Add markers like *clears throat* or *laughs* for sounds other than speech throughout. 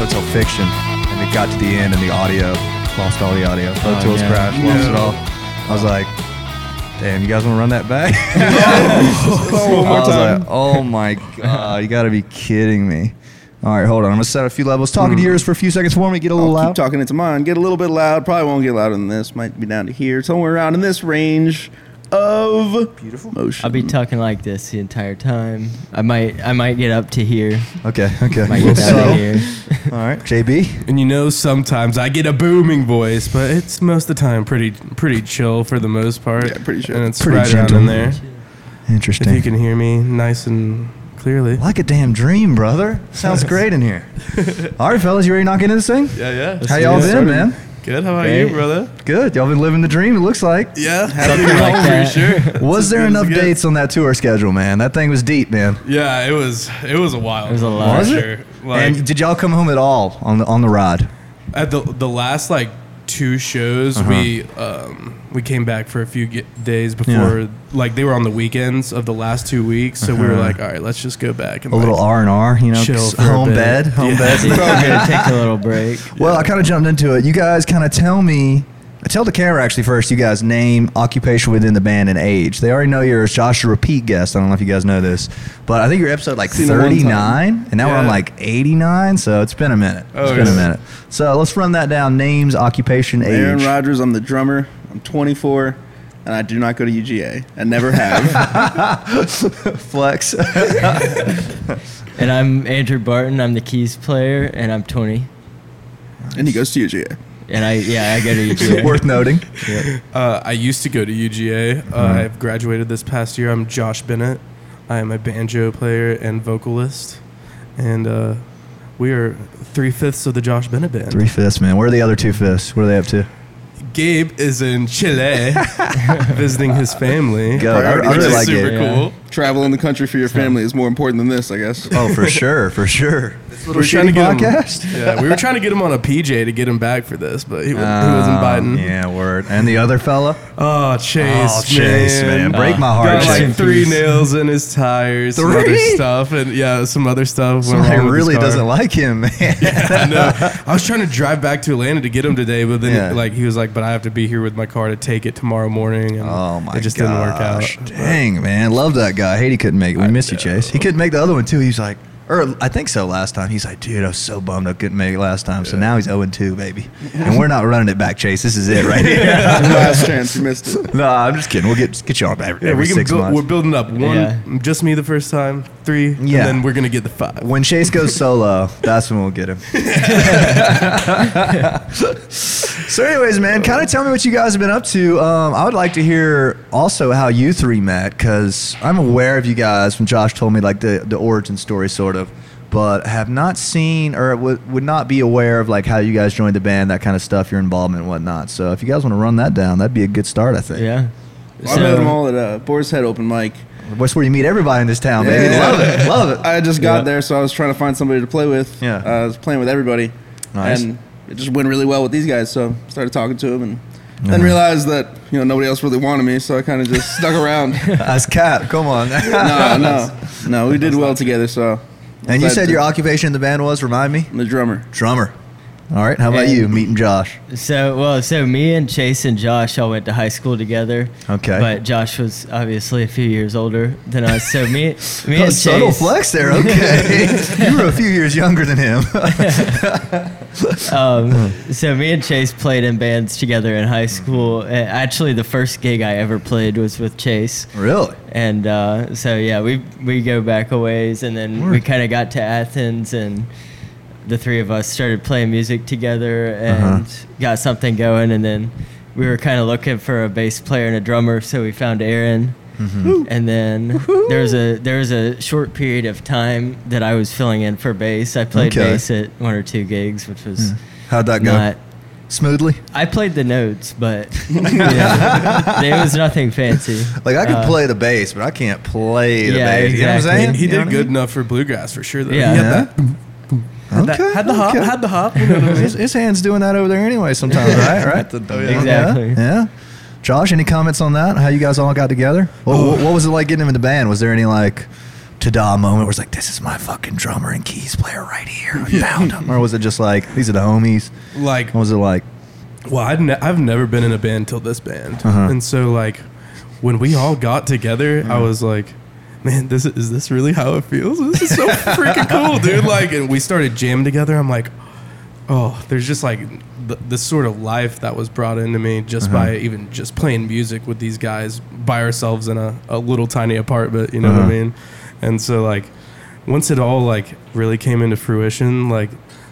until fiction, and it got to the end and the audio lost all the audio. Pro Oh, Tools yeah. crashed, lost it all. I was like, damn, you guys want to run that back? *laughs* One more I was time. like, oh my god, you got to be kidding me. All right, hold on. I'm gonna set a few levels. Talking to yours for a few seconds for me. Get a I'll little Oh, keep loud. talking into mine. Get a little bit loud. Probably won't get louder than this. Might be down to here. Somewhere around in this range of beautiful motion. I'll be talking like this the entire time. I might I might get up to here. Okay, okay. Might get down So- to here. all right, JB. And you know, sometimes I get a booming voice, but it's most of the time pretty pretty chill for the most part. Yeah, pretty chill. And it's Pretty right gentle. around in there. If Interesting. you can hear me nice and clearly. like a damn dream, brother. Sounds great in here. All right, fellas, you ready to knock into this thing? Yeah, yeah. How y'all been, man? Good. How about Great. you, brother? Good. Y'all been living the dream, it looks like. Yeah. Something like *laughs* that. Was there good as enough it gets. dates on that tour schedule, man? That thing was deep, man. Yeah, it was it was a while. It was a lot. Was it? sure. Like and did y'all come home at all on the on the ride? at the the last like two shows, Uh-huh. we um we came back for a few ge- days before. Like they were on the weekends of the last two weeks, so we were Uh-huh. like, all right, let's just go back and A little like, R and R, you know, Chill s- for a home bit. bed, home Yeah. *laughs* bed. It's probably gonna take a little break. Well, I kind of jumped into it. You guys kind of tell me, tell the camera actually first. You guys name, occupation within the band, and age. They already know you're a Josh repeat guest. I don't know if you guys know this, but I think you're episode like Seen it one time. 39, and now we're on Yeah. like 89. So it's been a minute. It's Oh, been a yeah. minute. So let's run that down. Names, occupation, age. Aaron Rodgers. I'm the drummer. I'm 24, and I do not go to UGA. I never have. Flex. *laughs* And I'm Andrew Barton. I'm the keys player, and I'm 20. and he goes to UGA. And I yeah I go *laughs* to UGA. Worth noting. Uh, I used to go to UGA. Mm-hmm. Uh, I've graduated this past year. I'm Josh Bennett. I am a banjo player and vocalist, and uh, we are three fifths of the Josh Bennett band. Three fifths, man. Where are the other two fifths? What are they up to? Gabe is *laughs* in Chile visiting his family. Go. I, I Priorities. Which really is like super it. Yeah. cool. Traveling the country for your family is more important than this, I guess. Oh, *laughs* for sure, for sure. This little We're trying to shitty get *laughs* him- podcast. Yeah, we were trying to get him on a PJ to get him back for this, but he, wa- he wasn't biting. Oh, Um, Yeah, word. And the other fella? Oh, Chase. Oh, Chase, man. Break my heart, Got like Chase. three nails in his tires, some other Three? stuff, and yeah, some other stuff. went Somebody wrong with his really car. *laughs* doesn't like him, man. I *laughs* know. I was trying to drive back to Atlanta to get him today, but then Yeah. like he was like, "But I have to be here with my car to take it tomorrow morning." And Oh my It just gosh. didn't work out. Dang, man. Love that guy. Hate he couldn't make it. We miss you, Chase. He couldn't make the other one too. He's like or I think so last time. He's like, dude, I was so bummed I couldn't make it last time. So now he's 0-2, baby. *laughs* And we're not running it back, Chase. This is it right here. *laughs* Last chance, you missed it. no, I'm just kidding. We'll get get you on every, Yeah, every we can six build, months. we're building up one, Yeah. just me the first time, three, Yeah. and then we're gonna get the five. When Chase goes solo, that's when we'll get him. so, anyways, man, kind of tell me what you guys have been up to. Um, I would like to hear also how you three met, because I'm aware of you guys when Josh told me like the, the origin story, sort of, but have not seen or would would not be aware of like how you guys joined the band, that kind of stuff, your involvement, and whatnot. So, if you guys want to run that down, that'd be a good start, I think. Yeah. I met them all at uh, Boar's Head open mic. That's where you meet everybody in this town, baby. Yeah. Love *laughs* it, love it. I just got Yeah. there, so I was trying to find somebody to play with. Uh, Yeah. I was playing with everybody. Nice. And it just went really well with these guys, so started talking to them and then Uh-huh. realized that, you know, nobody else really wanted me, so I kind *laughs* of just stuck around. That's Cap. Come on. No, no. No, we did well together, so. And you Glad said to- your occupation in the band was, remind me? I'm the drummer. Drummer. All right, how about And- you, meeting Josh? So well, so me and Chase and Josh all went to high school together. Okay. But Josh was obviously a few years older than us. *laughs* So me, me A and Oh, subtle Chase. flex there, *laughs* okay. you were a few years younger than him. *laughs* Um, so me and Chase played in bands together in high school. Uh, Actually, the first gig I ever played was with Chase. really? And uh, so yeah, we we go back a ways, and then we Word. kind of got to Athens, and the three of us started playing music together Uh-huh. and got something going. And then we were kind of looking for a bass player and a drummer, so we found Aaron. Mm-hmm. And then there was a there was a short period of time that I was filling in for bass. I played Okay. Hmm. bass at one or two gigs, which was How'd that go? not. Smoothly? I played the notes, but you know, it was nothing fancy. Like, I could Uh, play the bass, but I can't play the yeah, bass. You know what I'm exactly. saying? He, he You know did what I good mean? enough for bluegrass for sure. Though. Yeah. He had, Yeah. had that- Okay, had the hop, okay. had the hop. You know what I mean? His, his hand's doing that over there anyway *laughs* sometimes, right? Right? Oh, yeah. Exactly. Yeah. yeah. Oh. Josh, any comments on that? How you guys all got together? What, what, what was it like getting him in the band? Was there any, like, ta-da moment where it's like, this is my fucking drummer and keys player right here. I found him. Or was it just like, these are the homies? Like, What was it like? well, I'd ne- I've never been in a band till this band, Uh-huh. Mm. and so like when we all got together, I was like. Man, this is, is this really how it feels? This *laughs* is so freaking cool, dude! Like, and we started jamming together. I'm like, oh, there's just like the, the sort of life that was brought into me just Uh-huh. by even just playing music with these guys by ourselves in a, a little tiny apartment, you know what I Uh-huh. mean? And so like once it all like really came into fruition, like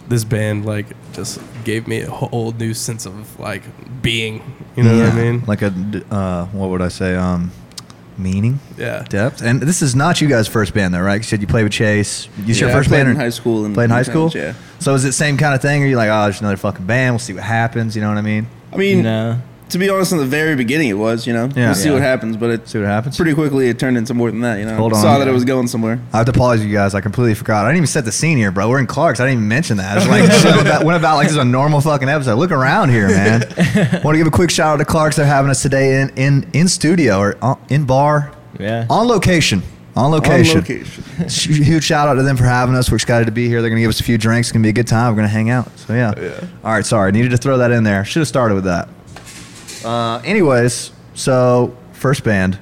this band like just gave me a whole new sense of like being, you know what I mean? Like a, d- uh, what would I say? Um, meaning, yeah. depth. And this is not you guys' first band, though, right? 'Cause You said you played with Chase. You said Yeah, your I first played band in or- high school and- Played in high and school? college, Mm-hmm. yeah. So is it same kind of thing? Or you like, oh, just another fucking band. We'll see what happens. You know what I mean? I mean, no. to be honest, in the very beginning, it was you know, Yeah. we'll see Yeah. what happens, but it See what happens. pretty quickly it turned into more than that. You know, Hold on. saw that it was going somewhere. I have to apologize, you guys. I completely forgot. I didn't even set the scene here, bro. We're in Clark's. I didn't even mention that. I was like, just went about, went about like this is a normal fucking episode. Look around here, man. *laughs* Want to give a quick shout out to Clark's. They're having us today in in in studio or on, in bar, Yeah. on location, on location. On location. Sh- Huge shout out to them for having us. We're excited to be here. They're gonna give us a few drinks. It's gonna be a good time. We're gonna hang out. So yeah. All right. Sorry. Needed to throw that in there. Should have started with that. Uh, anyways, so first band.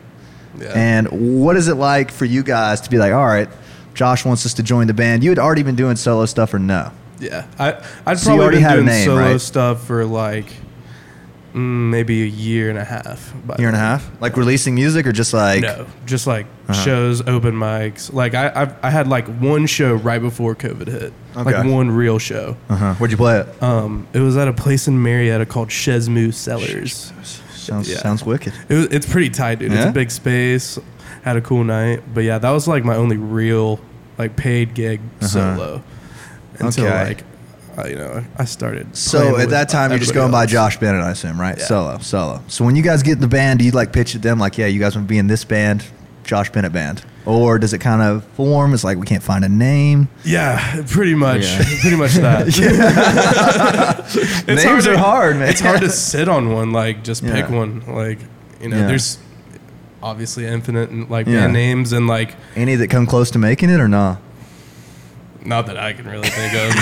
Yeah. And what is it like for you guys to be like, all right, Josh wants us to join the band? You had already been doing solo stuff, or no? Yeah, I I'd So you probably already been had a doing name, solo right? stuff for like mm, maybe a year and a half. by Year and a then. half? Like releasing music, or just like uh-huh. no, just like shows, open mics. Like I I've, I had like one show right before COVID hit, like Okay. one real show. Uh-huh. Where'd you play it? Um, it was at a place in Marietta called Shesmu Cellars. Sounds yeah. sounds wicked. It was, it's pretty tight, dude. It's Yeah? a big space. Had a cool night, but yeah, that was like my only real like paid gig solo until Uh-huh. Okay. like I, you know I started. playing So with at that time, you're just everybody going by else. Josh Bennett, I assume, right? Yeah. Solo, solo. So when you guys get in the band, do you like pitch at them like, yeah, you guys want to be in this band, Josh Bennett band, or does it kind of form? It's like we can't find a name. Yeah, pretty much, Yeah. *laughs* pretty much that. *laughs* *laughs* Names hard to- are hard, man. It's *laughs* hard to sit on one, like just pick Yeah. one. Like you know, Yeah. there's obviously infinite and like Yeah. band names and like Any that come close to making it or not? not that I can really think of.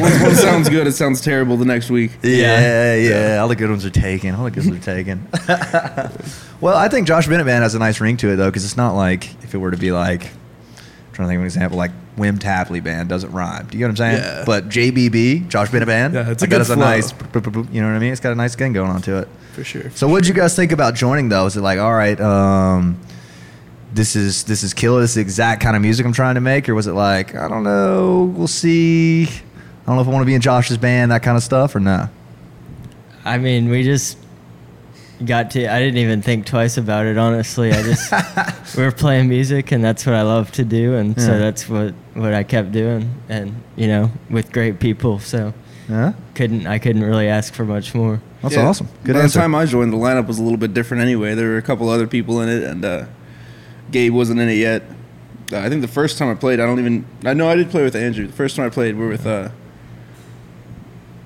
*laughs* Once one sounds good, it sounds terrible the next week. Yeah, yeah, All the good ones are taken. All the good ones are taken. *laughs* well, I think Josh Bennett Band has a nice ring to it though, because it's not like if it were to be like I'm trying to think of an example, like Wim Tapley Band doesn't rhyme. Do you know what I'm saying? Yeah. But JBB, Josh Bennett Band, Yeah, it's a like, that good has a flow. nice, you know what I mean? It's got a nice gun going on to it. *laughs* For sure. So, what did you guys think about joining though? Is it like, all right, um, this is this is killer. This is the exact kind of music I'm trying to make, or was it like, I don't know, we'll see. I don't know if I want to be in Josh's band, that kind of stuff, or no? I mean, we just got to. I didn't even think twice about it. Honestly, I just we were playing music, and that's what I love to do, and Yeah. so that's what what I kept doing, and you know, with great people. So Yeah, couldn't I couldn't really ask for much more. that's Yeah. awesome. Good By answer. the time I joined, the lineup was a little bit different anyway. There were a couple other people in it, and uh, Gabe wasn't in it yet. Uh, I think the first time I played, I don't even. I know I did play with Andrew. The first time I played, we were with uh,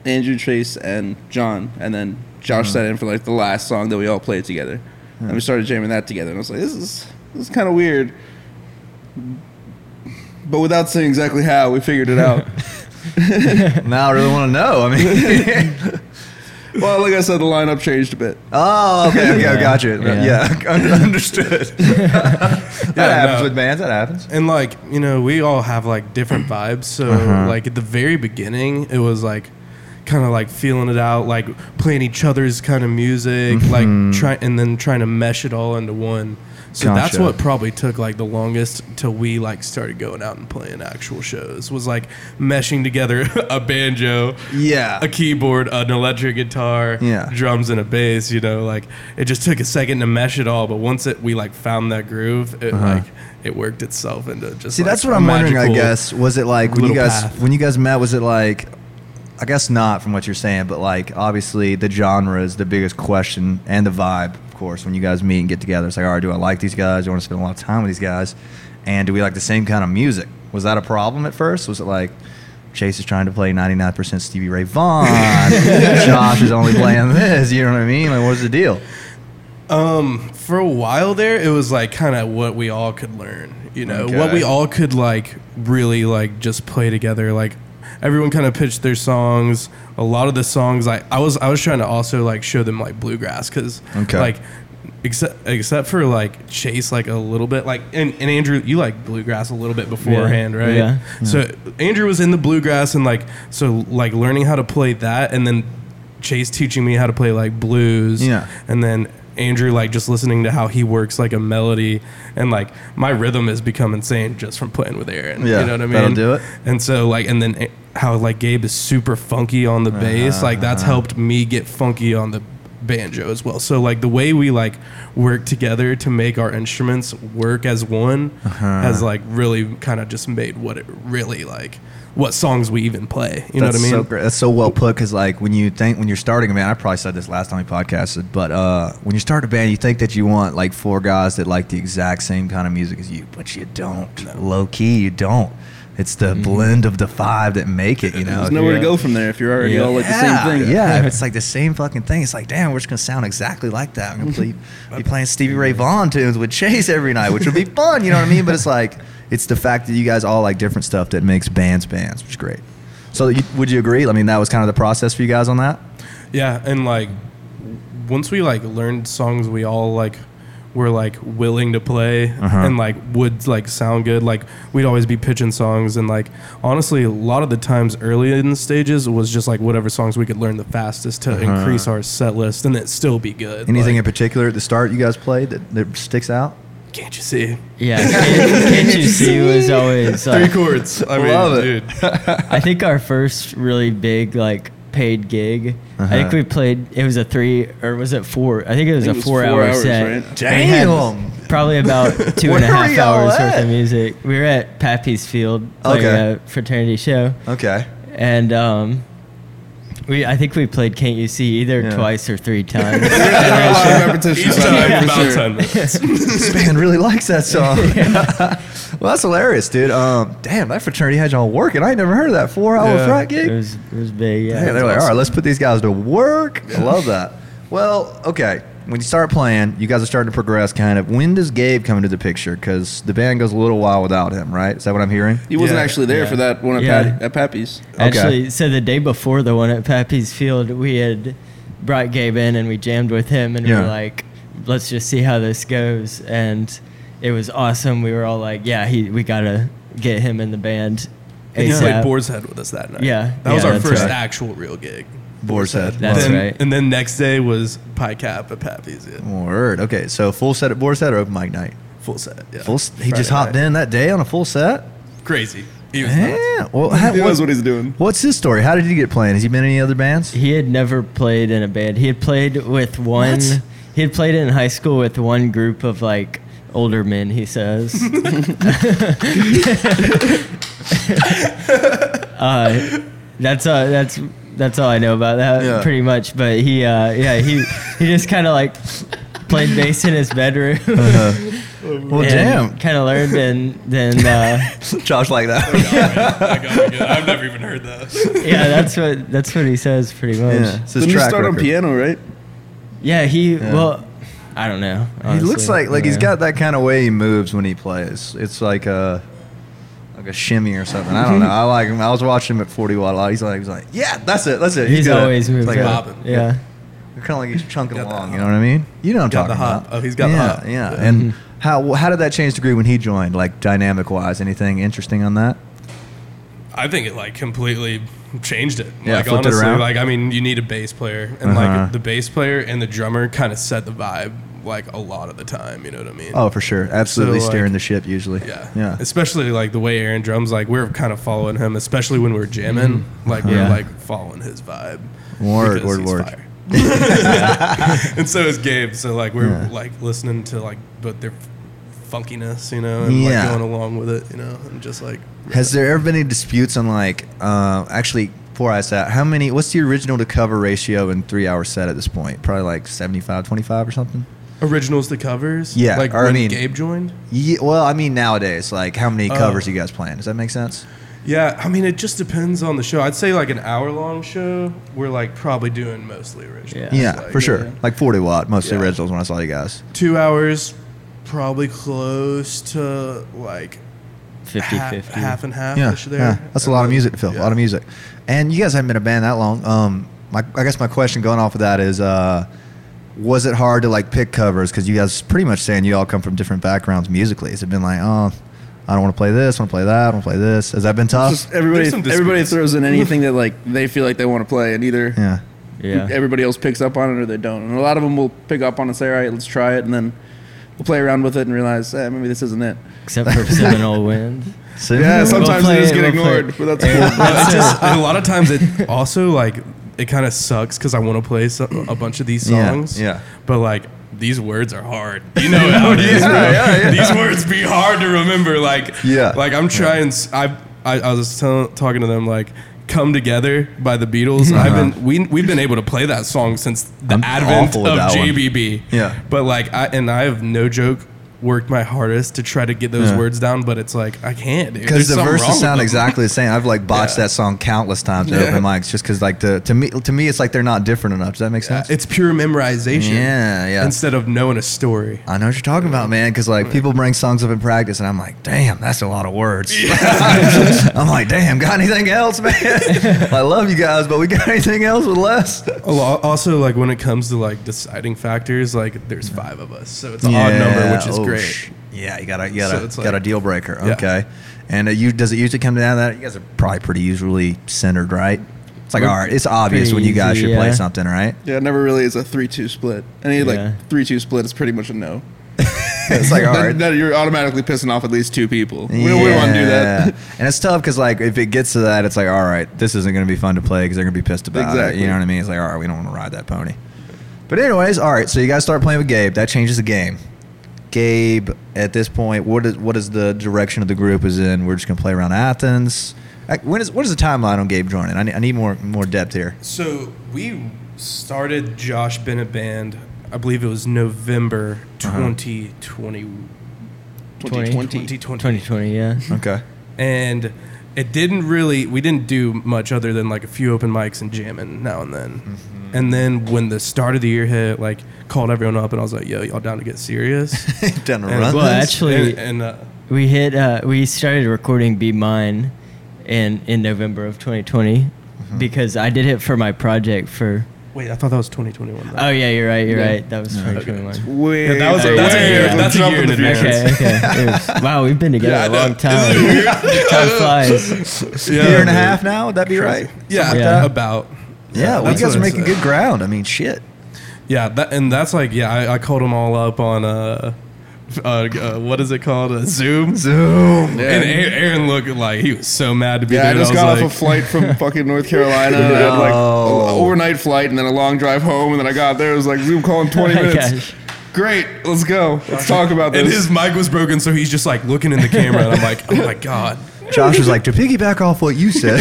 Andrew, Trace, and John, and then Josh Mm-hmm. sat in for like the last song that we all played together, and we started jamming that together. And I was like, this is this is kind of weird, but without saying exactly how, we figured *laughs* it out. now I *laughs* really want to know. I mean, *laughs* well, like I said, the lineup changed a bit. oh, okay, okay, I Yeah. got you. Yeah, *laughs* Yeah. understood. that Yeah, happens no. with bands. That happens. and like you know we all have *clears throat* like different vibes so Uh-huh. like at the very beginning it was like kind of like feeling it out like playing each other's kind of music Mm-hmm. like try and then trying to mesh it all into one so that's Gotcha. what probably took like the longest till we like started going out and playing actual shows was like meshing together *laughs* a banjo Yeah. a keyboard, an electric guitar, Yeah. drums, and a bass. You know, like it just took a second to mesh it all, but once it we like found that groove, it like it worked itself into just. Uh-huh. See, like, that's what a I'm wondering. I magical- guess was it like when you little guys path. when you guys met? Was it like, I guess not from what you're saying, but like obviously the genre is the biggest question and the vibe, of course. When you guys meet and get together, it's like, all right, do I like these guys? Do I want to spend a lot of time with these guys? And do we like the same kind of music? Was that a problem at first? Was it like? Chase is trying to play 99% Stevie *laughs* Ray Vaughan. Josh is only playing this. You know what I mean? Like, what's the deal? Um, for a while there, it was like kind of what we all could learn, you know, what Okay. we all could like really like just play together. Like everyone kind of pitched their songs. A lot of the songs, like I was, I was trying to also like show them like bluegrass because Okay. like except except for like Chase like a little bit like and, and Andrew you like bluegrass a little bit beforehand right Yeah. so Andrew was in the bluegrass and like so like learning how to play that and then Chase teaching me how to play like blues Yeah. and then Andrew like just listening to how he works like a melody and like my rhythm has become insane just from playing with Aaron Yeah, you know what I mean that'll do it. and so like and then eh, how like Gabe is super funky on the Uh-huh. bass like that's helped me get funky on the banjo as well. So like the way we like work together to make our instruments work as one Uh-huh. has like really kind of just made what it really like what songs we even play. That's You know what I so mean? great. That's so well put. Because like when you think when you're starting a band, I probably said this last time we podcasted, but uh, when you start a band, you think that you want like four guys that like the exact same kind of music as you, but you don't. Low key, you don't. It's the blend of the five that make it. You know, Mm-hmm. There's nowhere yeah. to go from there if you're already Yeah. all like Oh, yeah, the same thing. Yeah, if *laughs* it's like the same fucking thing. It's like, damn, we're just gonna sound exactly like that. I'm gonna *laughs* play, be playing Stevie Ray Vaughan tunes with Chase every night, which would be fun. You know what I mean? But it's like, it's the fact that you guys all like different stuff that makes bands bands, which is great. So you, would you agree? I mean, that was kind of the process for you guys on that. Yeah, and like once we like learned songs we all like were like willing to play and like would like sound good. Like we'd always be pitching songs and like honestly a lot of the times early in the stages was just like whatever songs we could learn the fastest to increase our set list and it still be good. Anything in like, particular at the start you guys played that, that sticks out? can't you see? Yeah, can't, Can't you see was always uh, Three like, chords. I mean, Love it. dude. I think our first really big like paid gig. I think we played. It was a three or was it four? I think it was Uh-huh. think a it was four, four hour hours, set. right? And we had Damn. *laughs* Probably about two and a Where were half y'all hours at? worth of music. We were at Pappy's Field playing Okay. a fraternity show, Okay. and um, we I think we played "Can't You See" either Yeah. twice or *laughs* three times. *laughs* Yeah. repetitions. Each time for about sure. 10 minutes. this band really likes that *laughs* song. *laughs* well, that's hilarious, dude. Um, damn, that fraternity had y'all working. I ain't never heard of that four hour Yeah. frat it gig. was it was big. Yeah, Yeah, they're like, all right, let's put these guys to work. I love that. Well, okay. When you start playing, you guys are starting to progress, kind of. When does Gabe come into the picture? Because the band goes a little while without him, right? Is that what I'm hearing? He wasn't Yeah. actually there for that one at, Yeah. Patty, at Pappy's. Actually, so the day before the one at Pappy's Field, we had brought Gabe in and we jammed with him and we Yeah. were like, let's just see how this goes. And it was awesome. We were all like, yeah, he, we got to get him in the band. And you played ASAP." Boar's Head with us that night. Yeah, That was yeah, our that's first right. actual real gig. Boar's Head. That's then, right. And then next day was Pie Cap at Pappy's. Yeah. Word. Okay, so full set at Boar's Head or open mic night? Full set. Yeah. Full. s- He Friday just hopped Eh? night. in that day on a full set. Crazy. He was nuts. Yeah. Well, how, *laughs* He knows what, what he's doing. what's his story? How did he get playing? Has he been in any other bands? He had never played in a band. He had played with one. What? He had played in high school with one group of like older men. He says. *laughs* uh, that's uh, that's that's all I know about that Yeah. pretty much. But he, uh, yeah, he he just kind of like played bass in his bedroom. Uh-huh. Well, Oh, damn. Kind of learned and then. Uh, *laughs* Josh like Oh, that. I've never even heard that. yeah, that's what that's what he says pretty *laughs* much. yeah. Yeah, It's his Didn't he track start on record. piano, right? he well, I don't know. He looks honestly. like like he's Yeah. got that kind of way he moves when he plays. It's like a like a shimmy or something. I don't know. I like him. I was watching him at Forty Watt a lot. He's like he's like yeah, that's it, that's it. He's, good. always It's moving. Like up. a, bobbing. Yeah. kind of like he's chunking Got the along. hop. You know what I mean? You know what I'm Got the talking hop. about. Oh, he's got the yeah, hop. Yeah. Yeah. Mm-hmm. And how how did that change degree when he joined? Like dynamic wise, anything interesting on that? I think it like completely changed it. Yeah, like flipped it honestly, around. like I mean, you need a bass player, and Uh-huh. like the bass player and the drummer kind of set the vibe like a lot of the time. You know what I mean? Oh, for sure. Absolutely So, like- steering the ship usually. Yeah. Yeah. Especially like the way Aaron drums, like we're kind of following him, especially when we're jamming. Like Yeah. we're like following his vibe. Mm-hmm. Word, because word, he's word. fire. *laughs* and so is Gabe. So like we're Yeah. like listening to like but their funkiness, you know, and Yeah. like going along with it, you know, and just like Has there ever been any disputes on like uh, actually before I ask that, how many what's the original to cover ratio in three hour set at this point? Probably like 75, 25 or something? originals to covers. Yeah, Like or I when mean- Gabe joined. Yeah, well, I mean nowadays, like how many Oh. covers you guys playing? Does that make sense? Yeah, I mean, it just depends on the show. I'd say like an hour long show, we're like probably doing mostly originals. Yeah. Yeah, Like, for sure. yeah. Like 40 watt, mostly Yeah. originals when I saw you guys. Two hours, probably close to like 50 half, 50. half and half Yeah, ish there. yeah, that's a lot of music to fill. A lot of music, and you guys haven't been a band that long. Um, my, I guess my question going off of that is, uh, was it hard to like pick covers because you guys pretty much saying you all come from different backgrounds musically? Has it been like, oh, I don't want to play this, want to play that, want to play this? Has that been tough? Just everybody, There's some disputes. everybody throws in anything that like they feel like they want to play, and either yeah, yeah. everybody else picks up on it or they don't. And a lot of them will pick up on it and say, "All right, let's try it," and then we'll play around with it and realize, eh, maybe this isn't it. Except for Seminole Wind. so, Yeah, We'll sometimes play they just it, get we'll play ignored, it. but that's *laughs* Yeah. cool. Well, it's just, a lot of times it also like it kind of sucks because I want to play some, a bunch of these Yeah, songs. yeah. But like these words are hard. You *laughs* know how it is. bro. These words be hard to remember. Like Yeah. Like I'm trying. s I I I was tell, talking to them like. Come together by the *laughs* Beatles. I've been we we've been able to play that song since the Uh-huh. I'm advent awful of with that one. JBB. Yeah. but like I and I have no joke, worked my hardest to try to get those Yeah. words down, but it's like I can't. dude. because There's the something wrong verses with sound them. exactly the same. I've like botched Yeah. that song countless times at Yeah. open mics just because like the to me to me it's like they're not different enough. Does that make sense? Uh, It's pure memorization. Yeah, yeah. Instead of knowing a story. I know what you're talking about, man. Because like people bring songs up in practice, and I'm like, damn, that's a lot of words. *laughs* I'm like, damn, got anything else, man? I love you guys, but we got anything else with less? A lo- Also, like when it comes to like deciding factors, like there's five of us, so it's an odd number, which is oh, great. sh- yeah, you got a you got So a it's got a like- deal breaker. Yeah. Okay, and uh, you does it usually come down to that? You guys are probably pretty usually centered, right? It's like, all right, it's obvious when you guys Pretty should easy, play yeah. something, *laughs* right? Yeah, it never really is a three-two split. Any Yeah. like three-two split is pretty much a no. It's like, all right, *laughs* Then, then you're automatically pissing off at least two people. We don't, we don't want to do *laughs* that. Yeah. and it's tough because like if it gets to that, it's like all right, this isn't going to be fun to play because they're going to be pissed about it. Exactly. You know what I mean? It's like all right, we don't want to ride that pony. But anyways, all right. So you guys start playing with Gabe. That changes the game. Gabe, at this point, what is what is the direction of the group is in? We're just going to play around Athens. Like, When is what is the timeline on Gabe joining? I need, I need more more depth here. So we started Josh Bennett Band. I believe it was November Uh-huh. 2020. 2020. 2020. 2020, yeah. *laughs* Okay. and it didn't really we didn't do much other than like a few open mics and jamming now and then Mm-hmm. and then when the start of the year hit like called everyone up and i was like yo y'all down to get *laughs* serious Done a And- run. Well, actually- and, and, uh, We hit. Uh, we started recording "Be Mine" in in November of 2020 because I did it for my project for. wait i thought that was 2021 though. Oh yeah, you're right. You're Yeah. right. That was Yeah. 2021. Way Yeah, that was a, that's a year that's a year in advance Okay. okay. Oops. wow, we've been together Yeah, I a know. long time. Isn't *laughs* time flies. yeah, year and a half now. Would that be right? yeah, Yeah. about Yeah. Well, you That's guys what are I making said. good ground. I mean, shit. Yeah, that, and that's like yeah, I, I called them all up on uh, uh, uh what is it called uh, Zoom. Zoom. Yeah. And Aaron, Aaron looked like he was so mad to be Yeah, there. I just was got like, off a flight *laughs* from fucking North Carolina. and I had like No. an overnight flight and then a long drive home. And then I got there. It was like Zoom call in *laughs* *laughs* 20 Oh my minutes. gosh. Great. Let's go. Let's talk about And uh, this. his mic was broken, so he's just like looking in the camera, and I'm like, oh my god. Josh was like, to piggyback off what you *laughs* said,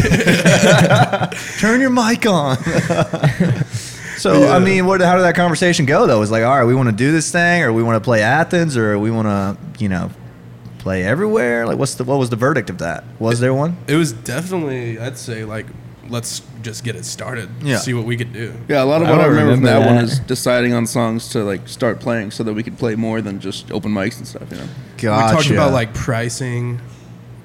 turn your mic on. so, I mean, what, how did that conversation go, though? It was like, all right, we want to do this thing, or we want to play Athens, or we want to, you know, play everywhere. Like, what's the, what was the verdict of that? Was there one? It was definitely, I'd say, like, let's just get it started. Yeah. See what we could do. yeah, a lot of I what I, don't remember from that, remember one that. is deciding on songs to like start playing so that we could play more than just open mics and stuff, you know? Gotcha. We talked about like pricing,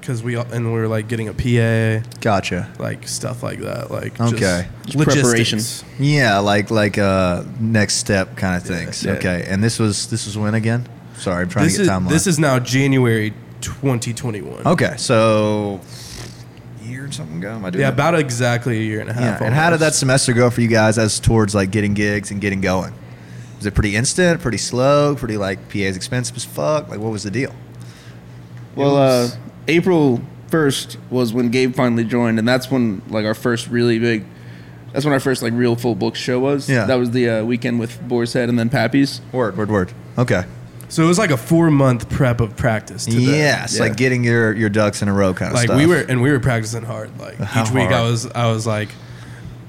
because we all- and we were like getting a PA, gotcha. like stuff like that, like Okay. Just just preparation. logistics. Yeah, like, like, uh, next step kind of things. yeah. Okay. And this was, this was when again? Sorry, I'm trying This to is get timeline. this is now January 2021. okay. So, year and something ago, am I doing Yeah, that? about exactly a year and a half. Yeah, and how did that almost. semester go for you guys as towards like getting gigs and getting going? Was it pretty instant, pretty slow, pretty like PA's expensive as fuck? Like, what was the deal? Well, was- uh, April first was when Gabe finally joined, and that's when like our first really big. That's when our first like real full book show was. Yeah. That was the uh, weekend with Boar's Head and then Pappy's. Word, word, word. Okay. So it was like a four month prep of practice. To that. yeah, it's like Yeah. getting your your ducks in a row kind of like stuff. we were and we were practicing hard like *laughs* How each week i hard? was i was like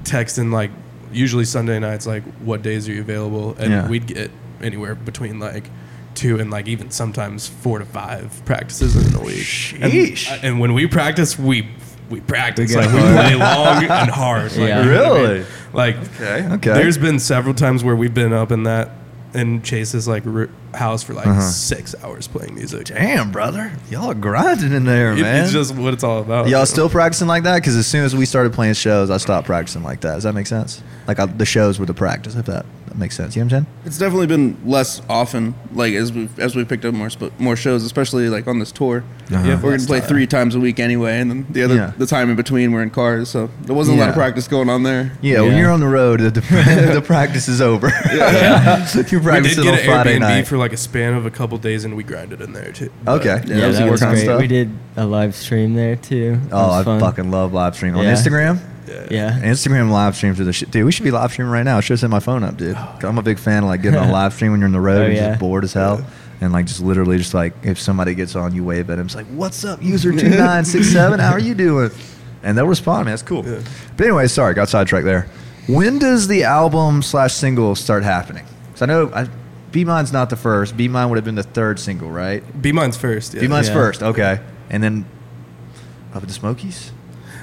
texting like usually sunday nights like what days are you available and Yeah. we'd get anywhere between like two and like even sometimes four to five practices in a week And- Sheesh. and, when we practiced we we practice. We Like get we hard. play long and hard. Like, Yeah. you know what I mean? Really? Like Okay. Okay. there's been several times where we've been up in that in Chase's like r- house for like six hours playing music. Uh-huh. Damn, brother. Y'all are grinding in there, It- man. it's just what it's all about. Y'all still practicing like that? Because as soon as we started playing shows, I stopped practicing like that. Does that make sense? Like I, the shows were the practice, if that, that makes sense. You know what I'm saying? It's definitely been less often, like as we as we picked up more sp- more shows, especially like on this tour. Uh-huh. Yeah, We're gonna play three times a week anyway, and then the other Yeah. the time in between we're in cars, so there wasn't a lot Yeah. of practice going on there. Yeah, when Yeah. you're on the road, the, the, the practice is over. *laughs* you're we did practicing get on an Friday Airbnb night. Oh. for like a span of a couple days, and we grinded in there too. But- okay. Yeah, that was some that was work on great. stuff. We did a live stream there too. That Oh, was I fun. fucking love live stream on Yeah. Instagram. yeah. Instagram live streams are the shit, dude. We should be live streaming right now. I should have set my phone up, dude. Oh, 'Cause I'm a big fan of like getting on live stream when you're on the road Oh, and yeah. just bored as hell, and like just literally just like if somebody gets on, you wave at them. It's like, "What's up, *laughs* user two nine six seven? How are you doing?" And they'll respond, man. That's cool. Yeah. But anyway, sorry, got sidetracked there. When does the album slash single start happening? Because I know I, B Mine's not the first. B Mine would have been the third single, right? Be mine's first. Yeah. B Mine's Yeah. first, okay, and then up at the Smokies.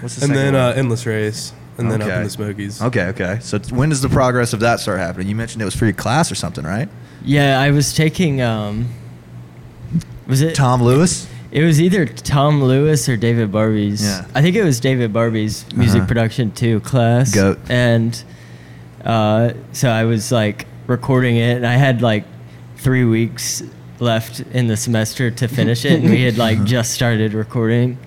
What's the and second then one? uh, endless race, and then up Okay. in the Smokies. Okay, okay. So t- when does the progress of that start happening? You mentioned it was for your class or something, right? Yeah, I was taking um was it Tom Lewis. It was either Tom Lewis or David Barbie's. Yeah. I think it was David Barbie's music Uh-huh. production two class. Goat. And uh, so I was like recording it, and I had like three weeks left in the semester to finish it, and we *laughs* had like just started recording.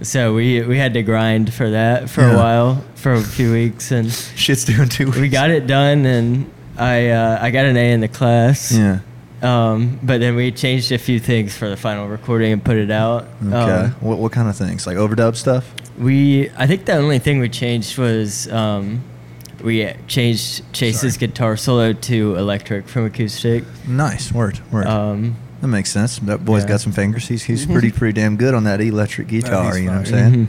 So we we had to grind for that for Yeah. a while, for a few weeks, and Shit's doing two weeks. we got it done. And I uh, I got an A in the class. Yeah. Um, but then we changed a few things for the final recording and put it out. Okay. Um, what what kind of things? Like overdub stuff? we, I think the only thing we changed was um, we changed Chase's guitar solo to electric from acoustic. Nice. Word. Word. Um, that makes sense. That boy's yeah. Mm-hmm. got some fingers. He's he's pretty pretty damn good on that electric guitar. he's you know what I'm fire. saying?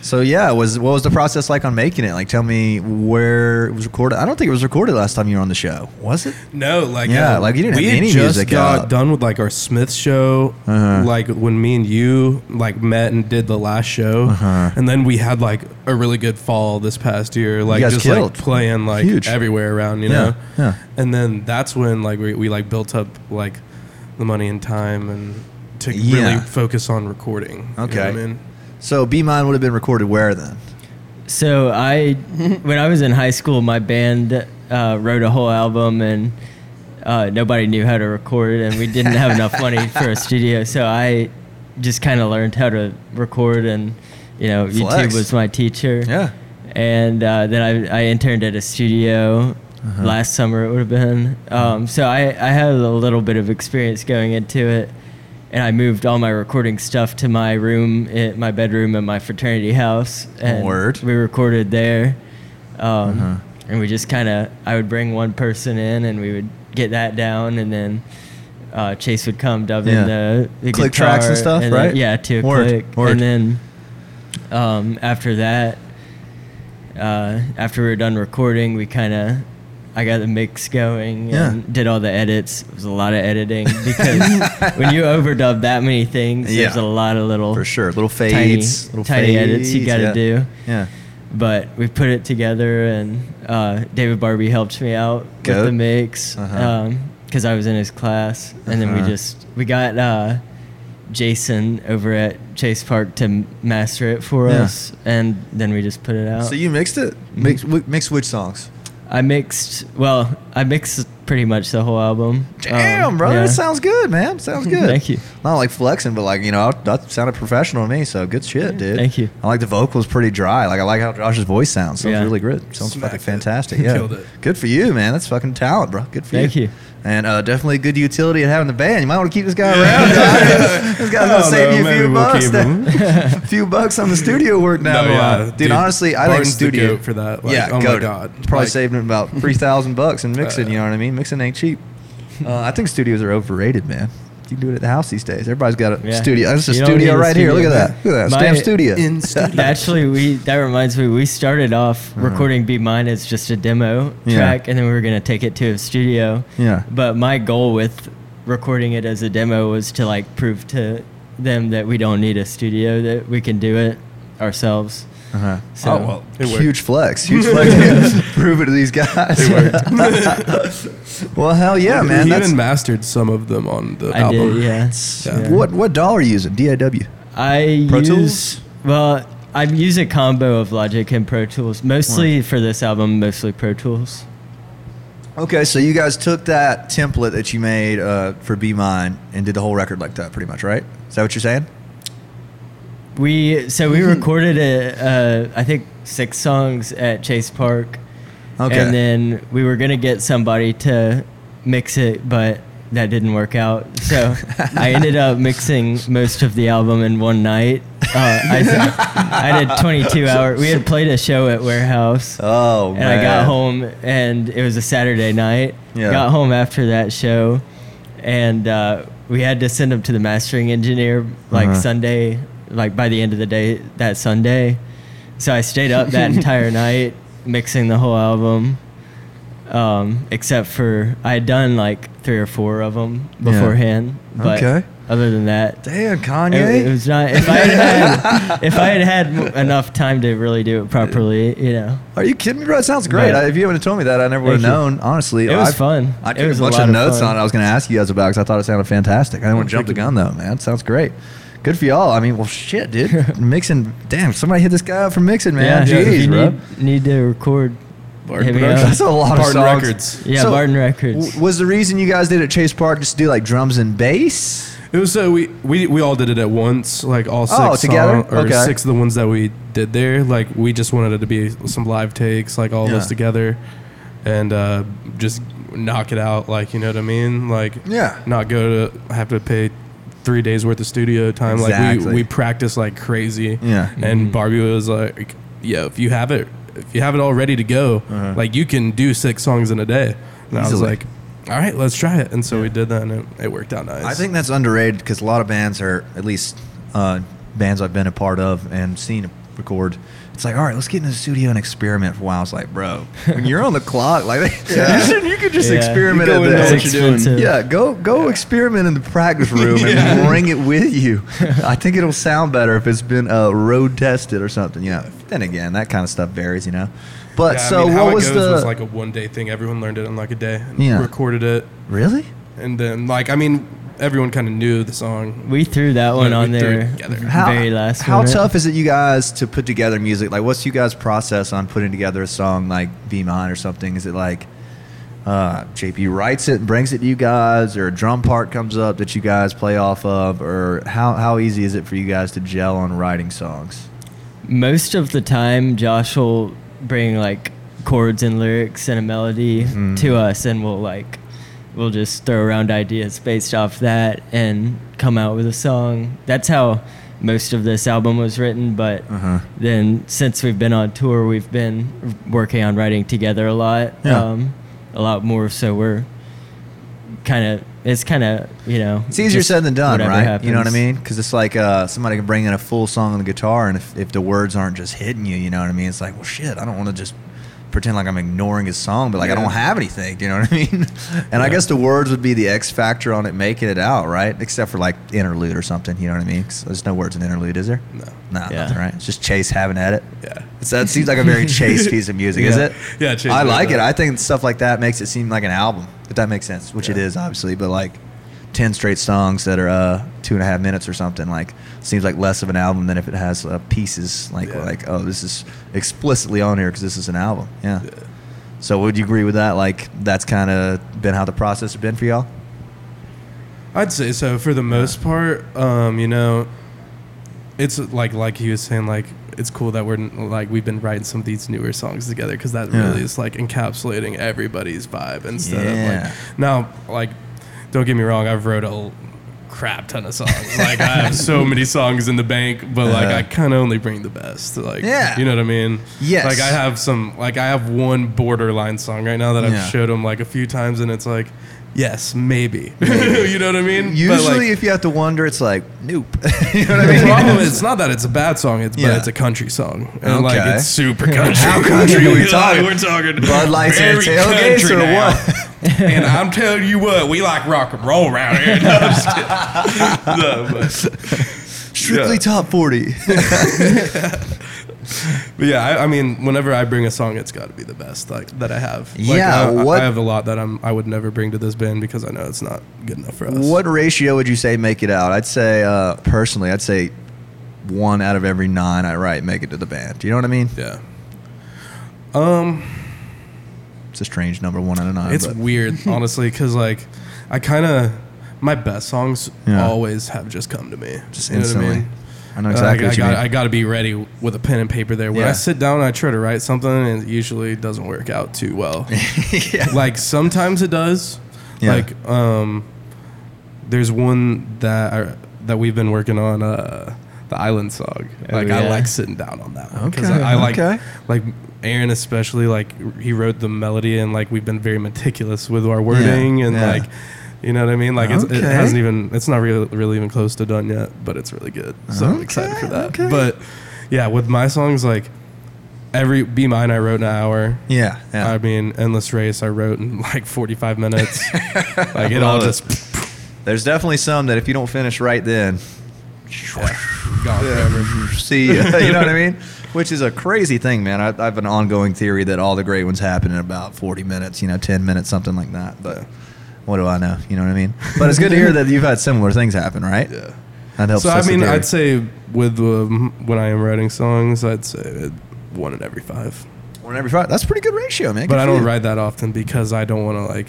So yeah, was what was the process like on making it? Like, tell me where it was recorded. I don't think it was recorded last time you were on the show. Was it? No, like Yeah, uh, like, you didn't we have had any just music got out. done with like our Smith show, Uh-huh. like when me and you like met and did the last show, Uh-huh. and then we had like a really good fall this past year, like guys just killed. like playing like Huge. everywhere around, you Yeah, know. yeah. And then that's when like we, we like built up like the money and time and to Yeah. really focus on recording. you know what Okay. I mean, So B mine would have been recorded where then? So I, when I was in high school, my band uh, wrote a whole album and uh, nobody knew how to record, and we didn't have *laughs* enough money for a studio. So I just kind of learned how to record, and you know, Flex. YouTube was my teacher. and uh, then I, I interned at a studio Uh-huh. last summer it would have been um, so I, I had a little bit of experience going into it and i moved all my recording stuff to my room i- my bedroom in my fraternity house and Word. Uh-huh. we recorded there um, and we just kind of i would bring one person in and we would get that down and then uh, chase would come dub Yeah. in the, the Click tracks and stuff, guitar, then- right? yeah to a Word, click word. and then um, after that uh, after we were done recording, we kind of I got the mix going Yeah. and did all the edits. It was a lot of editing *laughs* because when you overdub that many things, there's Yeah. a lot of little. for sure. Little Oh. Tiny- fades, little tiny edits you gotta yeah. do. Yeah, But we put it together, and uh, David Barbie helped me out Goat. with the mix because Uh-huh. I was in his class, and then we Uh-huh. just we got uh, Jason over at Chase Park to m- master it for Yeah. us, and then we just put it out. So you mixed it? mm-hmm. Mix, wi- mixed which songs? I mixed. Well, I mixed pretty much the whole album. Damn, Um, brother, yeah. that sounds good, man. Sounds *laughs* good. Thank you. Not like flexing, but like you know, that sounded professional to me. So good shit, dude. Thank you. I like the vocals pretty dry. Like I like how Josh's voice sounds. Sounds Yeah. really good. Sounds Smacked fucking it. *laughs* fantastic. Yeah, Killed it. good for you, man. That's fucking talent, bro. Good for Thank you. you. And uh, definitely a good utility of having the band. You might want to keep this guy *laughs* around. guy. this guy's I gonna don't save know, you a Oh, maybe few we'll bucks. keep down- A *laughs* few bucks on the studio work down No, the yeah, line. dude, dude, Honestly, I think Barton's the studio goat for that, like, yeah, oh my goat. God. probably Like- saving about three thousand bucks in mixing. *laughs* you know what I mean? Mixing ain't cheap. Uh, I think studios are overrated, man. You can do it at the house these days. Everybody's got a Yeah. studio. That's a You don't studio need a right here. Look at studio, that. man. Look at that. My- Stamp studio. *laughs* in studio. Actually, we that reminds me. We started off recording "Be Mine" as just a demo Uh-huh. Yeah. track, and then we were gonna take it to a studio. Yeah. But my goal with recording it as a demo was to like prove to them that we don't need a studio that we can do it ourselves. Uh-huh. So oh well, it worked. Huge *laughs* flex. Huge flex. *laughs* Prove it to these guys. *laughs* well, hell yeah, man. He That's, even mastered some of them on the I album. did, *laughs* yeah. Yeah. What what doll are you using? DIW. I Pro use Tools? well. I use a combo of Logic and Pro Tools, mostly for this album, mostly Pro Tools. Okay, so you guys took that template that you made uh, for Be Mine and did the whole record like that, pretty much, right? Is that what you're saying? We *laughs* so we recorded a, uh, I think six songs at Chase Park, Okay. and then we were gonna get somebody to mix it, but that didn't work out. So *laughs* I ended up mixing most of the album in one night. Uh, I, I did *laughs* 22 hour. We had played a show at Warehouse. oh and man. I got home, and it was a Saturday night. Yeah. Got home after that show, and uh, we had to send them to the mastering engineer like Uh-huh. Sunday, like by the end of the day that Sunday. So I stayed up *laughs* that entire night mixing the whole album, um, except for I had done like three or four of them Yeah. beforehand. But Okay. other than that, Damn, Kanye. it, it was not. If I had, *laughs* had if I had had enough time to really do it properly, you know. Are you kidding me, bro? It sounds great. But- I, if you wouldn't have told me that, I never would have Thank you. known. Honestly, It was I- fun. I It took was a a bunch lot of of notes fun. on it. I was going to ask you guys about because I thought it sounded fantastic. I didn't want to jump the gun though, man. It sounds great. Good for y'all. I mean, well, shit, *laughs* dude. mixing. Damn, somebody hit this guy up for mixing, man. yeah, if Jeez, you bro. Need, need to record. Barton hit me Productions. *laughs* up. That's a lot of Barton songs. Records. Yeah, So, Barton Records. w- was the reason you guys did it at Chase Park just to do like drums and bass? It was so we, we we all did it at once, like all six Oh, together? song- or Okay. six of the ones that we did there. Like we just wanted it to be some live takes, like all of Yeah. us together, and uh, just knock it out. Like you know what I mean? Like Yeah. not go to have to pay three days worth of studio time. Exactly. Like we we practiced like crazy. Yeah. and Barbie was like, "Yeah, if you have it, if you have it all ready to go, Uh-huh. like you can do six songs in a day." And I was Easily. like. All right, let's try it. And so we did that, and it, it worked out nice. I think that's underrated because a lot of bands are, at least uh, bands I've been a part of and seen record. It's like, all right, let's get in the studio and experiment for a while. It's like, bro, when you're on the clock, like *laughs* you, should, you could just Yeah. experiment You at go in this. know what you're doing. expensive. Yeah, go go experiment in the *laughs* practice room and bring it with you. I think it'll sound better if it's been uh, road tested or something. You know, then again, that kind of stuff varies. You know, but Yeah, I so mean, how what it was goes the was like a one day thing. Everyone learned it in like a day. And Yeah. Recorded it, really? and then like I mean, everyone kind of knew the song. We threw that one Yeah, we on threw it there together. How, very last how minute. tough is it you guys to put together music? Like, what's you guys process on putting together a song like "Be Mine" or something? Is it like uh, JP writes it and brings it to you guys, or a drum part comes up that you guys play off of, or how how easy is it for you guys to gel on writing songs? Most of the time, Josh will bring like chords and lyrics and a melody Mm-hmm. to us, and we'll like we'll just throw around ideas based off that and come out with a song. That's how most of this album was written. But Uh-huh. then since we've been on tour, we've been working on writing together a lot, Yeah. um, a lot more. So we're kind of it's kind of you know It's easier just said than done, whatever right? You know what I happens. mean? Because it's like uh, somebody can bring in a full song on the guitar, and if, if the words aren't just hitting you, you know what I mean? It's like, well, shit, I don't want to just pretend like I'm ignoring his song, but like I Yeah. don't have anything. You know what I mean? *laughs* and I guess the words would be the X factor on it making it out, right? Except for like interlude or something. You know what I mean? 'Cause there's no words in interlude, is there? No. No, Yeah. nothing, right? It's just Chase having at it. Yeah. So that seems like a very Chase *laughs* piece of music, is Yeah. it? Yeah, Chase I would like have it. that. I think stuff like that makes it seem like an album, if that makes sense, which it Yeah. is obviously, but like 10 straight songs that are uh, two and a half minutes or something, like seems like less of an album than if it has uh, pieces like, Yeah. like oh, this is explicitly on here because this is an album. Yeah. Yeah. So would you agree with that? Like that's kind of been how the process has been for y'all? I'd say so for the most part. Um, you know, it's like like he was saying, like it's cool that we're like we've been writing some of these newer songs together because that Yeah. really is like encapsulating everybody's vibe instead Yeah. of like now like don't get me wrong, I've wrote a crap ton of songs. like I *laughs* have so many songs in the bank, but like Uh-huh. I can only bring the best. Like Yeah. you know what I mean? Yes. Like I have some like I have one borderline song right now that I've Yeah. showed him like a few times and it's like yes, maybe. you know what I mean? *laughs* Usually, but like, if you have to wonder, it's like, nope. *laughs* you know what I the mean? problem *laughs* is it's not that it's a bad song, it's Yeah. but it's a country song. And like Okay. it's super country. *laughs* How country *laughs* are we talking? We're talking Bud Lights and very tailgates country or now. *laughs* what? and I'm telling *laughs* *laughs* you what, we like rock and roll around here. No, I'm just kidding. No, but- Strictly Yeah. top 40. But yeah, I, I mean, whenever I bring a song, it's got to be the best like that I have. Like, Yeah, I, I- what- I have a lot that I'm I would never bring to this band because I know it's not good enough for us. what ratio would you say make it out? I'd say, uh, personally, I'd say one out of every nine I write make it to the band. Do you know what I mean? Yeah. Um, It's a strange number, one out of nine. it's Uh, but- *laughs* weird, honestly, because like I kind of my best songs Yeah. always have just come to me Just You know what I mean? instantly. I know Uh, exactly I, what you I, mean. gotta, I gotta be ready with a pen and paper there. When Yeah. I sit down and I try to write something, and it usually doesn't work out too well. *laughs* Like sometimes it does. Yeah. Like um, there's one that I, that we've been working on, uh, the island song. Oh, like I yeah. like sitting down on that one Okay, I, I like okay. like Aaron especially like he wrote the melody and like we've been very meticulous with our wording and yeah. like. You know what I mean? Like it's, it Okay. hasn't even it's not really really even close to done yet, but it's really good. So I'm excited Okay, for that. okay. But yeah, with my songs like every Be Mine I wrote in an hour. yeah, yeah. I mean, Endless Race I wrote in *laughs* like *laughs* 45 minutes. like it all Love it. just There's definitely some that if you don't finish right then, gone forever. *laughs* see, ya, you know what I mean? Which is a crazy thing, man. I, I have an ongoing theory that all the great ones happen in about 40 minutes, you know, 10 minutes, something like that. But what do I know? You know what I mean? But it's good to hear that you've had similar things happen, right? Yeah. That helps. So I us mean, together. I'd say with um, when I am writing songs, I'd say one in every five. One every five. That's a pretty good ratio, man. But Good I for don't you. write that often because I don't want to like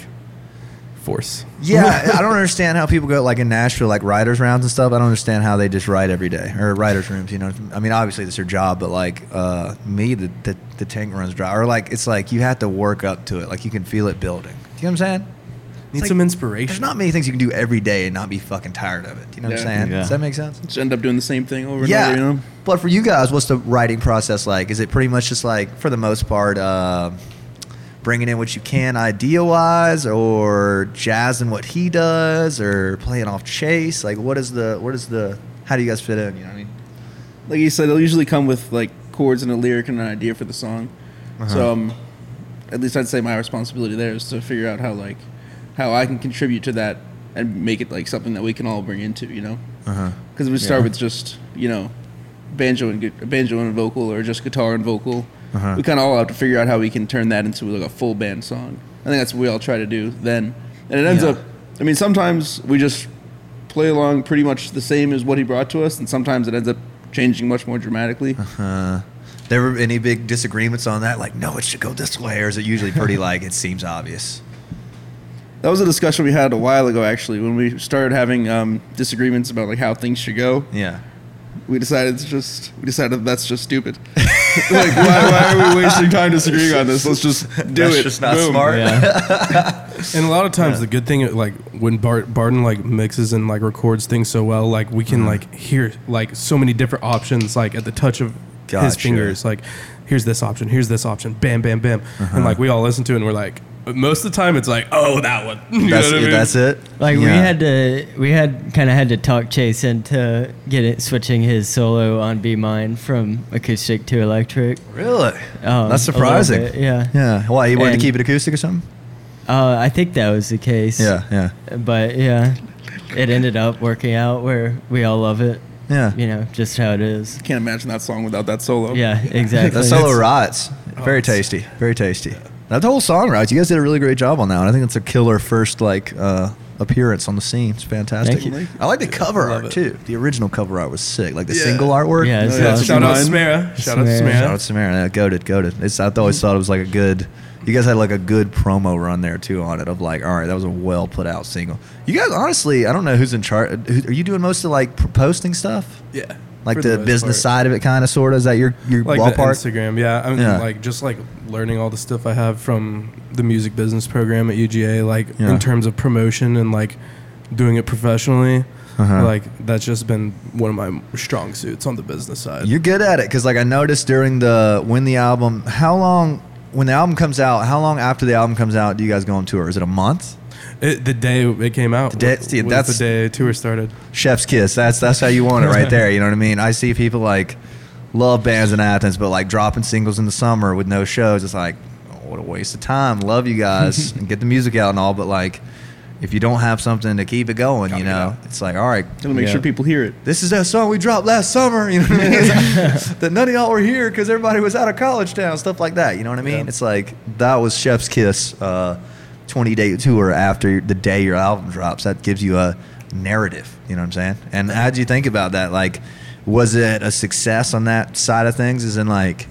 force. Yeah, I don't understand how people go like in Nashville, like writers rounds and stuff. I don't understand how they just write every day or writers rooms. You know, I mean, obviously it's their job, but like uh, me, the, the the tank runs dry. Or like it's like you have to work up to it. Like you can feel it building. Do you know what I'm saying? Need like- some There's inspiration. not many things you can do every day and not be fucking tired of it. Do you know what I'm Yeah. saying? Yeah. Does that make sense? Just end up doing the same thing over and Yeah. over, you know? But for you guys, what's the writing process like? Is it pretty much just like, for the most part, uh, bringing in what you can idea wise, or jazzing what he does, or playing off Chase? Like, what is the, what is the, how do you guys fit in? You know what I mean? Like you said, they'll usually come with like chords and a lyric and an idea for the song. Uh-huh. So um, at least I'd say my responsibility there is to figure out how like how I can contribute to that and make it like something that we can all bring into, you know? Uh-huh. Because we start with just you know banjo and gu- banjo and vocal or just guitar and vocal. Uh-huh. We kind of all have to figure out how we can turn that into like a full band song. I think that's what we all try to do then, and it ends Yeah. up. I mean, sometimes we just play along pretty much the same as what he brought to us, and sometimes it ends up changing much more dramatically. Uh, there were any big disagreements on that? Like, no, it should go this way, or is it usually *laughs* pretty like it seems obvious? That was a discussion we had a while ago, actually, when we started having um, disagreements about like how things should go. Yeah. we decided to just we decided that's just stupid. *laughs* like why, why are we wasting time disagreeing on this? Let's *laughs* just do That's it. just not Boom. smart. *laughs* Yeah. And a lot of times, the good thing, like when Bart Barton like mixes and like records things so well, like we Mm-hmm. can like hear like so many different options like at the touch of his Gotcha. fingers. Like here's this option, here's this option, bam, bam, bam, Uh-huh. and like we all listen to it and we're like, most of the time it's like, oh, that one. *laughs* You know That's, what I it, mean? that's it. Like we Yeah. had to, we had kind of had to talk Chase into get it switching his solo on "Be Mine" from acoustic to electric. um, Really? Oh, a little That's surprising. bit, yeah. Yeah. Why? You wanted And- to keep it acoustic or something? Uh, I think that was the case. Yeah, yeah. But yeah, it ended up working out where we all love it. Yeah. You know, just how it is. Can't imagine that song without that *laughs* solo. Yeah, exactly. That solo rots. Very it's- tasty. Very tasty. That whole song rots. You guys did a really great job on that one. I think it's a killer first like uh, appearance on the scene. It's fantastic. Thank you. I like the cover Love art it. too. The original cover art was sick. Like the Yeah. single artwork. Yeah, it's Oh, yeah, awesome. Shout out Mine. Samara. Shout out Samara. Shout out Samara. to Samara. Yeah, goaded, goaded. It's I always thought it was like a good. You guys had like a good promo run there too on it of like, all right, that was a well put out single. You guys, honestly, I don't know who's in charge. Who- Are you doing most of like p- posting stuff, Yeah. like for the most business part. side of it, kind of, sort of? Is that your your like the ballpark? Instagram. Yeah, I mean, Yeah. like just like learning all the stuff I have from the music business program at UGA, like Yeah. in terms of promotion and like doing it professionally. Uh-huh. Like that's just been one of my strong suits on the business side. You're good at it because, like, I noticed during the when the album, how long when the album comes out, how long after the album comes out do you guys go on tour? Is it a month? It, the day it came out, the day- see, that's- the day tour started. Chef's kiss. That's that's how you want it right there. You know what I mean? I see people like love bands in Athens, but like dropping singles in the summer with *laughs* no shows. It's like oh, what a waste of time. Love you guys and get the music out and all, but like if you don't have something to keep it going, Gotta you get know, out. it's like, all right, Gotta make Yeah. sure people hear it. this is that song we dropped last summer. You know what I mean? It's like, that none of y'all were here because everybody was out of college town, stuff like that. You know what I mean? Yeah. It's like that was Chef's Kiss, uh, 20 day tour after the day your album drops. That gives you a narrative. You know what I'm saying? And how do you think about that? Like, was it a success on that side of things? As in, like,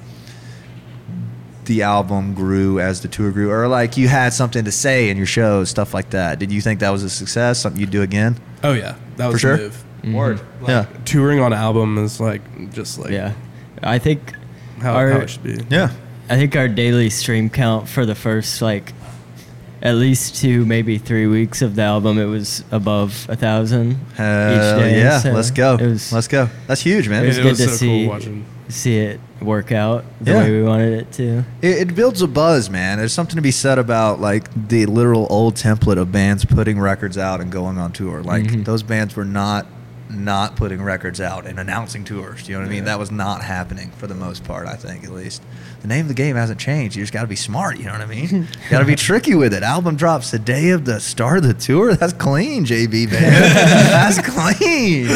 the album grew as the tour grew, or like you had something to say in your shows, stuff like that. Did you think that was a success? Something you'd do again? Oh yeah, that was For sure? the move. Word. Like, yeah. touring on album is like just like yeah. I think how, our how it should be. Yeah. I think our daily stream count for the first like at least two, maybe three weeks of the album, it was above a thousand Hell Uh, yeah, so let's go. It was let's go. That's huge, man. it was It, It good was to so cool see watching. *laughs* see it work out the Yeah. way we wanted it to. it builds a buzz, man. There's something to be said about like the literal old template of bands putting records out and going on tour. Like Mhm. those bands were not not putting records out and announcing tours. You know what I mean? Yeah. That was not happening for the most part, I think, at least. The name of the game hasn't changed. You just got to be smart. You know what I *laughs* mean? got to be tricky with it. Album drops the day of the start of the tour. That's clean, *laughs* JB, man. That's clean.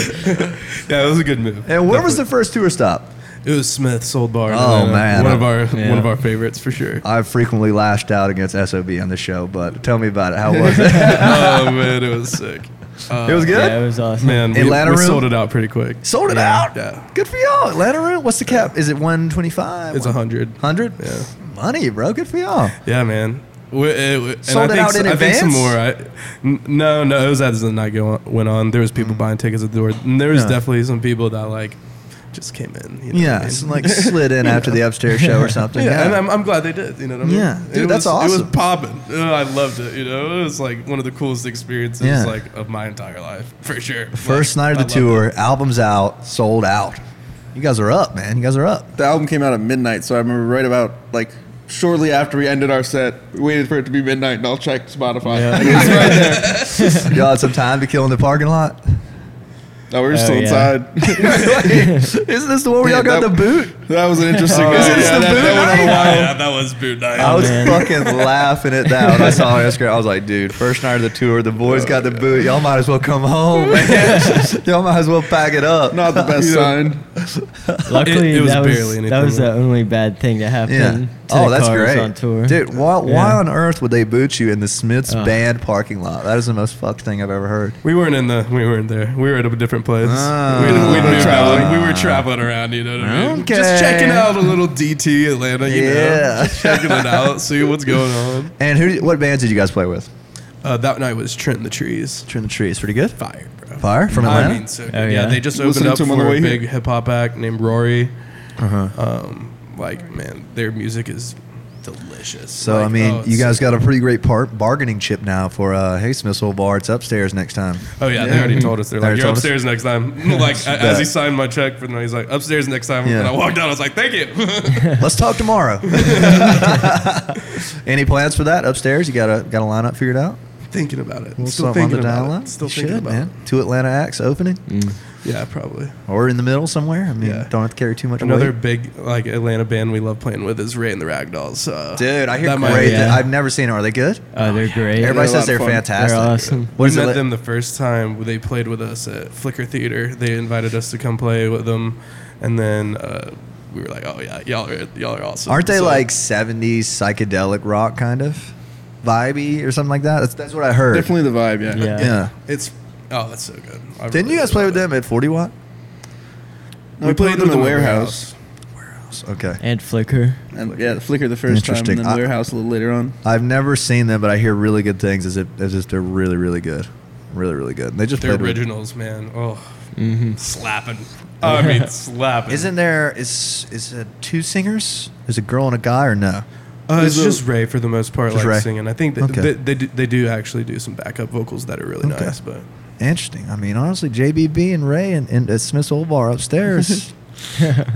Yeah, it was a good move. And where was the Definitely. first tour stop? It was Smith's old bar. Oh, man. one of our Yeah. one of our favorites *laughs* for sure. I've frequently lashed out against SOB on the show, but tell me about it. How was it? *laughs* oh man, it was sick. Uh, it was good. Yeah, it was awesome. Man, we, Atlanta we room? sold it out pretty quick. *laughs* Sold it Yeah. out. Yeah. Good for y'all. Atlanta room. What's the cap? Is it 125? It's a hundred. 100? Yeah. Money, bro. Good for y'all. Yeah, man. We, it, we- and Sold I it think, out in I think some advance? more. I, n- no, no, it was as the night go on, went on. There was people buying tickets at the door. And there was Mm. Yeah. definitely some people that like just came in. You know what Yeah. I mean? It's like slid *laughs* in after the upstairs show or something. yeah, Yeah. and I'm, I'm glad they did. You know what I mean? Yeah. Dude, it that's was, It awesome. was popping. Uh, I loved it. You know, it was like one of the coolest experiences Yeah. like of my entire life *laughs* for sure. First Like, night of I the loved tour, it. album's out, sold out. You guys are up, man. You guys are *laughs* up. The album came out at midnight, so I remember right about like shortly after we ended our set, we waited for it to be midnight, and I'll check Spotify. *laughs* Like, it was *laughs* right there. Y'all had some time to kill in the parking *laughs* lot? *laughs* No, we Oh, were still yeah. inside. *laughs* Isn't this the one where y'all Yeah, got that- the boot? that was an interesting. night. Isn't Oh, this Yeah, the that- boot that went on a night? while. Yeah, that was boot night. I was man. *laughs* fucking laughing at that when I saw her Instagram. I was like, dude, first night of the tour, the boys got the boot. Y'all might as well come home, man. *laughs* Y'all might as well pack it up. Not the best sign. Luckily, it was that, was, barely that was anything. the only bad thing that happened. Yeah. To Oh, the that's cars great, on tour. dude. Why, why Yeah. on earth would they boot you in the Smiths Oh. band parking lot? That is the most fucked thing I've ever heard. We weren't in the. We weren't there. We were at a different place. Ah. we, we, We were traveling. were traveling. we were traveling around. You know what I mean? Okay. Just checking out a little DT Atlanta. You Yeah. know, just checking it out, *laughs* see what's going on. And who? What bands did you guys play with? Uh, that night was Trent and the Trees. Turn the trees, pretty good. Fire, bro. Fire from I Atlanta. mean, so good. Oh, yeah. yeah. They just Listening opened up to him on the for way a here. big hip hop act named Rory. uh-huh. Um, like man, their music is delicious. So Like, I mean, oh, it's you guys so- got a pretty great par bargaining chip now for uh, Hey Smith's old bar. It's upstairs next time. Oh yeah, Yeah. they already told us. They're They like, already "You're told us? upstairs next time." *laughs* *laughs* like a- Bet. as he signed my check for the night, he's like, "Upstairs next time." Yeah. And I walked out. I was like, "Thank you." *laughs* *laughs* Let's talk tomorrow. Any plans for that upstairs? You got a got a lineup figured out? thinking about it. Well, Still something thinking about dial-up? it. Still You thinking should, about man. Two Atlanta acts opening, Mm. it. Yeah, probably. or in the middle somewhere. I mean, Yeah. don't have to carry too much. Another weight. big like Atlanta band we love playing with is Ray and the Ragdolls. So dude. I hear that might great. be- thi- yeah. I've never seen them. Are they good? Oh, they're great. Everybody a lot says of they're fun. fantastic. They're awesome. What is it? we met like- them the first time they played with us at Flicker Theater. They invited us to come play with them, and then uh, we were like, "Oh yeah, y'all are y'all are awesome." Aren't they So- like '70s psychedelic rock kind of vibey or something like that? That's, that's what I heard. Definitely the vibe. Yeah. Yeah. Yeah. It's oh, that's so good. I Didn't really you guys play with love them at 40 Watt? it. We, played them in the warehouse. Warehouse. Okay. And Flickr. And yeah, the Flickr the first time, Interesting. and then I- warehouse a little later on. I've never seen them, but I hear really good things. As if as if they're really really good, really really good. They just They're played with- originals, man. Oh, Mm-hmm. slapping. *laughs* I mean, slapping. Isn't there is is it two singers? There's a girl and a guy, or no? Uh, it's There's a- just Ray for the most part, Just like Ray. singing. I think they, Okay. they, they, do, they do actually do some backup vocals that are really Okay. nice, but Interesting. I mean, honestly, JBB and Ray and, and at Smith's Old Bar *laughs* upstairs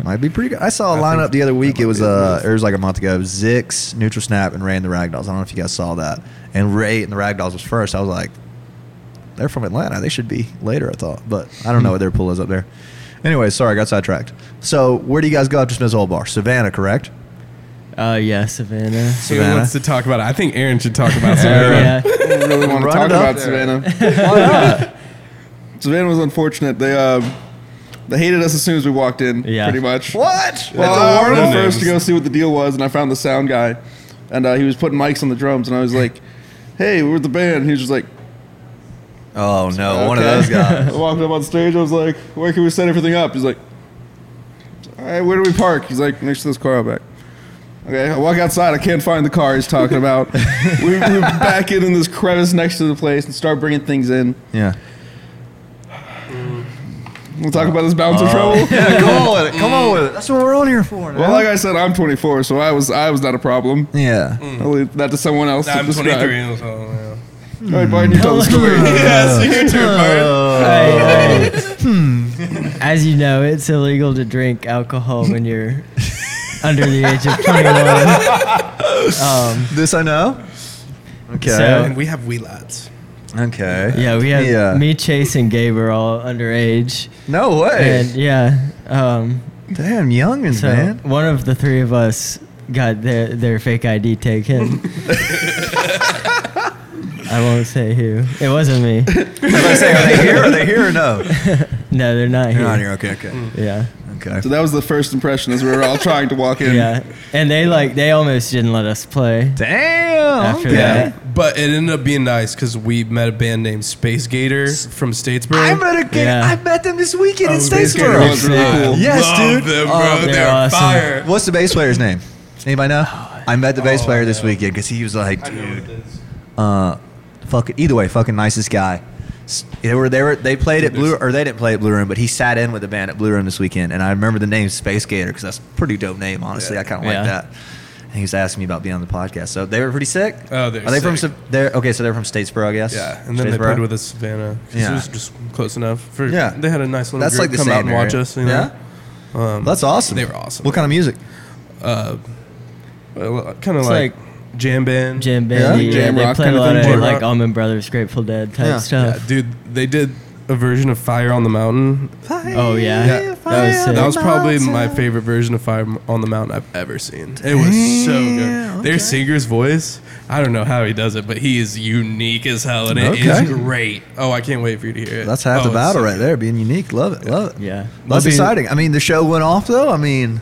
might be pretty good. I saw a I lineup think the other week. that It might was be a uh, move. it was like a month ago. Zix, Neutral Snap, and Ray and the Ragdolls. I don't know if you guys saw that. And Ray and the Ragdolls was first. I was like, they're from Atlanta. They should be later. I thought, but I don't know what their pool is up there. Anyway, sorry, I got sidetracked. So, where do you guys go after Smith's Old Bar? Savannah, correct? Oh yeah, Savannah. Who Savannah. wants to talk about it? I think Aaron should talk *laughs* about Savannah. Yeah. I don't really want to Run talk it up about there. *laughs* Savannah. Savannah was unfortunate. They uh, they hated us as soon as we walked in. Yeah. Pretty much. What? Well, That's a I went warning. in first to go see what the deal was, and I found the sound guy, and uh, he was putting mics on the drums, and I was like, "Hey, we're the band." He was just like, Oh no, one of "Okay." those *laughs* guys. I *laughs* walked up on stage. I was like, "Where can we set everything up?" He's like, "All right, where do we park?" He's like, "Next to this car out back." Okay, I walk outside. I can't find the car he's *laughs* talking about. we, we back in in this crevice next to the place and start bringing things in. Yeah. We'll talk about this bouncer trouble. Uh, Yeah, come on with it. Come on with it. That's what we're on here for. Well, like I said, I'm 24, so I was I was not a problem. yeah. I'll leave that to someone else to I'm describe. 23. So, yeah. All right, Barton, you tell the story. *laughs* *laughs* Yes, you too, Bart. Uh, I- Oh. Hmm. *laughs* As you know, it's illegal to drink alcohol when you're under the age of 21. Um, This I know. Okay. So- And we have wee lads. okay. yeah, we have Yeah. me, Chase, and Gabe are all underage, No way. and yeah, um, Damn, youngins, so *laughs* man. one of the three of us got their their fake *laughs* ID taken. I won't say who. It wasn't me. I was gonna say, are they here? Are they here or no? No, they're not They're here. not here. Okay. Okay. Yeah. Okay. So that was the first impression as we were all trying to walk in. Yeah, and they like they almost didn't let us play. Damn. After okay. that. But it ended up being nice because we met a band named Space Gator from Statesboro. I met a gig. Yeah. I met them this weekend in Space Gator Statesboro. was really cool. Yes, dude. Love Them, bro. Oh, they're they're awesome. fire. What's the bass player's name? Anybody know? I met the bass player this weekend because he was like, dude, uh, fuck it. Either way, fucking nicest guy. S- They were they were they played at Blue or they didn't play at Blue Room, but he sat in with the band at Blue Room this weekend, and I remember the name Space Gator because that's a pretty dope name. Honestly, I kind of Yeah. like that. And he was asking me about being on the podcast, so they were pretty sick. Oh, they're are they from? sick. Sa- They're okay, so they're from Statesboro, I guess. Yeah, and then they Statesboro? played with us Savannah. 'cause Yeah. It was just close enough. For, Yeah. They had a nice little That's group like the come same out and watch area. us. You know? Um, Yeah, that's awesome. they were awesome. What kind of music? kind of It's like, jam band. Jam Yeah, band, yeah, jam they rock played kinda a lot thing, of jam like rock. Almond Brothers, Grateful Dead type Yeah. Yeah, stuff. dude, they did a version of Fire on the Mountain. Oh yeah, Yeah. that was sick. That was probably my favorite version of Fire on the Mountain I've ever seen. It was so good. Their singer's voice, I don't know how he does it, but he is unique as hell, and it Okay. is great. Oh, I can't wait for you to hear it. That's half Oh, the it's battle so right there, being unique. Love it, love it. yeah, That's We'll be- exciting. I mean, the show went off though. I mean, good.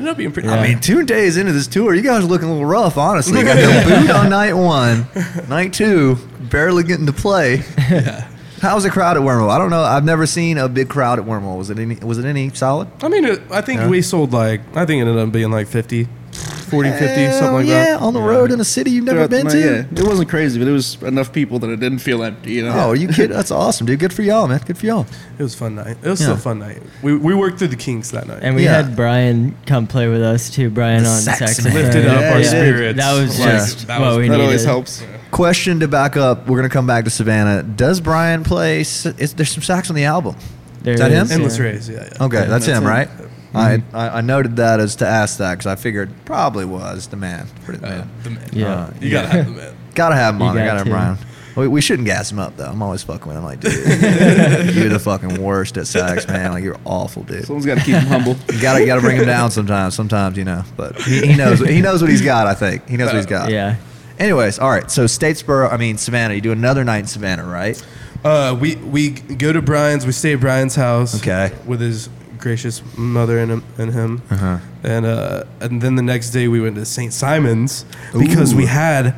Ended up being pretty. Yeah. I I mean, two days into this tour, you guys are looking a little rough, honestly. You got no boot on night one, night two, barely getting to play. yeah. How was the crowd at Wormhole? I don't know. I've never seen a big crowd at Wormhole. Was it any? Was it any solid? I mean, it, I think Yeah. we sold like I think it ended up being like 50, 40, 50, something Hell like yeah, that. on the road in a city you've never Throughout the been night, to. yeah. It wasn't crazy, but it was enough people that it didn't feel empty. You know? Oh, are you kidding? That's awesome, dude. Good for y'all, man. Good for y'all. It was a fun night. It was Yeah. still a fun night. We we worked through the kinks that night. and we Yeah. had Brian come play with us too. Brian The on saxophone. saxophone lifted up Yeah, our yeah. spirits. That was Like, just that what was- we that needed. always helps. Question to back up. We're gonna come back to Savannah. Does Brian play? s- Is, there's some sax on the album. There Is that him? endless yeah. rays. Yeah, yeah. Okay, Yeah, that's, him, him. right? I, I I noted that as to ask that because I figured probably was the man. Pretty Uh, man. the man. Yeah. Uh, You gotta have the man. Gotta have him You on. there. got Gotta have him to. Brian. We, we shouldn't gas him up though. I'm always fucking with him. I'm like, dude, you're the fucking worst at sax, man. Like you're awful, dude. Someone's got to keep him humble. You gotta you gotta bring him down sometimes. Sometimes you know, but he, he knows he knows what he's got. I think he knows what he's got. yeah, Anyways, all right. So Statesboro, I mean Savannah. You do another night in Savannah, right? Uh, we we go to Brian's. We stay at Brian's house. Okay. With his gracious mother and him, and him. Uh-huh. And uh, and then the next day we went to St. Simon's because Ooh. we had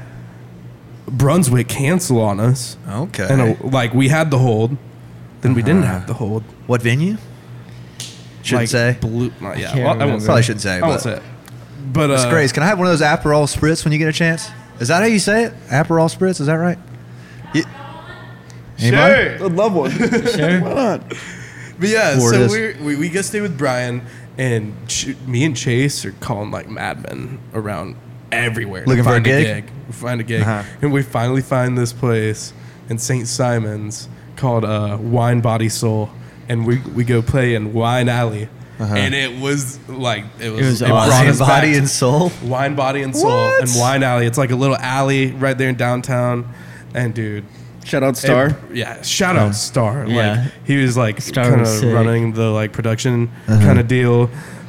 Brunswick cancel on us. Okay. And uh like we had the hold, then we didn't have the hold. what venue? Shouldn't like, say. Blue, uh, yeah. can't well, I won't remember. say. Probably shouldn't say. I but- won't say it. But uh, Miss Grace, can I have one of those Aperol spritz when you get a chance? Is that how you say it? Aperol spritz, is that right? Ye- *laughs* Anybody? Sure. I'd love one. *laughs* sure. But yeah, Or it so is. we're, we we go stay with Brian, and Ch- me and Chase are calling like madmen around everywhere, to Looking for a find gig? We find a gig, Uh-huh. and we finally find this place in St. Simon's called uh, Wine Body Soul, and we we go play in Wine Alley, Uh-huh. and it was like Uh, it was It was brought awesome. Wine, us back body, to- and soul. Wine Body and Soul What? and Wine Alley. It's like a little alley right there in downtown, and dude. Shout out Star. It- yeah, shout out Star. Yeah. Like he was like Star kind was of sick. running the like production kind of deal,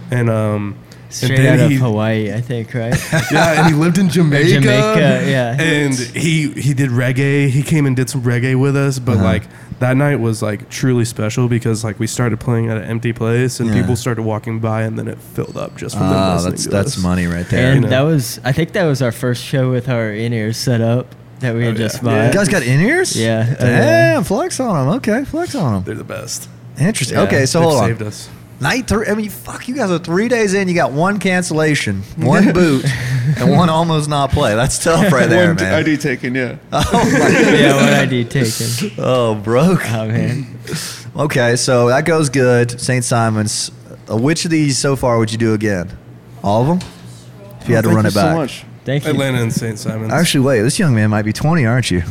and um, Straight then out of he- *laughs* Hawaii, I think, right? yeah, and he lived in Jamaica. Jamaica, yeah. And he he did reggae. He came and did some reggae with us, but Uh-huh. like that night was like truly special because like we started playing at an empty place and Yeah. people started walking by and then it filled up just from them Ah, listening that's to that's us. money right there. and know. that was, I think that was our first show with our in ears set up that we had Oh, just yeah. bought. You guys got in ears? Yeah. Damn, flex on them. Okay, flex on them. They're the best. Interesting. Yeah, okay, so They've hold on. saved us. Night three. I mean, fuck, you guys are three days in. You got one cancellation, one boot, and one almost not play. That's tough right there, One man. ID taken, yeah. oh, my *laughs* yeah, what ID taken? oh, broke. Oh man, Okay, so that goes good. St. Simon's. Uh, which of these so far would you do again? All of them? If you had to Thank run you it back. so much. thank you. Atlanta and St. Simon's. Actually, wait, this young man might be 20, aren't you?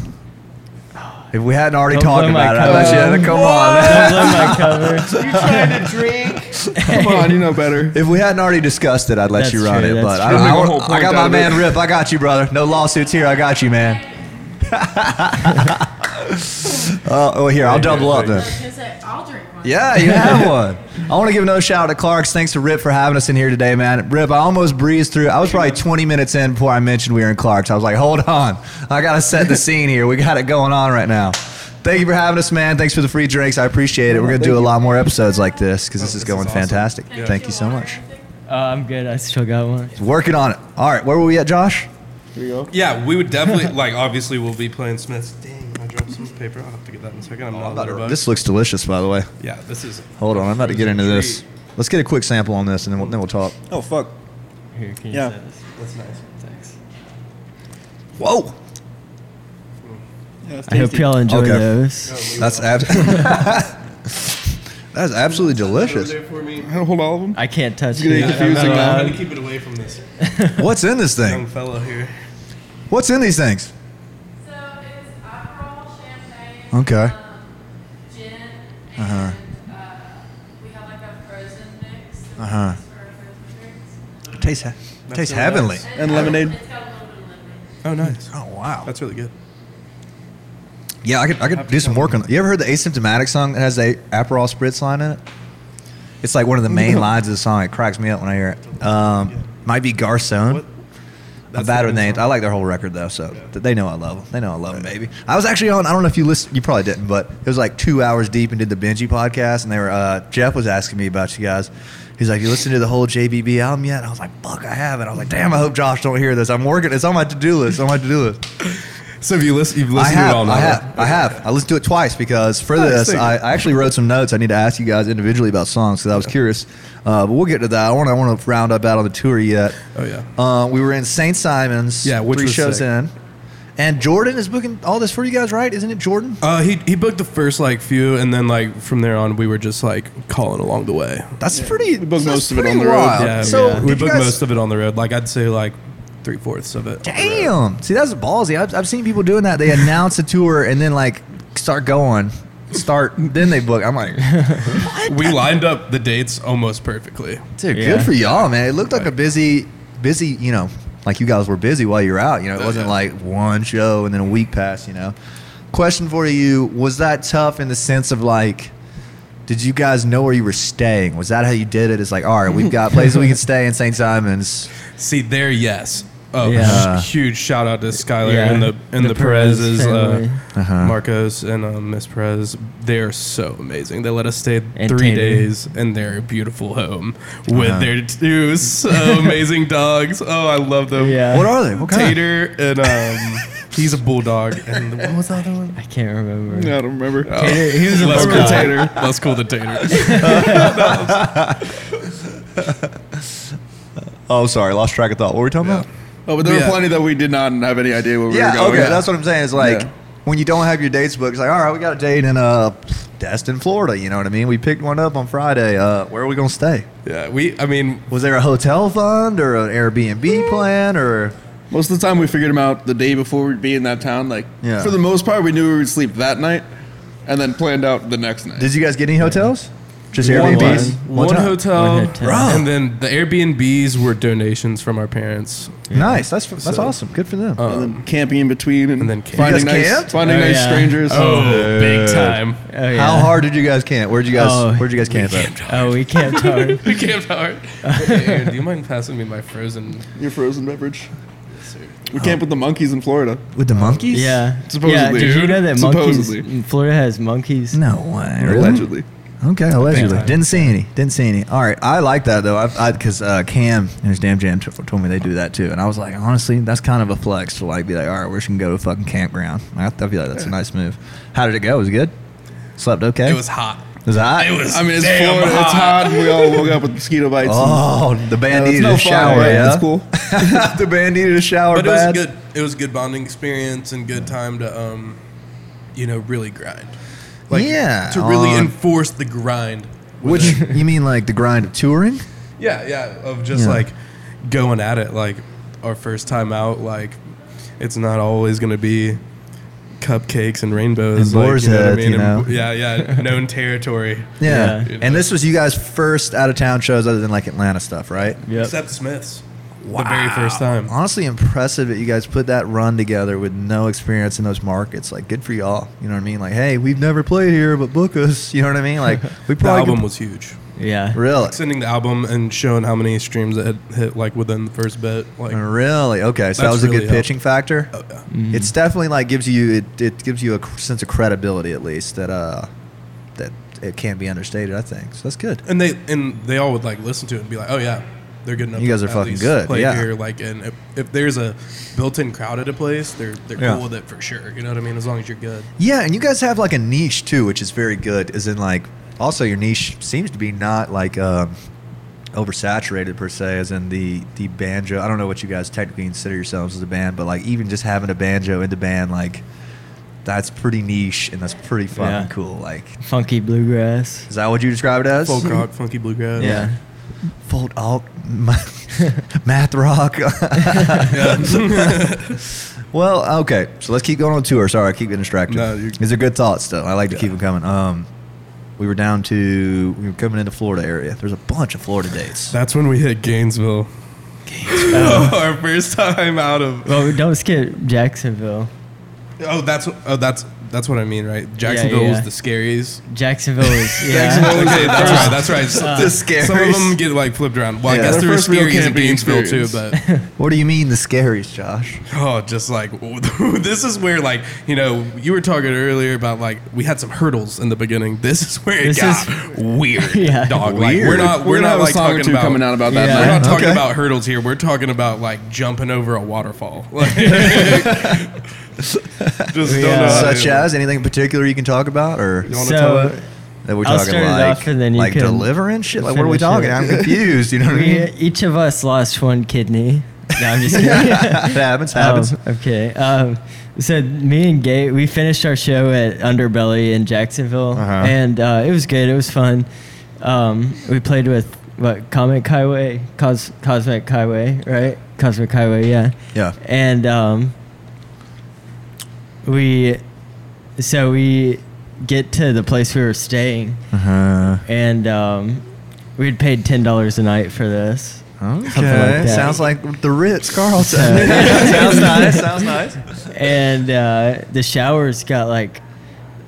If we hadn't already Don't talked blow my about it, I bet cover. you. Come on. Don't blow my cover. You trying to drink? Come on, you know *laughs* better. If we hadn't already discussed it, I'd let That's you run true, it, that's but I, true. I, Make a I- whole I point got out my of man it. Rip. I got you, brother. No lawsuits here. I got you, man. *laughs* uh, oh, here, I'll double up then. I was gonna say, I'll drink one. Yeah, *laughs* you have one. I want to give another shout out to Clark's. Thanks to Rip for having us in here today, man. Rip, I almost breezed through. I was probably 20 minutes in before I mentioned we were in Clark's. I was like, hold on. I got to set the scene here. We got it going on right now. Thank you for having us, man. Thanks for the free drinks. I appreciate it. We're going to do a lot more episodes like this because this Oh, is this going is awesome. fantastic. Thank Thank you so Lauren. much. Oh, I'm good. I still got one. Working on it. All right, where were we at, Josh? Here we go. Yeah, we would definitely like. Obviously, we'll be playing Smiths. Dang, I dropped some paper. I'll have to get that in a second. Oh, I'm not about This looks delicious, by the way. Yeah, this is. Hold on, I'm about to get into this. Let's get a quick sample on this, and then we'll, then we'll talk. Oh fuck. Here, can you Yeah. set this? That's nice. Thanks. Whoa, Yeah, that's I hope tasty. y'all enjoy Okay. those. that's ab- *laughs* that's absolutely delicious. I don't hold all of them. I can't touch It's getting these. I'm confusing not now. I'm allowed. gonna keep it away from this What's in this young thing? fellow here. What's in these things? So it was Aperol, champagne, Okay. um, gin, and Uh-huh. uh, we had like a frozen mix. that we Uh-huh. used for our frozen drinks. Tastes ha- That's tastes so heavenly. nice. And lemonade. It's got a little bit of lemon. Oh, nice. Oh wow. That's really good. Yeah, I could I could do some work on. You ever heard the Asymptomatic song that has the Aperol Spritz line in it? It's like one of the main lines of the song. It cracks me up when I hear it. Um, might be Garcon. What? I'm That's bad the with name names. song. I like their whole record though, so th- they know I love them. They know I love them, baby. I was actually on. I don't know if you listened. You probably didn't, but it was like two hours deep and did the Benji podcast, and they were. Uh, Jeff was asking me about you guys. He's like, "You listened to the whole JBB album yet?" And I was like, "Fuck, I haven't." I was like, "Damn, I hope Josh don't hear this. I'm working. It's on my to do list. On my to do list." So if you listen, you've I listened to have, it all now. I have, I have. I listened to it twice because for this, thank you. I, I actually wrote some notes. I need to ask you guys individually about songs because I was curious. Uh, but we'll get to that. I want to want to round up out on the tour yet. Oh yeah. Uh, we were in St. Simon's. Yeah, which three was shows sick. in. And Jordan is booking all this for you guys, right? Isn't it Jordan? Uh, he he booked the first like few, and then like from there on, we were just like calling along the way. That's pretty. We booked that's most of it pretty on the road. wild. Yeah. so yeah. we did you booked guys- most of it on the road. Like I'd say like three fourths of it. Damn. See, that's ballsy. I've, I've seen people doing that. They *laughs* announce a tour and then like start going, start. then they book. I'm like, We lined up the dates almost perfectly. dude, Yeah. good for y'all, man. It looked like a busy, busy. You know, like you guys were busy while you were out. You know, it Oh, wasn't yeah. like one show and then a week passed. You know. Question for you: Was that tough in the sense of like? Did you guys know where you were staying? Was that how you did it? It's like, all right, we've got places we can stay in St. Simon's. See there, yes. Oh, Yeah. hu- huge shout out to Skylar Yeah. and the and the, The Perez Perez's, uh, family. Uh-huh. Marcos and uh, Miss Perez. They are so amazing. They let us stay And three Tandy. days in their beautiful home with their *laughs* two so amazing dogs. Oh, I love them. Yeah. What are they? What kind? Tater and um, he's a bulldog. *laughs* And what was the other one? I can't remember. No, I don't remember. Oh. Tater- he was a Let's call bulldog. Tater. Let's call the *laughs* Tater. Oh, sorry, lost track of thought. What were we talking about? Oh, but there Yeah. were plenty that we did not have any idea where we yeah, were going. okay, that's what I'm saying. It's like Yeah. when you don't have your dates booked, it's like, all right, we got a date in uh, Destin, Florida. You know what I mean? We picked one up on Friday. Uh, where are we gonna stay? Yeah, we. I mean, Was there a hotel fund or an Airbnb plan or? Most of the time, we figured them out the day before we'd be in that town. Like, Yeah. for the most part, we knew we would sleep that night, and then planned out the next night. Did you guys get any hotels? Just One, Airbnbs. one, one hotel, One hotel. Bro. and then the Airbnbs were donations from our parents. Nice. That's that's So- awesome. Good for them. Um, and then camping in between and, And then then camp. finding You guys nice camped? finding Oh, nice yeah. strangers. *laughs* oh, big time. Oh, *laughs* yeah. How hard did you guys camp? Where'd you guys Oh, Where'd you guys camp at? Oh, we camped hard. We camped hard. Hey, Aaron, do you mind passing me my frozen? Your frozen beverage. We camped with the monkeys in Florida. With the monkeys? yeah. Yeah, Supposedly. did you know that monkeys? Supposedly. Florida has monkeys. No way. Allegedly. Okay, allegedly. time. Didn't see any. Didn't see any. All right, I like that though. I because uh, Cam and his damn jam t- told me they do that too, and I was like, honestly, that's kind of a flex to like be like, all right, we're just gonna go to a fucking campground. I, I feel like that's a nice move. How did it go? Was it good? Slept okay. It was hot. Was it hot? It was. I mean, it's damn Florida. Hot. It's hot. and We *laughs* all woke up with mosquito bites. Oh, the and, band uh, it's needed no a fun, shower. right? yeah, It's cool. *laughs* the band needed a shower. But it was a bath. good. It was a good bonding experience and good time to, um, you know, really grind. Yeah, To really on- enforce the grind. Which you mean like the grind of touring? Yeah, yeah, of just Yeah. like going at it like our first time out like it's not always going to be cupcakes and rainbows And like, boar's what head, you And- know? yeah, yeah, known *laughs* territory. Yeah. Yeah. And this was you guys' first out of town shows other than like Atlanta stuff, right? Yep. Except Smith's. The very first time. Honestly, impressive that you guys put that run together with no experience in those markets. Like, good for y'all. You know what I mean? Like, hey, we've never played here, but book us. *laughs* You know what I mean? Like, we probably The album could- was huge. yeah. really, Sending the album and showing how many streams it had hit like within the first bit like really okay. So that That's was a really good helped. pitching factor. oh, yeah. It's definitely like gives you it, it gives you a cr- sense of credibility at least that uh that it can't be understated. I think so. That's good. and they and they all would like listen to it and be like, "Oh yeah, they're good enough." You to guys are at fucking least good, Play yeah. here, like, and if, if there's a built-in crowd at a place, they're they're Yeah. cool with it for sure. You know what I mean? As long as you're good. Yeah, and you guys have like a niche too, which is very good. Is in like also your niche seems to be not like um, oversaturated per se, as in the the banjo. I don't know what you guys technically consider yourselves as a band, but like even just having a banjo in the band, like that's pretty niche and that's pretty fucking Yeah. cool. Like, Funky bluegrass. is that what you describe it as? Folk rock, funky bluegrass. Yeah. Folk alt, *laughs* ma- math rock. *laughs* well, okay. So let's keep going on tour. Sorry, I keep getting distracted. No, you're- These are good thoughts, though. I like to keep them coming. Um, we were down to we were coming into Florida area. There's a bunch of Florida dates. *laughs* That's when we hit Gainesville. *laughs* Our first time out of Well, we don't skip Jacksonville. oh that's oh that's that's what I mean right Jacksonville yeah. was the scariest. Jacksonville is yeah. *laughs* Jacksonville okay that's right that's the right some of scariest. them get like flipped around well Yeah. I guess Our there were first real scaries in camping Gainesville too experience. but What do you mean the scariest, Josh? Oh, just like *laughs* this is where like you know you were talking earlier about like we had some hurdles in the beginning. This is where it This got is- weird, Yeah. dog. Like, we're Weird. not we're, gonna not have like a song or talking two about coming out about that. Yeah. We're *laughs* Yeah. not talking Okay. about hurdles here. We're talking about like jumping over a waterfall. *laughs* Like, just don't Yeah. know how to Such do it. as anything in particular you can talk about, or wanna So that we're I'll talking start it like off and then you like can deliverance shit. Like what are we finish talking? it. I'm confused. You know what I *laughs* we, mean? *laughs* each of us lost one kidney. No, I'm just kidding. *laughs* it happens. Happens. Um, okay. Um, so me and Gate, we finished our show at Underbelly in Jacksonville, Uh-huh. and uh, it was good. It was fun. Um, we played with what Comic Highway, Cos- Cosmic Highway, right? Cosmic Highway, yeah. *laughs* Yeah. And um, we, so we get to the place we *laughs* were staying, Uh-huh. and um, we had paid ten dollars a night for this. Okay. that. Sounds like the Ritz Carlton. *laughs* So- sounds nice. Sounds nice. and uh, the showers got like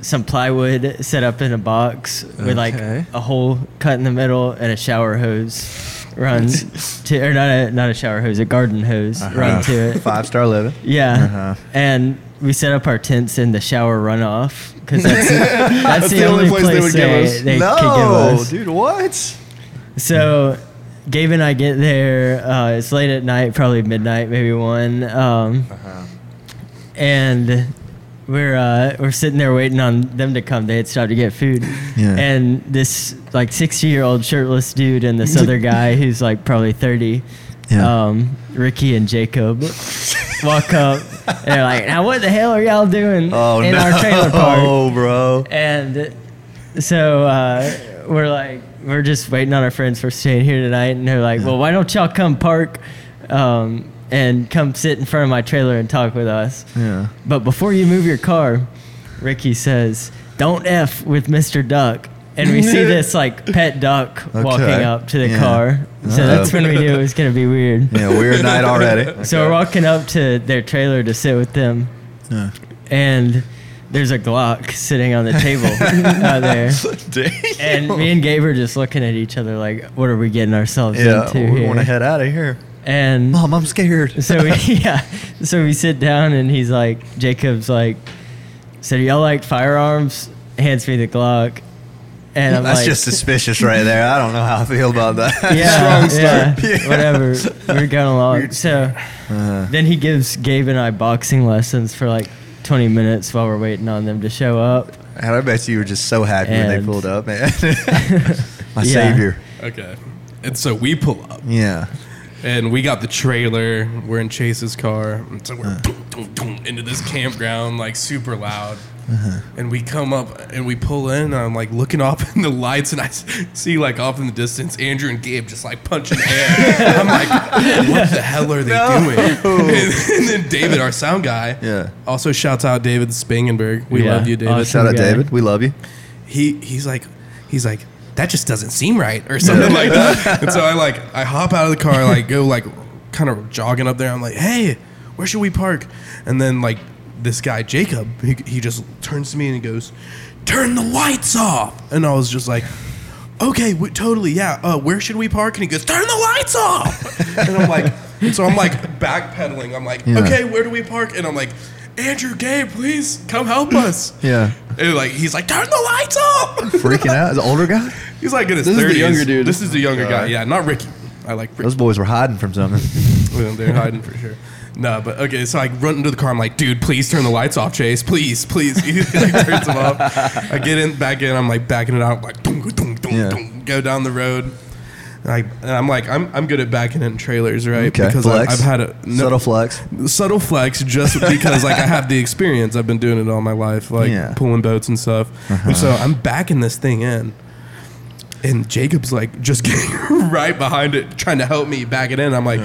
some plywood set up in a box with like Okay. a hole cut in the middle and a shower hose run to or not a not a shower hose a garden hose run to it Five star living. yeah Uh-huh. and we set up our tents in the shower runoff because that's, that's, the, only, place, they, would give us. they no, could give us dude, what? so, Gabe and I get there. Uh, it's late at night, probably midnight, maybe one. Um, Uh-huh. And we're uh, we're sitting there waiting on them to come. They had stopped to get food. Yeah. And this like sixty year old shirtless dude and this *laughs* other guy who's like probably thirty. Yeah. Um, Ricky and Jacob walk up. And they're like, "Now what the hell are y'all doing in our trailer park?" *laughs* Oh, bro. And so uh, we're like, we're just waiting on our friends for staying here tonight. And they're like, well, why don't y'all come park um, and come sit in front of my trailer and talk with us? Yeah. But before you move your car, Ricky says, don't F with Mr. Duck. and we see *laughs* this like pet duck walking Okay. up to the Yeah. car. So Uh-oh. that's when we knew it was gonna be weird. Yeah, *laughs* weird night already. Okay. So we're walking up to their trailer to sit with them, Yeah. and there's a Glock sitting on *laughs* the table out there. And me and Gabe are just looking at each other like, what are we getting ourselves yeah, into we here? want to head Oh, out of here. *laughs* and Mom, I'm scared. so we, *laughs* yeah, so we sit down and he's like, Jacob's like, so do y'all like firearms? Hands me the Glock, and I'm That's *laughs* like, just suspicious right there. I don't know how I feel about that. *laughs* yeah, Strong start. yeah, Yeah. *laughs* *laughs* whatever. We're going along. So Uh, then he gives Gabe and I boxing lessons for like 20 minutes while we're waiting on them to show up. and I bet you were just so happy when And- they pulled up, *laughs* man. *laughs* My Yeah. savior. Okay. And so we pull up, Yeah. and we got the trailer. We're in Chase's car, and so we're boom, boom, boom, into this campground like super loud. And we come up and we pull in. And I'm like looking *laughs* off in the lights, and I s- see like off in the distance Andrew and Gabe just like punching air. I'm like, what the hell are they doing? *laughs* And, and then David, our sound guy, Yeah. also shouts out David Spangenberg. We Yeah. love you, David. Awesome. Shout out guy. David. We love you. he he's like he's like that just doesn't seem right or something *laughs* like that. And so I like I hop out of the car, like go like kind of jogging up there. I'm like, hey, where should we park? And then like this guy Jacob, he, he just turns to me and he goes, turn the lights off. And I was just like. Okay, we, totally, yeah. Uh, where should we park? And he goes, "Turn the lights off." *laughs* and I'm like, and so I'm like backpedaling. I'm like, Yeah. okay, where do we park? And I'm like, Andrew, Gabe, please come help us. Yeah. And like he's like, turn the lights off. *laughs* Freaking out. Is the older guy? He's like in his This is the 30s. younger dude. This is the younger guy. God. Yeah, not Ricky. I like Those Ricky. boys were hiding from *laughs* something. They're hiding for sure. No, but okay. So I run into the car. I'm like, dude, please turn the lights off, Chase. Please, please. *laughs* He, turns them off. I get in, back in. I'm like backing it out. I'm like, dung, dung, dung, Yeah. dung, go down the road. And, I, and I'm like, I'm, I'm good at backing in trailers, right? Okay. Because I, flex. I've had a no- subtle flex. subtle *laughs* flex just because like I have the experience. I've been doing it all my life, like Yeah. Uh-huh. pulling boats and stuff. And so I'm backing this thing in. And Jacob's like just *laughs* getting right behind it, trying to help me back it in. I'm like,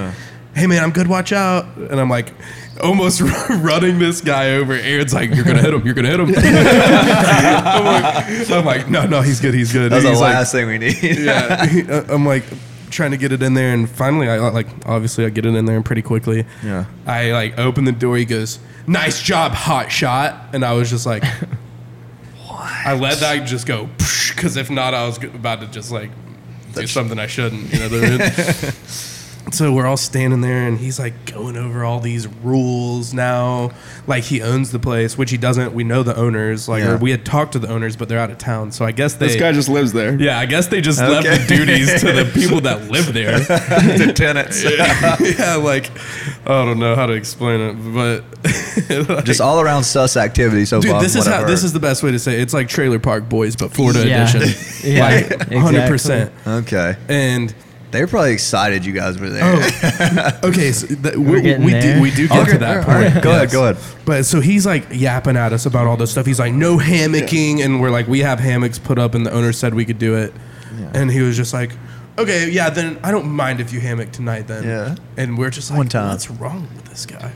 hey man, I'm good, watch out. And I'm like, almost *laughs* running this guy over. Aaron's like, you're gonna hit him, you're gonna hit him. *laughs* I'm, like, I'm like, no, no, he's good, he's good. That's the He's like- last thing we *laughs* need. *laughs* yeah, I'm like trying to get it in there, and finally, I like obviously I get it in there pretty quickly. Yeah. I like open the door. He goes, "Nice job, hot shot," and I was just like, I let that just go because if not, I was g- about to just like do something I shouldn't. You know what I mean? So we're all standing there, and he's like going over all these rules now. Like he owns the place, which he doesn't. We know the owners. Like Yeah. or we had talked to the owners, but they're out of town. So I guess they This guy just lives there. yeah, I guess they just Okay. left the duties *laughs* to the people that live there. the tenants. *laughs* yeah, like I don't know how to explain it, but *laughs* like- Just all around sus activity so dude, far. this is how this is the best way to say it. it's like Trailer Park Boys, but Florida Yeah. *laughs* edition, Yeah, like hundred percent. Okay. And They were probably excited you guys were there. *laughs* okay, so that, we, We're getting we there. do we do get Okay, Oh, to that all point. right, go ahead, go ahead. But so he's like yapping at us about all this stuff. He's like, no hammocking, and we're like, we have hammocks put up, and the owner said we could do it, and he was just like. Okay, yeah, then I don't mind if you hammock tonight then. Yeah. And we're just like, One time. what's wrong with this guy?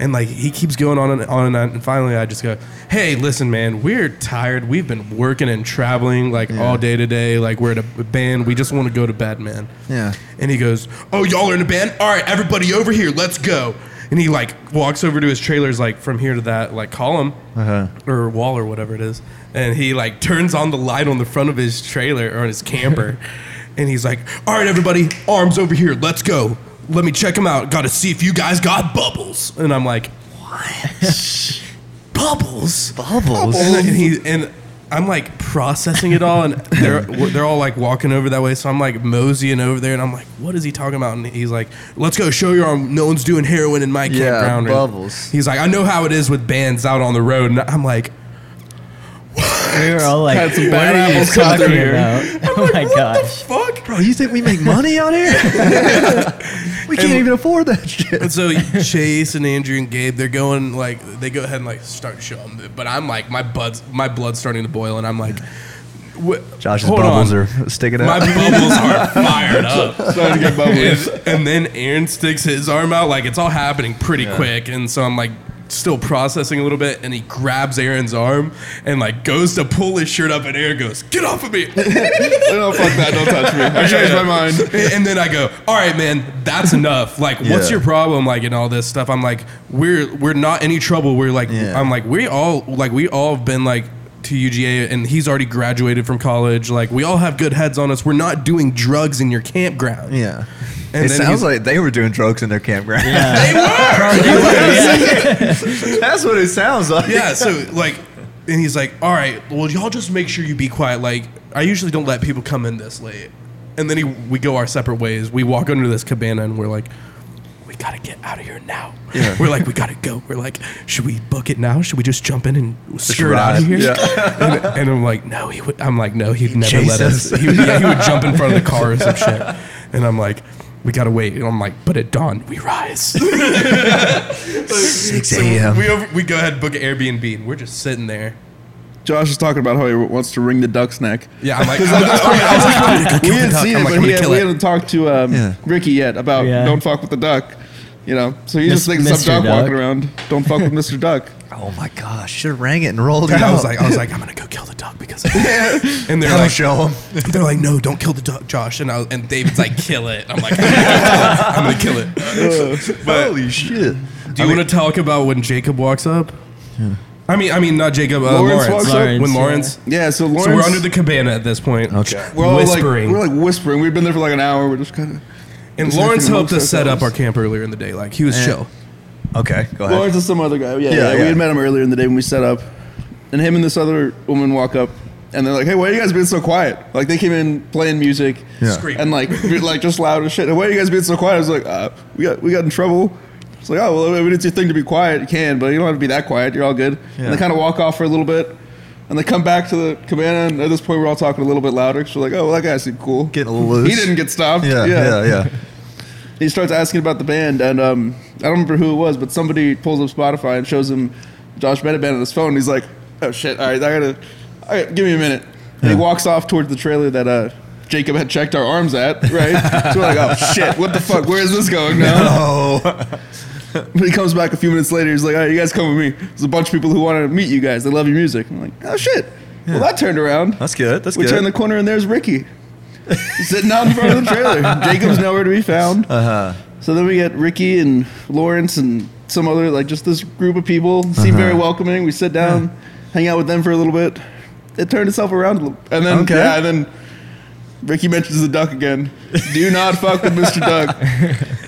And like he keeps going on and on and on. And finally I just go, Hey, listen, man, we're tired. We've been working and traveling like all day today. Like we're at a band. We just want to go to bed, man. Yeah. And he goes, "Oh, y'all are in a band. All right, everybody over here, let's go." And he like walks over to his trailers, like from here to that like column Uh-huh. or wall or whatever it is, and he like turns on the light on the front of his trailer or on his camper, and he's like, "All right, everybody, arms over here, let's go. Let me check them out. Got to see if you guys got bubbles." And I'm like, "What? *laughs* bubbles? Bubbles. *laughs* And, and he and I'm like processing it all, and they're they're all like walking over that way. So I'm like moseying over there, and I'm like, "What is he talking about?" And he's like, "Let's go show your arm. No one's doing heroin in my Yeah, campground." And bubbles. He's like, "I know how it is with bands out on the road," and I'm like, We were all like, Had what some bad are you apples come talking *laughs* through here." about? Oh my gosh. "Fuck." Bro, you think we make money out here? we can't even afford that shit. *laughs* And so Chase and Andrew and Gabe, they're going like they go ahead and like start showing, but I'm like my blood's my blood's starting to boil, and I'm like, wh- Josh's hold bubbles on. are sticking My out. bubbles are fired up. Starting to *laughs* get bubbly. *laughs* and, and then Aaron sticks his arm out like it's all happening pretty quick, and so I'm like still processing a little bit, and he grabs Aaron's arm and like goes to pull his shirt up, and Aaron goes, "Get off of me!" Oh, no, fuck that. Don't touch me. I changed my mind. and then I go, all right, man, that's enough. Like, what's Yeah. your problem? Like, and all this stuff. I'm like, we're we're not any trouble. We're like, Yeah. I'm like, we all like we all have been like to UGA, and he's already graduated from college. Like, we all have good heads on us. We're not doing drugs in your campground. *laughs* Yeah. And it then sounds he's- like they were doing drugs in their campground. *laughs* Yeah. That's what it sounds like. *laughs* yeah so like and he's like all right well y'all just make sure you be quiet like i usually don't let people come in this late and then he, we go our separate ways we walk under this cabana and we're like we gotta get out of here now Yeah. we're like we gotta go we're like should we book it now should we just jump in and skirt out ride. of here Yeah. *laughs* and, and i'm like no he would i'm like no he'd never chase let us, us. He, would- yeah, he would jump in *laughs* front of the car or some shit and i'm like we gotta wait and i'm like but at dawn we rise 6 so a.m. we, over, we go ahead and book an Airbnb, and we're just sitting there. Josh is talking about how he wants to wring the duck's neck. Yeah, *laughs* I'm like, I'm, I'm, we hadn't seen I'm it, like, but he I'm gonna had, kill we it. hadn't talked to um, Yeah. Ricky yet about Yeah. don't fuck with the duck. You know, so he just Mis- thinks Mr. some duck, Duck. walking around. Don't fuck with Mr. *laughs* Duck. Oh my gosh, should have rang it and rolled it. And I was out. like, I was like, I'm gonna go kill the *laughs* duck because. and they're That'll like, show 'em. They're like, no, don't kill the duck, Josh. And I was, and David's like, kill it. I'm like, I'm gonna kill it. But holy shit. do you want to talk about when Jacob walks up? I mean, I mean, not Jacob. Uh, Lawrence. Lawrence walks up? When Lawrence, Lawrence. Yeah, so Lawrence. So we're under the cabana at this point. Okay. we're all whispering. Like, we're like whispering. We've been there for like an hour. We're just kind of. and Just Lawrence looking helped us amongst set up ourselves. our camp earlier in the day. Like he was Eh. chill. Okay, go ahead. Lawrence is some other guy. Yeah, Yeah, yeah, yeah. We had met him earlier in the day when we set up, and him and this other woman walk up, and they're like, "Hey, why you guys being so quiet?" Like they came in playing music, Yeah. Scream. and like *laughs* we- like just loud as shit. Why you guys being so quiet? I was like, uh, "We got we got in trouble." It's like, "Oh well, if it's your thing to be quiet, you can, but you don't have to be that quiet. You're all good." Yeah. And they kind of walk off for a little bit. And they come back to the cabana, and at this point, we're all talking a little bit louder. Because we're like, "Oh, well, that guy seemed cool. Getting a little loose. He didn't get stopped. Yeah, yeah, yeah. he starts asking about the band, and um, I don't remember who it was, but somebody pulls up Spotify and shows him Josh Bennett band on his phone. And he's like, "Oh shit! All right, I gotta, all right, give me a minute." And Yeah. he walks off towards the trailer that uh, Jacob had checked our arms *laughs* at. Right? so we're like, "Oh shit! What the fuck? Where is this going now?" Oh, But he comes back a few minutes later. He's like, "All right, you guys come with me. There's a bunch of people who want to meet you guys. They love your music." I'm like, "Oh shit! Well, that turned around." that's good. That's we good. turn the corner and there's Ricky *laughs* sitting out in front of the trailer. Jacob's nowhere to be found. uh-huh. So then we get Ricky and Lawrence and some other like just this group of people seem Uh-huh. very welcoming. We sit down, hang out with them for a little bit. It turned itself around, a little, and then Okay. yeah, and then Ricky mentions the duck again. Do not fuck with *laughs* Mr. Duck.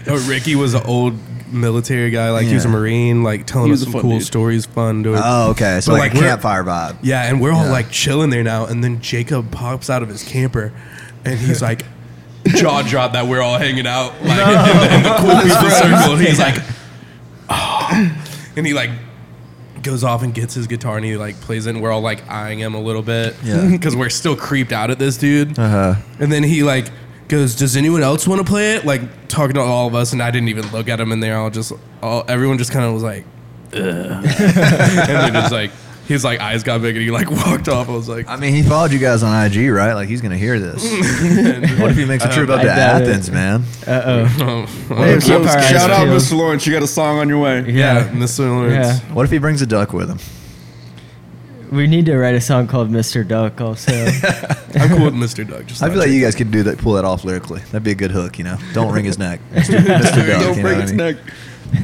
Oh, Ricky was an old military guy. Like he was a Yeah. marine. Like telling He us was a some fun cool dude. stories. Fun. Dude. Oh, okay. So But, like, a like, we're- campfire vibe. Yeah, and we're all Yeah. like chilling there now, and then Jacob pops out of his camper, and he's like, *laughs* jaw drop that we're all hanging out like *laughs* in, the, in the cool people circle. And he's like, "Oh." and he like goes off and gets his guitar and he like plays it. And we're all like eyeing him a little bit, *laughs* Yeah. because we're still creeped out at this dude. Uh-huh. And then he like goes, "Does anyone else want to play it?" Like talking to all of us, and I didn't even look at him. And they're all just, all everyone just kind of was like, Ugh. *laughs* and then just like his like eyes got big, and he like walked off. I was like, *laughs* I mean, he followed you guys on IG, right? Like, he's gonna hear this. *laughs* Mm. what if he makes a trip Um, up I to doubt it. Athens, man? Uh oh. Hey, so Campfire shout Ice out Cream. Mr. Lawrence. You got a song on your way. "Yeah, Yeah. Mr. Lawrence." Yeah. What if he brings a duck with him? We need to write a song called Mr. Duck also. I'm cool with Mr. Doug. Just I feel not like Jacob. you guys could do that, pull that off lyrically. That'd be a good hook, you know. Don't wring his neck, *laughs* Mr. Mr. Duck. Don't you know break what I its mean? neck.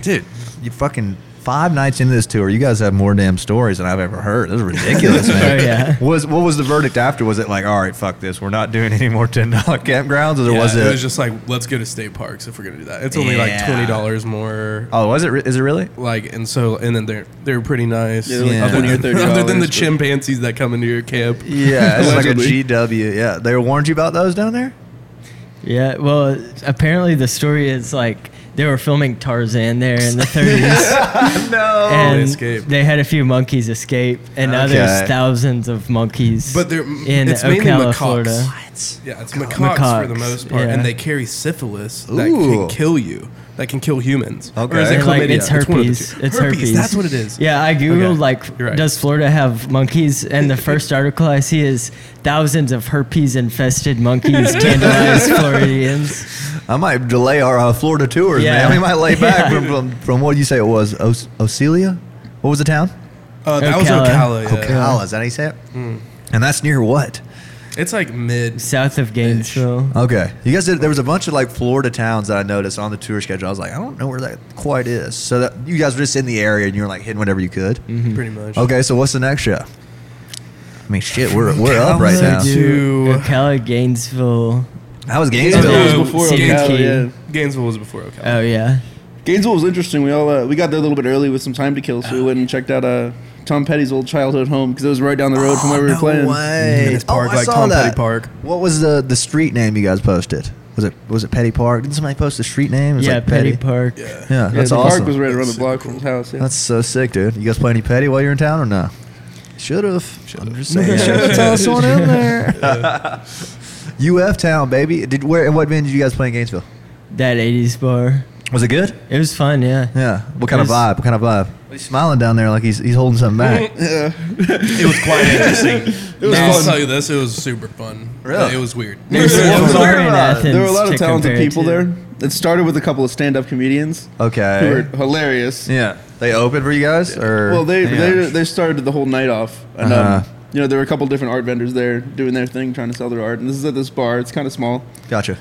dude. You fucking five nights into this tour, you guys have more damn stories than I've ever heard. This is *laughs* ridiculous, man. Oh, yeah. Was what was the verdict after? Was it like, all right, fuck this, we're not doing any more ten dollar *laughs* campgrounds, or Yeah, was it? was just like, let's go to state parks if we're gonna do that. It's only like Yeah. twenty dollars more. oh, was it? re- Is it really? Like and so and then they're they're pretty nice. Yeah, they're like Yeah. Other, 20 or than, 30 other than the dollars, but- chimpanzees that come into your camp. Yeah, *laughs* it's like a Allegedly. GW. Yeah, they warned you about those down there. yeah, well, apparently the story is like they were filming Tarzan there in the 30s. no. and they escaped. they had a few monkeys escape, and now Okay. there's thousands of monkeys But they're- in it's mainly Ocala, macaques. Florida. Yeah, it's macaques, for the Macaques, most part, yeah. and they carry syphilis that Ooh. can kill you. That can kill humans. Okay. Or is They're it They're like, chlamydia? it's one of the herpes. two. It's herpes, That's what it is. Yeah, I googled Okay. like, You're right. does Florida have monkeys? And the first article I see is thousands of herpes-infested *laughs* monkeys tantalize Floridians. I might delay our uh, Florida tours, Yeah. *laughs* man. We might lay back Yeah. from, from, from what you say it was, Os- Ocelia? What was the town? Uh, that was Ocala. Ocala. Yeah. Ocala. Oh, Is that how you say it? Hmm. And that's near what? It's like mid. south of Gainesville. Okay. You guys did, there was a bunch of like Florida towns that I noticed on the tour schedule. I was like, I don't know where that quite is. So that you guys were just in the area and you were like hitting whatever you could. Pretty much. Okay, so what's the next show? I mean, shit, we're, we're up right Ocala now. to- Ocala, Gainesville. That was Gainesville Gainesville. was before Sand Ocala, Key. yeah. Gainesville was before Ocala. Oh yeah, Gainesville was interesting. We all uh, we got there a little bit early with some time to kill, so we went and checked out uh, Tom Petty's old childhood home because it was right down the road from where we were Oh, no playing. way. And it's parked oh, I like saw Tom that. Petty Park. What was the, the street name you guys posted? Was it was it Petty Park? Didn't somebody post the street name? It was yeah. like Petty, Park. Yeah. Yeah, Yeah, that's the awesome. park was right around the That's block super from his house. Yeah. That's so sick, dude. You guys play any petty while you're in town or no? Should have. I'm just saying. Should've tossed one in *laughs* *laughs* there. UF town, baby. Did where? What band did you guys play in Gainesville? That '80s bar. Was it good? It was fun. Yeah. Yeah. What kind of It was- vibe? What kind of vibe? He's smiling down there like he's he's holding something back. It was quite interesting. *laughs* It was Now- I'll tell you this. It was super fun. Really? It was weird. There's What no was bar there in about? Athens there were a lot to of talented compare it people to. there. It started with a couple of stand-up comedians who were Okay. hilarious. Yeah. They open for you guys or? Well, they, Yeah. they they started the whole night off, and Uh-huh. um, you know there were a couple different art vendors there doing their thing, trying to sell their art. And this is at this bar; it's kind of small. Gotcha.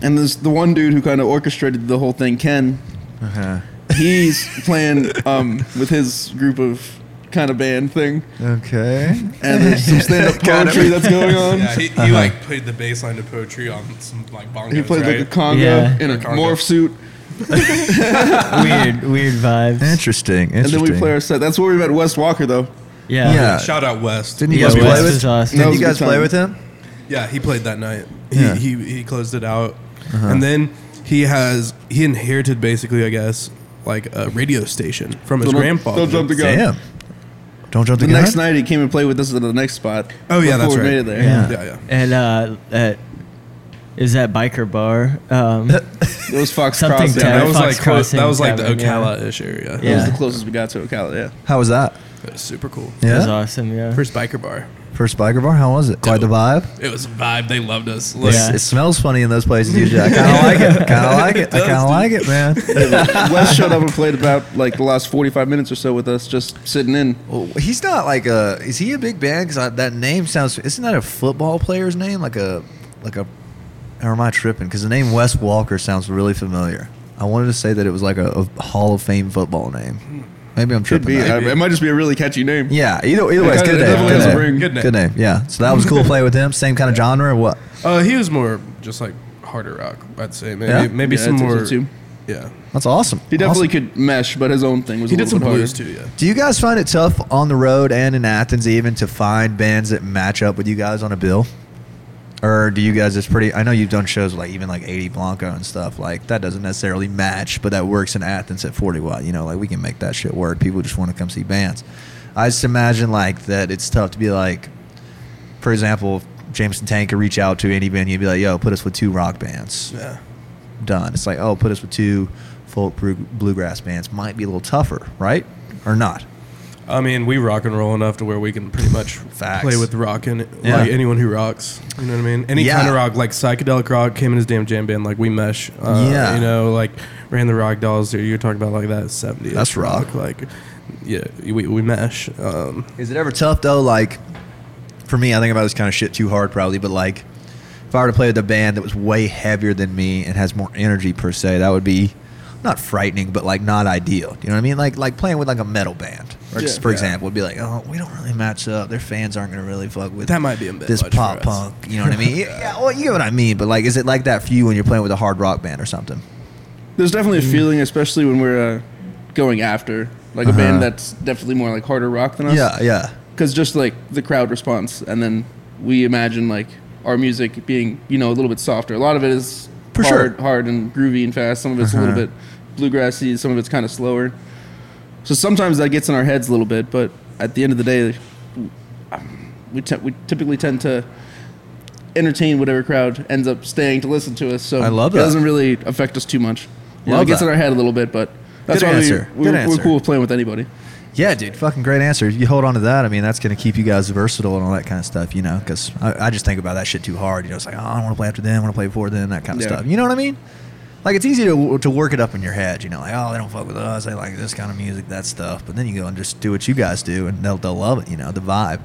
And this the one dude who kind of orchestrated the whole thing, Ken. Uh-huh. He's playing um, with his group of kind of band thing, Okay. and there's some *laughs* stand-up Kind of. poetry that's going on. Yeah, he, he Uh-huh. like played the bass line to poetry on some like bongos. He played right? like a conga Yeah. in a Conga. morph suit, Weird, weird vibes. Interesting. Interesting. and then we play our set. That's where we met Wes Walker, though. Yeah. Yeah. Shout out West. Didn't you Yeah, guys Wes play with? was awesome. That Didn't was you a good guys play time. with him? Yeah, he played that night. Yeah. He, he he closed it out, Uh-huh. and then he has he inherited basically, I guess, like a radio station from his Don't- grandfather. don't jump the gun. Damn. Don't jump the, The gun? next night, he came and played with us at the next spot. Oh yeah, before we that's right. Made it there. Yeah. yeah, yeah. And uh, at, is that biker bar? Um, Uh, It was Fox Something Cross. to- Yeah, That Fox was like close, Crossing that was like the Tavern, yeah. Ocala-ish area. That was Yeah. the closest we got to Ocala, yeah. *laughs* How was that? It was super cool. It was awesome. Yeah. First biker bar. First biker bar, how was it? Quite the vibe. It was a vibe. They loved us. Like, Yeah. It smells funny in those places usually. *laughs* I kind of like it. Kind of like it. I kind of like it, man. *laughs* Wes showed up and played about like the last 45 minutes or so with us, just sitting in. Well, he's not like a. Is he a big band? Because that name sounds. Isn't that a football player's name? Like a, like a. Or am I tripping? Because the name Wes Walker sounds really familiar. I wanted to say that it was like a, a Hall of Fame football name. Maybe I'm Could tripping. be. there. I- it might just be a really catchy name. yeah. Either either way, it's kinda- good it name. definitely Good has a name. ring. Good name. Good name. Yeah. So that was cool. Play with him. Same kind of genre. Or what? uh, he was more just like harder rock. I'd say maybe Yeah? maybe Yeah, some that's what more. it too. Yeah, That's awesome. He definitely Awesome. could mesh, but his own thing was he a did little some bit harder. blues too. Yeah. Do you guys find it tough on the road and in Athens even to find bands that match up with you guys on a bill? Or do you guys just pretty I know you've done shows with, like even like 80 Blanco and stuff like that doesn't necessarily match, but that works in Athens at 40 watt, you know, like we can make that shit work. People just want to come see bands. I just imagine like that it's tough to be like for example, if Jameson Tank could reach out to any band, you'd be like, "Yo, put us with two rock bands." Yeah. done. It's like, oh, put us with two folk bru- bluegrass bands. Might be a little tougher, right? Or not? I mean, we rock and roll enough to where we can pretty much Facts. play with rock and Yeah. like anyone who rocks. You know what I mean? Any Yeah. kind of rock, like psychedelic rock, came in his damn jam band. Like we mesh. Uh, Yeah. You know, like ran the rock dolls. Or you're talking about like that seventy. That's rock. Like, yeah, we, we mesh. Um, Is it ever tough though? Like, for me, I think about this kind of shit too hard, probably. But like, if I were to play with a band that was way heavier than me and has more energy per se, that would be not frightening, but like not ideal. You know what I mean? Like like playing with like a metal band, for ex- Yeah. for Yeah. example, would be like, oh, we don't really match up. Their fans aren't gonna really fuck with That might be a bit this much for pop us. punk. You know what I *laughs* mean? yeah. well, you know what I mean. But like, is it like that for you when you're playing with a hard rock band or something? There's definitely a feeling, especially when we're uh, going after like a band that's definitely more like harder rock than us. Yeah, yeah. because just like the crowd response, and then we imagine like our music being you know a little bit softer. A lot of it is For hard, sure. hard and groovy and fast. Some of it's a little Uh-huh. bit bluegrassy. Some of it's kind of slower. So sometimes that gets in our heads a little bit, but at the end of the day, we t- we typically tend to entertain whatever crowd ends up staying to listen to us. So I love it that. doesn't really affect us too much. You know, Love it gets that. in our head a little bit, but that's Good why answer. we, Good we're, answer. we're cool with playing with anybody. Yeah, dude, fucking great answer. You hold on to that. I mean, that's going to keep you guys versatile and all that kind of stuff, you know, because I, I just think about that shit too hard. You know, it's like, oh, I don't want to play after them, I want to play before them, that kind of Yeah. stuff. You know what I mean? like it's easy to to work it up in your head, you know, like oh they don't fuck with us, they like this kind of music, that stuff. But then you go and just do what you guys do, and they'll they'll love it, you know, the vibe.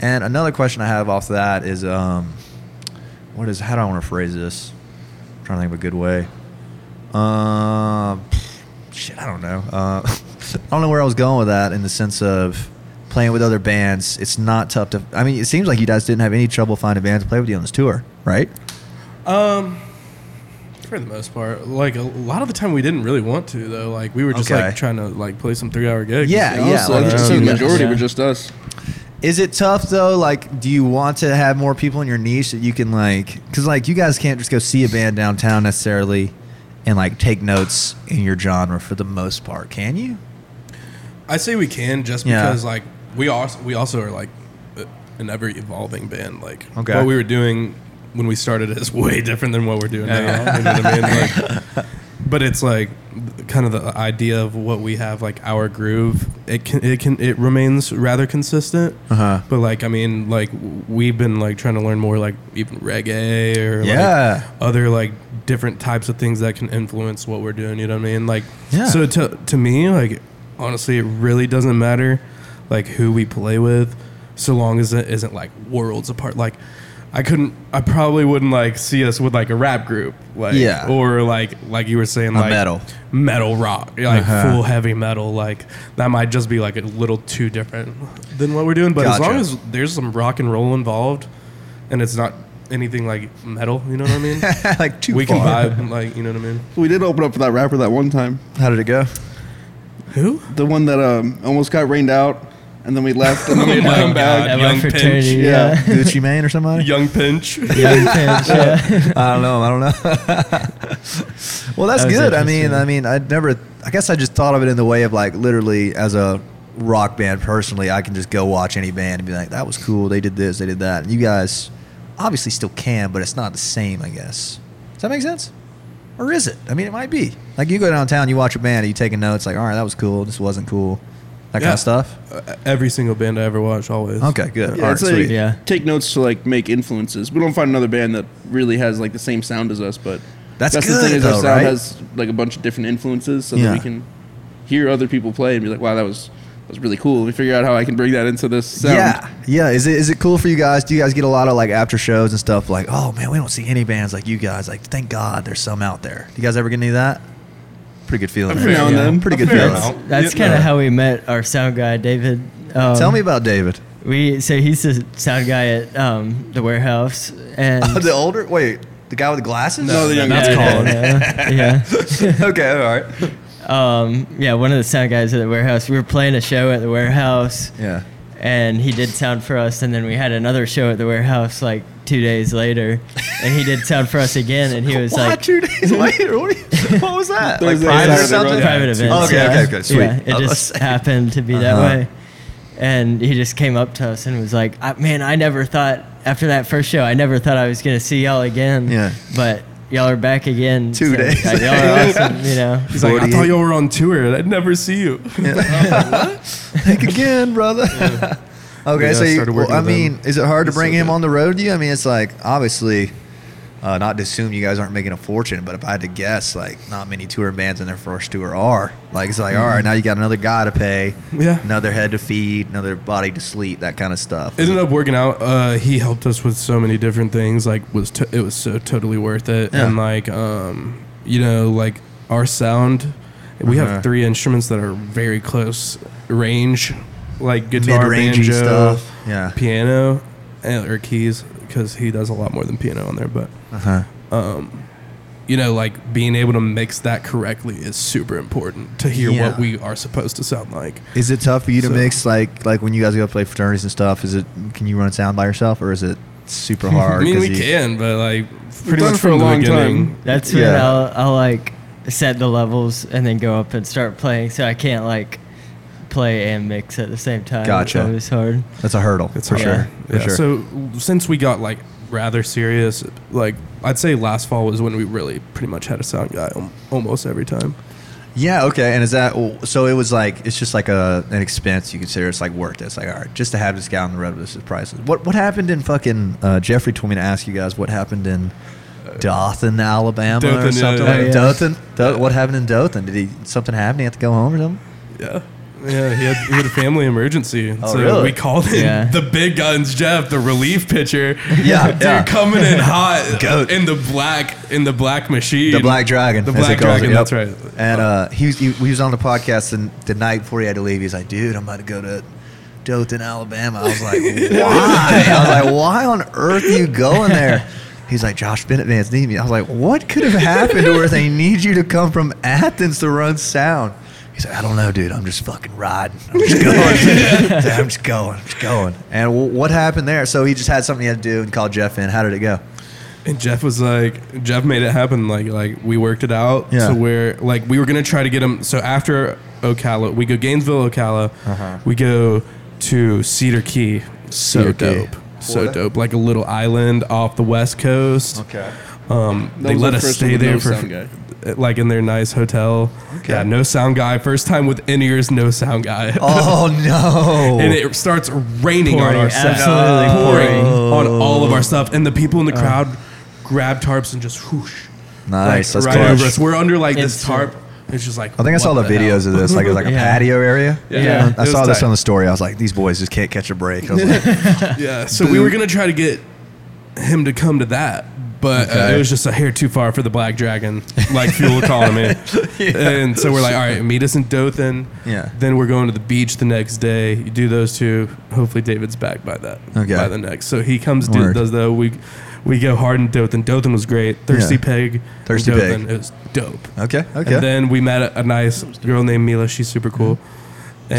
And another question I have off that is, um, what is how do I want to phrase this? I'm trying to think of a good way. Um, shit, I don't know. Uh, *laughs* I don't know where I was going with that in the sense of playing with other bands. It's not tough to. I mean, it seems like you guys didn't have any trouble finding bands to play with you on this tour, right? Um, for the most part, like a lot of the time, we didn't really want to though. Like we were just Okay. like trying to like play some three hour gigs. Yeah, Yeah, honestly, I like, think so the you guys- majority yeah. were just us. Is it tough though? Like, do you want to have more people in your niche that you can like? Because like you guys can't just go see a band downtown necessarily, and like take notes in your genre for the most part, can you? I say we can just Yeah. because like we also we also are like a- an ever evolving band. Like Okay. what we were doing when we started is *laughs* way different than what we're doing now. You know what I mean? *laughs* Like, but it's like kind of the idea of what we have, like our groove. It can it can it remains rather consistent. Uh-huh. But like I mean, like w- we've been like trying to learn more like even reggae or Yeah. like other like different types of things that can influence what we're doing. You know what I mean? Like, Yeah. so to to me, like honestly, it really doesn't matter like who we play with, so long as it isn't like worlds apart. Like, I couldn't, I probably wouldn't like see us with like a rap group, like Yeah. or like like you were saying, A like metal. *laughs* metal rock, like Uh-huh. full heavy metal. Like that might just be like a little too different than what we're doing. But as Gotcha. long as there's some rock and roll involved, and it's not anything like metal, you know what I mean? like *laughs* too we can far. vibe, like you know what I mean. We did open up for that rapper that one time. How did it go? Who? The one that um, almost got rained out, and then we left, *laughs* and then we Oh my come God. back. At Young my Pinch, fraternity, yeah. yeah. Gucci Mane or somebody? Young Pinch. Young Pinch, yeah. I don't know. I don't know. well, that's That was good. I mean, interesting. I mean, I never. I guess I just thought of it in the way of like literally as a rock band. Personally, I can just go watch any band and be like, "That was cool. They did this. They did that." And you guys obviously still can, but it's not the same. I guess. Does that make sense? Or is it? I mean, it might be. Like you go downtown, you watch a band, and you taking notes. Like, all right, that was cool. This wasn't cool. That kind Yeah. of stuff. Uh, *laughs* Every single band I ever watched, always. Okay, good. Yeah, all right, it's like- sweet. Yeah. Take notes to like make influences. We don't find another band that really has like the same sound as us, but That's the thing good, is though, our sound right? has like a bunch of different influences, so Yeah. that we can hear other people play and be like, "Wow, that was that was really cool." We figure out how I can bring that into this sound. Uh, Yeah, yeah. Is it is it cool for you guys? Do you guys get a lot of like after shows and stuff? Like, oh man, we don't see any bands like you guys. Like, thank God there's some out there. You guys ever get any of that? Pretty good feeling. Every right? now and Yeah. then. Pretty A good fair feeling. amount. That's Yeah. kind of how we met our sound guy, David. Um, Tell me about *laughs* David. We so he's the sound guy at um, the warehouse, *laughs* and Oh, the older, wait, the guy with the glasses? No, the young yeah, that's yeah, Colin. yeah, *laughs* yeah. okay, all right. um, yeah, one of the sound guys at the warehouse. We were playing a show at the warehouse, Yeah. and he did sound for us. And then we had another show at the warehouse like two days later, and he did sound for us again. And he was Why *laughs* like, two days later? What, are you- what was that? like Thursday, private or Saturday, something? right? private it's- events. okay, yeah. okay, okay, sweet. Yeah, I it was just saying. happened to be that Uh-huh. way, and he just came up to us and was like, I, "Man, I never thought after that first show, I never thought I was gonna see y'all again. Yeah. but y'all are back again. Two days Y'all are awesome. You *laughs* know, He's like, I 48. thought y'all were on tour and I'd never see you. Think again, brother. *laughs* okay, Yeah, so I you, started working well, I with mean, him. is it hard to He's bring so him good. on the road with you? I mean, it's like obviously, uh, not to assume you guys aren't making a fortune, but if I had to guess, like not many tour bands in their first tour are. Like it's like, all right, now you got another guy to pay, *laughs* Yeah. another head to feed, another body to sleep, that kind of stuff. It ended up working out. Uh, he helped us with so many different things. Like was to- it was so totally worth it. Yeah. And like um, you know, like our sound, we Uh-huh. have three instruments that are very clse range, like guitar, Mid-rangey banjo, stuff, yeah. piano, and, or keys, because he does a lot more than piano on there. But Uh-huh. you know, like being able to mix that correctly is super important to hear Yeah. what we are supposed to sound like. Is it tough for you to So- mix like like when you guys go play fraternities and stuff? Is it can you run sound by yourself or is it *laughs* super hard? I mean, 'cause we you- can, but like pretty done much for from a the long beginning. time. that's when Yeah. I'll, I'll like set the levels and then go up and start playing. So I can't like play and mix at the same time. Gotcha. That was hard. That's a hurdle. That's It's for sure. hard. For Yeah. sure. So w- since we got like rather serious, like I'd say last fall was when we really pretty much had a sound guy al- almost every time. Yeah. Okay. And is that so? It was like it's just like a an expense you consider. It's like worth it. It's like all right, just to have this guy on the road. This is priceless. What what happened in fucking uh, Jeffrey told me to ask you guys what happened in Dothan, Alabama, Dothan, or yeah, something. yeah, like yeah. Dothan. Do- what happened in Dothan? Did he something happen? He had to go home or something? Yeah. Yeah, he had, he had a family emergency. *laughs* Oh, so really? we called in Yeah. the big guns, Jeff, the relief pitcher. *laughs* Yeah, *laughs* Dude, yeah. coming *laughs* in hot Goat. in the black in the black machine. The Black Dragon. The as they Black call it, Dragon, yep. that's right. And uh, he, was, he, he was on the podcast and the night before he had to leave. He's like, dude, I'm about to go to Dothan, Alabama. I was *laughs* like, why? I was like, why on earth are you going there? He's like, Josh Bennett Vance need me. I was like, what could have happened to where they need you to come from Athens to run sound? He's like, I don't know, dude. I'm just fucking riding. I'm just *laughs* going. He's like, I'm just going. I'm just going. And w- what happened there? So he just had something he had to do and called Jeff in. How did it go? And Jeff was like, Jeff made it happen. Like, like we worked it out Yeah. to where, like, we were gonna try to get him. So after Ocala, we go Gainesville, Ocala. Uh-huh. We go to Cedar Key. Cedar So Key. dope, so Florida? dope. Like a little island off the west coast. Okay. Um, That they was let our us first stay one with there no for sound guy. like in their nice hotel. Okay. Yeah, no sound guy. First time with in ears, no sound guy. Oh no! and it starts raining on Pouring, our set. absolutely pouring pouring. Uh. on all of our stuff, and the people in the crowd grab tarps and just whoosh. Nice, like, that's right clutch. over us. We're under like this Instant. tarp. It's just like I think I saw the, what videos hell? of this. Like it was like a Yeah. patio area. Yeah. Yeah. I It was saw this tight. on the story. I was like, these boys just can't catch a break. I was *laughs* like, Yeah, so we were gonna try to get him to come to that, but uh, Okay. it was just a hair too far for the Black Dragon, like fuel *laughs* economy. And so we're like, all right, meet us in Dothan. Yeah. Then we're going to the beach the next day. You do those two. Hopefully, David's back by that. Okay. By the next, so he comes Word. do, does the we we go hard in Dothan. Dothan was great. Thirsty Yeah. Pig. in Thirsty Dothan. Pig. It was dope. okay, okay. And then we met a, a nice girl named Mila. She's super cool. And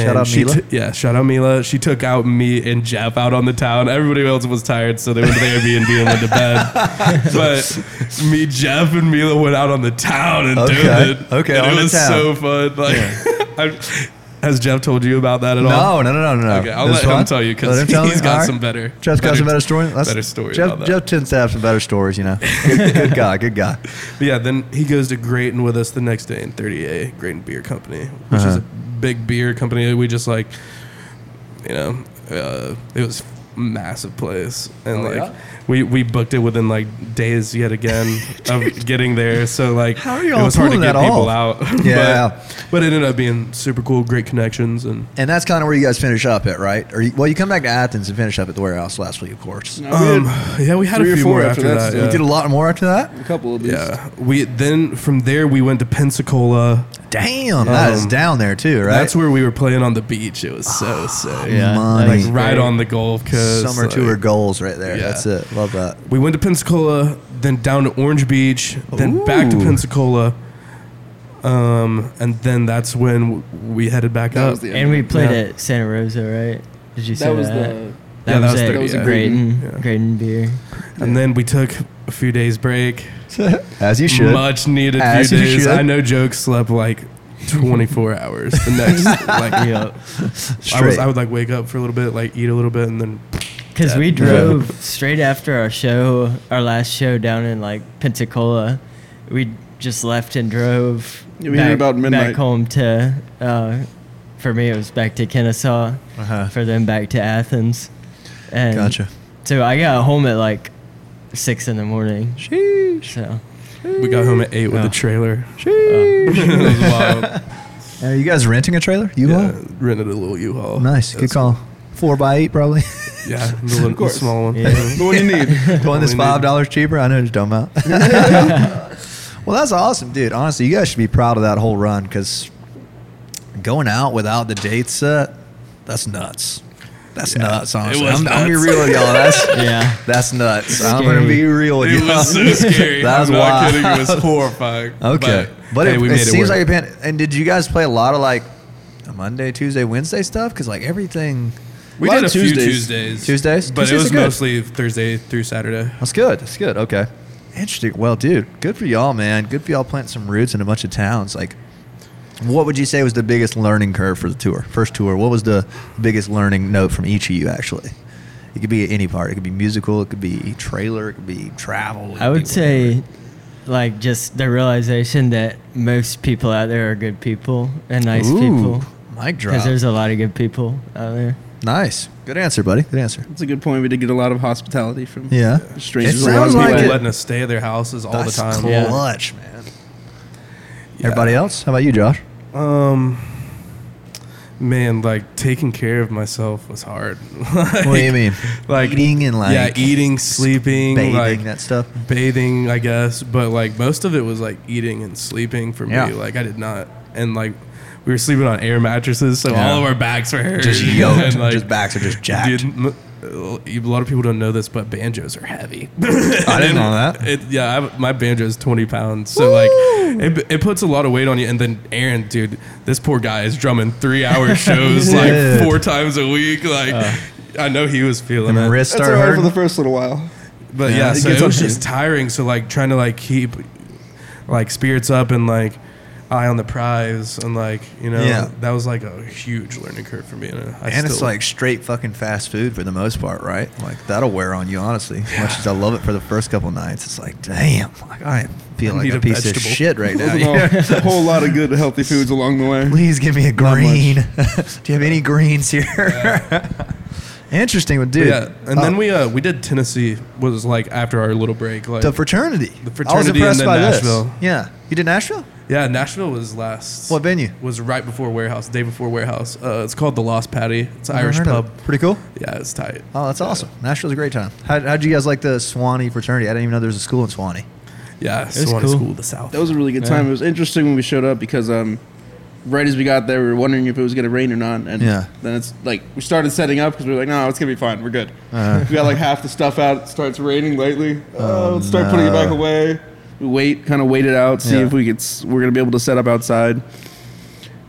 Mm-hmm. Shout out she Mila. t- yeah, shout out Mila. She took out me and Jeff out on the town. Everybody else was tired, so they went to the Airbnb and went to bed. *laughs* But me, Jeff, and Mila went out on the town and Okay. did it. Okay, and on it the was town. so fun. Like, *laughs* I- has Jeff told you about that at no, all? no, no, no, no. Okay, I'll This let him one? tell you 'cause Let him tell *laughs* he's me? got All right. some better- Jeff's got better- some better stories. That's- better story Jeff, about that. Jeff tends to have some better stories. *laughs* You know, good, good guy, good guy. But yeah, then he goes to Grayton with us the next day in 30A, Grayton Beer Company, which Uh-huh. is a big beer company. We just like, you know, uh, it was a massive place. And Oh, like, we, we booked it within like days *laughs* yet again of getting there. So like, How are you it all was hard to pulling get that people off? out. *laughs* Yeah. but, but it ended up being super cool, great connections. And And that's kind of where you guys finish up at, right? Or you, well, you come back to Athens and finish up at the warehouse last week, of course. No, we um, had yeah, we had a three or few four more after after that that. still. yeah. You did a lot more after that. a couple of these. yeah, we then from there we went to Pensacola. Damn, that is Um, down there too, right? Ah, That's where we were playing on the beach. It was so sick. Yeah, Money. that's like right great. on the Gulf Coast. summer like- tour goals right there. Yeah. That's it. Love that. *laughs* We went to Pensacola, then down to Orange Beach, then back to Ooh. Pensacola, um, and then that's when w- we headed back That up. was the And we played Yeah. at Santa Rosa, right? Did you say That that? was the. Yeah, that was it. 30, That was a yeah. Graydon, Yeah. Graydon *laughs* beer. and then we took a few days break, As you should. much needed As few you days. should. I know Joke slept like 24 *laughs* hours. *laughs* The next, like, Yep. I was, Straight. I would like wake up for a little bit, like eat a little bit, and then Because we Yeah. drove straight after our show, our last show down in like Pensacola. We just left and drove Yeah, we hit about midnight. back home to, uh, for me, it was back to Kennesaw, Uh-huh. for them back to Athens. And Gotcha. So I got home at like six in the morning. Sheesh. So we got home at eight with Yeah. *laughs* a trailer. Sheesh. it was wild. Uh, Are you guys renting a trailer? You *laughs* Yeah, all? rented a little U-Haul. Nice. Good That's- call. Four by eight, *laughs* probably. *laughs* Yeah, the, little, the course. small one. *laughs* Yeah. The one you need. the one that's Only need- five dollars cheaper. I know what you're talking *laughs* about. *laughs* well, that's awesome, dude. Honestly, you guys should be proud of that whole run because going out without the date set, that's nuts. That's nuts. Honestly, was I'm, I'm gonna be real with y'all. *laughs* That's yeah, that's nuts. I'm gonna Scary. be real with It y'all. was so *laughs* scary. That was I'm not wild. kidding. *laughs* It was horrifying. Okay, but, hey, it, we it made seems work. like a pan. And did you guys play a lot of like Monday, Tuesday, Wednesday stuff? Because like everything, we lot did a of few Tuesdays. Tuesdays. Tuesdays? but Tuesdays it are was good. mostly Thursday through Saturday. that's good. That's good. Okay, interesting. Well, dude, good for y'all, man. Good for y'all planting some roots in a bunch of towns. Like, what would you say was the biggest learning curve for the tour? First tour. What was the biggest learning note from each of you? Actually, it could be any part. It could be musical. It could be trailer. It could be travel. it I could would be say, like, just the realization that most people out there are good people and nice whatever. Ooh, people. Mic drop. Because there's a lot of good people out there. Nice. Good answer, buddy. Good answer. That's a good point. We did get a lot of hospitality from Yeah. strangers. It A lot of sounds like people People it. letting us stay at their houses all That's the time. clutch, man. Everybody else? How about you, Josh? Um, man, like taking care of myself was hard. *laughs* like, What do you mean? *laughs* Like Eating and, like, yeah, eating, sleeping, Bathing, like that stuff. bathing, I guess. But like most of it was like eating and sleeping for Yeah. me. Like I did not, and like we were sleeping on air mattresses, so Yeah. all of our backs were hurt. Just yoked. And, Just backs are just jacked. Dude, m- uh, a lot of people don't know this, but banjos are heavy. *laughs* I didn't know that. It, yeah, I, my banjo is 20 pounds. So, like, it, it puts a lot of weight on you. And then Aaron, dude, this poor guy is drumming three *laughs* hour shows Dude. like four times a week. Like, I know he was feeling Uh. And it. wrists That's start alright for hurting. the first little while. But Yeah, yeah, it so gets it on was you. just tiring. So, like, trying to, like, keep, like, spirits up and, like, eye on the prize. And, like, you know, Yeah. that was, like, a huge learning curve for me. And, I and it's still- like straight fucking fast food for the most part, right? Like that'll wear on you, honestly. As much as I love it for the first couple nights, it's like, damn, like I feel I like need a, a piece vegetable. of shit *laughs* right now. Those are *laughs* all- a whole lot of good healthy foods along the way. Please give me a Not much. green. *laughs* Do you have any greens here? Interesting, but dude. yeah, and uh, then we uh, we did Tennessee was like after our little break like the fraternity. I was fraternity and impressed then by Nashville. this. Yeah, you did Nashville. yeah Nashville was last What venue? was right before warehouse day before warehouse uh, it's called the Lost Patty it's an Never Irish heard of pub it. Pretty cool. yeah it's tight Oh, that's awesome. Nashville's a great time. How how'd you guys like the Swanee fraternity? I didn't even know there was a school in Swanee. yeah was Swanee cool. School of the South That was a really good time. It was interesting when we showed up because um, right as we got there, we were wondering if it was gonna rain or not, and Yeah. then it's like we started setting up because we were like, no, it's gonna be fine. We're good. Uh. we got like half the stuff out. It starts raining lightly. Oh, let's start putting it back no. away. We wait, kind of wait it out, see Yeah. if we could. s- We're gonna be able to set up outside.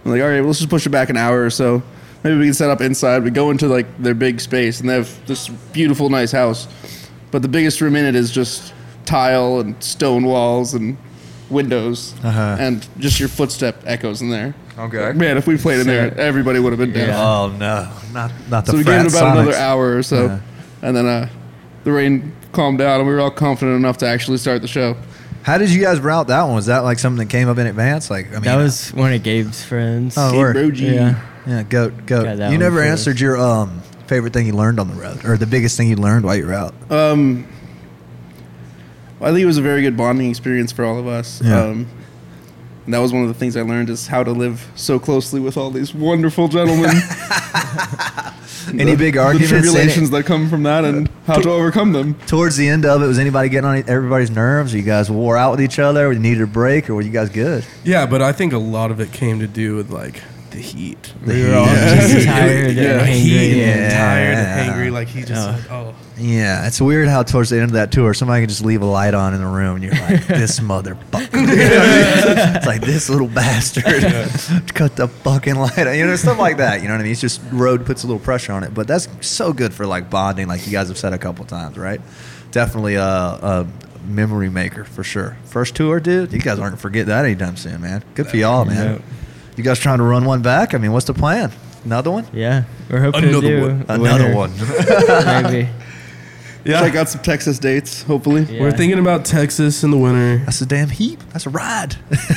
I'm like, all right, well, let's just push it back an hour or so. Maybe we can set up inside. We go into like their big space, and they have this beautiful, nice house. But the biggest room in it is just tile and stone walls and windows, Uh-huh. and just your footstep echoes in there. Okay. Man, if we played in there, everybody would have been down. Oh no, not not the So we gave frat it about another Sonics. hour or so, Yeah. and then uh, the rain calmed down, and we were all confident enough to actually start the show. How did you guys route that one? Was that like something that came up in advance? Like I mean, That was one of Gabe's friends. Oh, Gabe word. Roji. yeah. yeah, goat, goat. Got that You one never for us. answered your um favorite thing you learned on the road, or the biggest thing you learned while you were out. Um, I think it was a very good bonding experience for all of us. Yeah. Um, and that was one of the things I learned is how to live so closely with all these wonderful gentlemen. *laughs* Any big arguments? The in it? tribulations that come from that and how to overcome them. Towards the end of it, was anybody getting on everybody's nerves? Or you guys wore out with each other? Or you needed a break? Or were you guys good? yeah but I think a lot of it came to do with like the heat The we heat. were all Yeah. just *laughs* Just tired yeah, and heat hangry. and tired Yeah. and hangry like he just Oh. like, oh Yeah, it's weird how towards the end of that tour, somebody can just leave a light on in the room, and you're *laughs* like, "This motherfucker!" *laughs* it's like this little bastard *laughs* cut the fucking light on. You know, stuff like that. You know what I mean? It's just road puts a little pressure on it, but that's so good for like bonding, like you guys have said a couple times, right? Definitely a, a memory maker for sure. First tour, dude. You guys aren't gonna forget that anytime soon, man. Good for y'all, man. Nope. You guys trying to run one back? I mean, what's the plan? Another one? Yeah, we're hoping Another to do one. a Another winner, one. *laughs* maybe. yeah Check out some Texas *laughs* dates, hopefully. Yeah. we're thinking about Texas in the winter That's a damn heap. That's a ride.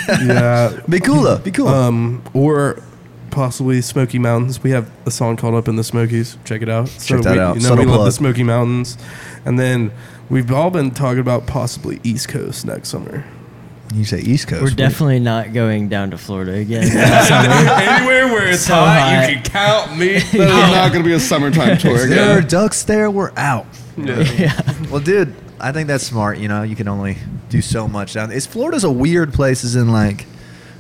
yeah Be Uh, cool though. Be cool. um, or possibly Smoky Mountains. We have a song called "Up in the Smokies." Check it out. So Check that we, out. You know, Subtle we love the plug. Smoky Mountains, and then we've all been talking about possibly East Coast next summer. you say East Coast. We're What- definitely not going down to Florida again. *laughs* Anywhere where it's So hot. count me. *laughs* There's not going to be *laughs* a summertime tour If again. There are ducks there. We're out. yeah. Well, dude, I think that's smart. You know, you can only do so much down. It's Florida's a weird place. Is in like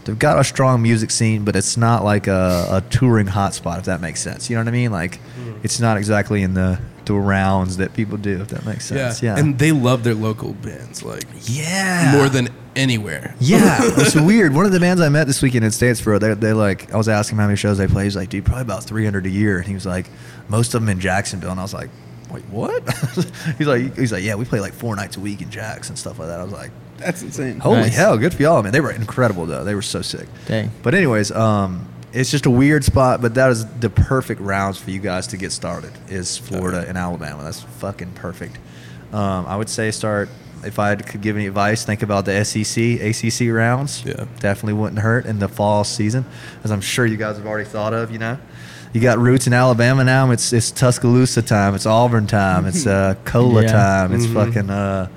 they've got a strong music scene, but it's not like a, a touring hotspot. If that makes sense, you know what I mean? Like, it's not exactly in the the rounds that people do. If that makes yeah. sense. Yeah. and they love their local bands like yeah. more than anywhere. Yeah, *laughs* it's weird. One of the bands I met this weekend in Statesboro, they they like I was asking him how many shows they play. He's like, dude, probably about three hundred a year, and he was like, most of them in Jacksonville, and I was like, wait, what? *laughs* he's like, he's like, yeah, we play like four nights a week in Jacks and stuff like that. I was like, That's insane. holy Nice. hell, good for y'all, man. They were incredible though. They were so sick. Dang. But anyways, um, it's just a weird spot, but that is the perfect rounds for you guys to get started. Is Florida and Alabama? That's fucking perfect. Um, I would say start. If I could give any advice, think about the E SEC, ACC rounds. Yeah. definitely wouldn't hurt in the fall season, as I'm sure you guys have already thought of. You know, You got roots in Alabama now. It's it's Tuscaloosa time. It's Auburn time. It's uh, Cola Yeah. time. It's Mhm. fucking. Uh,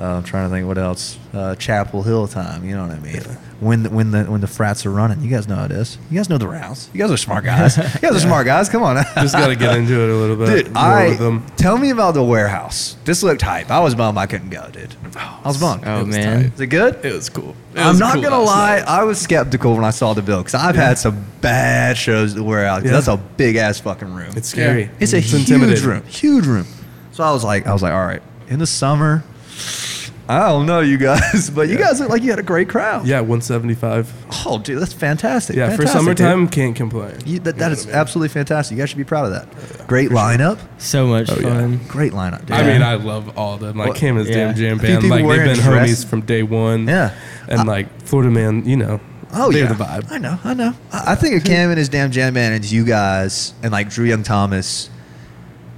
uh, I'm trying to think what else. Uh, Chapel Hill time. You know what I mean? When the, when the when the frats are running, you guys know how it is. You guys know the rounds. You guys are smart *laughs* guys. You guys are smart guys. Come on. Just got to get into it a little bit. Dude, more I with them. tell me about the warehouse. This looked hype. I was bummed I couldn't go, dude. I was bummed. Oh It was man, tight. Is it good? It was cool. It I'm was not cool gonna last lie. night. I was skeptical when I saw the bill because I've had some bad shows at the warehouse. 'cause Yeah. That's a big ass fucking room. It's scary. It's a huge intimidating. room, huge room. So I was like, I was like, all right, in the summer, I don't know, you guys, *laughs* but you guys look like you had a great crowd. Yeah, 175. Oh, dude, that's fantastic. Yeah, for Fantastic, summertime, can't complain. dude. You- that, You that know is what I mean? absolutely fantastic. You guys should be proud of that. Great lineup. so much Oh, yeah. fun. Great lineup. Dude. I Yeah. mean, I love all of them. Like Well, Kim is yeah. damn jam A few band. people Like wearing they've been dress- homies from day one. Yeah. and like Florida man, you know. Oh they're yeah, the vibe. I know, I know. I, I think of Cam and his damn jam band and you guys and like Drew Young Thomas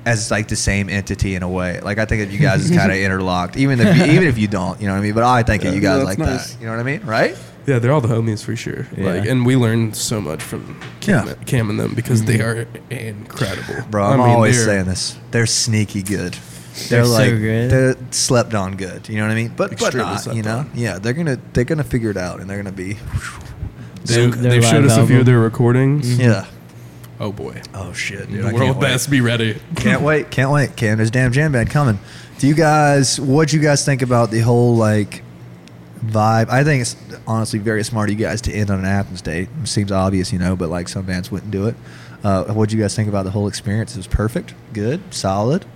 as like the same entity in a way. Like I think of you guys as kind *laughs* of interlocked, even if you, even if you don't, you know what I mean. But I think of you Yeah, guys like that's nice. that. You know what I mean, right? Yeah, they're all the homies for sure. Yeah. Like, and we learn so much from Cam, Yeah. Mm-hmm. Cam and them because they are incredible. Bro, I I'm mean, always they're- saying this. They're sneaky good. They're, They're so like good. they're slept on good. You know what I mean? But but Extremely not. slept You know? on. Yeah, they're gonna they're gonna figure it out, and they're gonna be. Mm-hmm. They, Their they've showed live us a few album. of their recordings. Yeah. Oh boy, Oh shit, dude! I the can't world wait. best be ready. Can't wait, can't wait. Cam, there's damn jam band coming. Do you guys, what you guys think about the whole like vibe? I think it's honestly very smart of you guys to end on an Athens date. It seems obvious, you know, but like some bands wouldn't do it. Uh, what do you guys think about the whole experience? It was perfect, good, solid.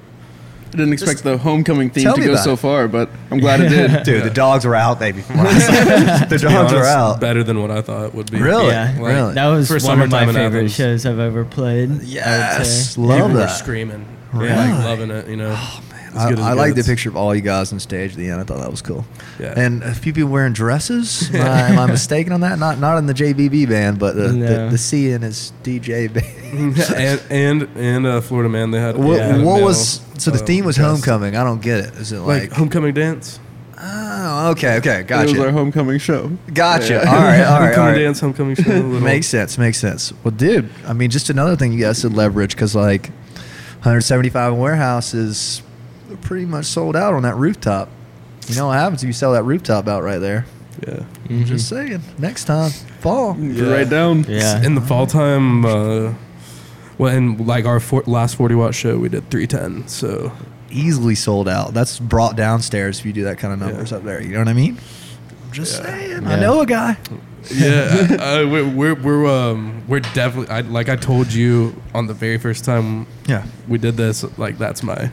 I didn't expect Just the homecoming theme tell to me go about so it. far, but I'm glad it did. Dude, the dogs were out, baby. *laughs* the To be dogs were honest, out. Better than what I thought it would be. Really? Yeah, Really? that was For one of my summertime in favorite Athens. shows I've ever played. I would Yes, say. love People were that. screaming. Really? Oh, Yeah, like loving it. You know. As I, good as I it like the gets. picture of all you guys on stage at the end. I thought that was cool. Yeah. And a few people wearing dresses. Am I, am I mistaken on that? Not not in the JBB band, but the, No. the, the C in his DJ band. *laughs* *laughs* and and and uh, Florida man, they *laughs* had what they had a what male, was so the uh, theme was guest. homecoming? I don't get it. Is it like, like, homecoming dance, oh okay okay It was *laughs* our gotcha homecoming show. gotcha Yeah. *laughs* all right all right all homecoming right. dance, homecoming *laughs* show. a little- Makes sense. Makes sense. Well, dude, I mean, just another thing you guys should leverage because like 175 warehouse is pretty much sold out on that rooftop. You know what happens if you sell that rooftop out right there? Yeah. Mm-hmm. Just saying. Next time, fall. You're Right down. Yeah. In the fall time, uh, well, and like our four, last forty watt show, we did three ten. *laughs* So Easily sold out. That's brought downstairs if you do that kind of numbers up there. You know what I mean? Just saying. I Yeah. know a guy. yeah, I, I- we're we're we're, um, we're definitely. I, like I told you on the very first time Yeah. we did this, like that's my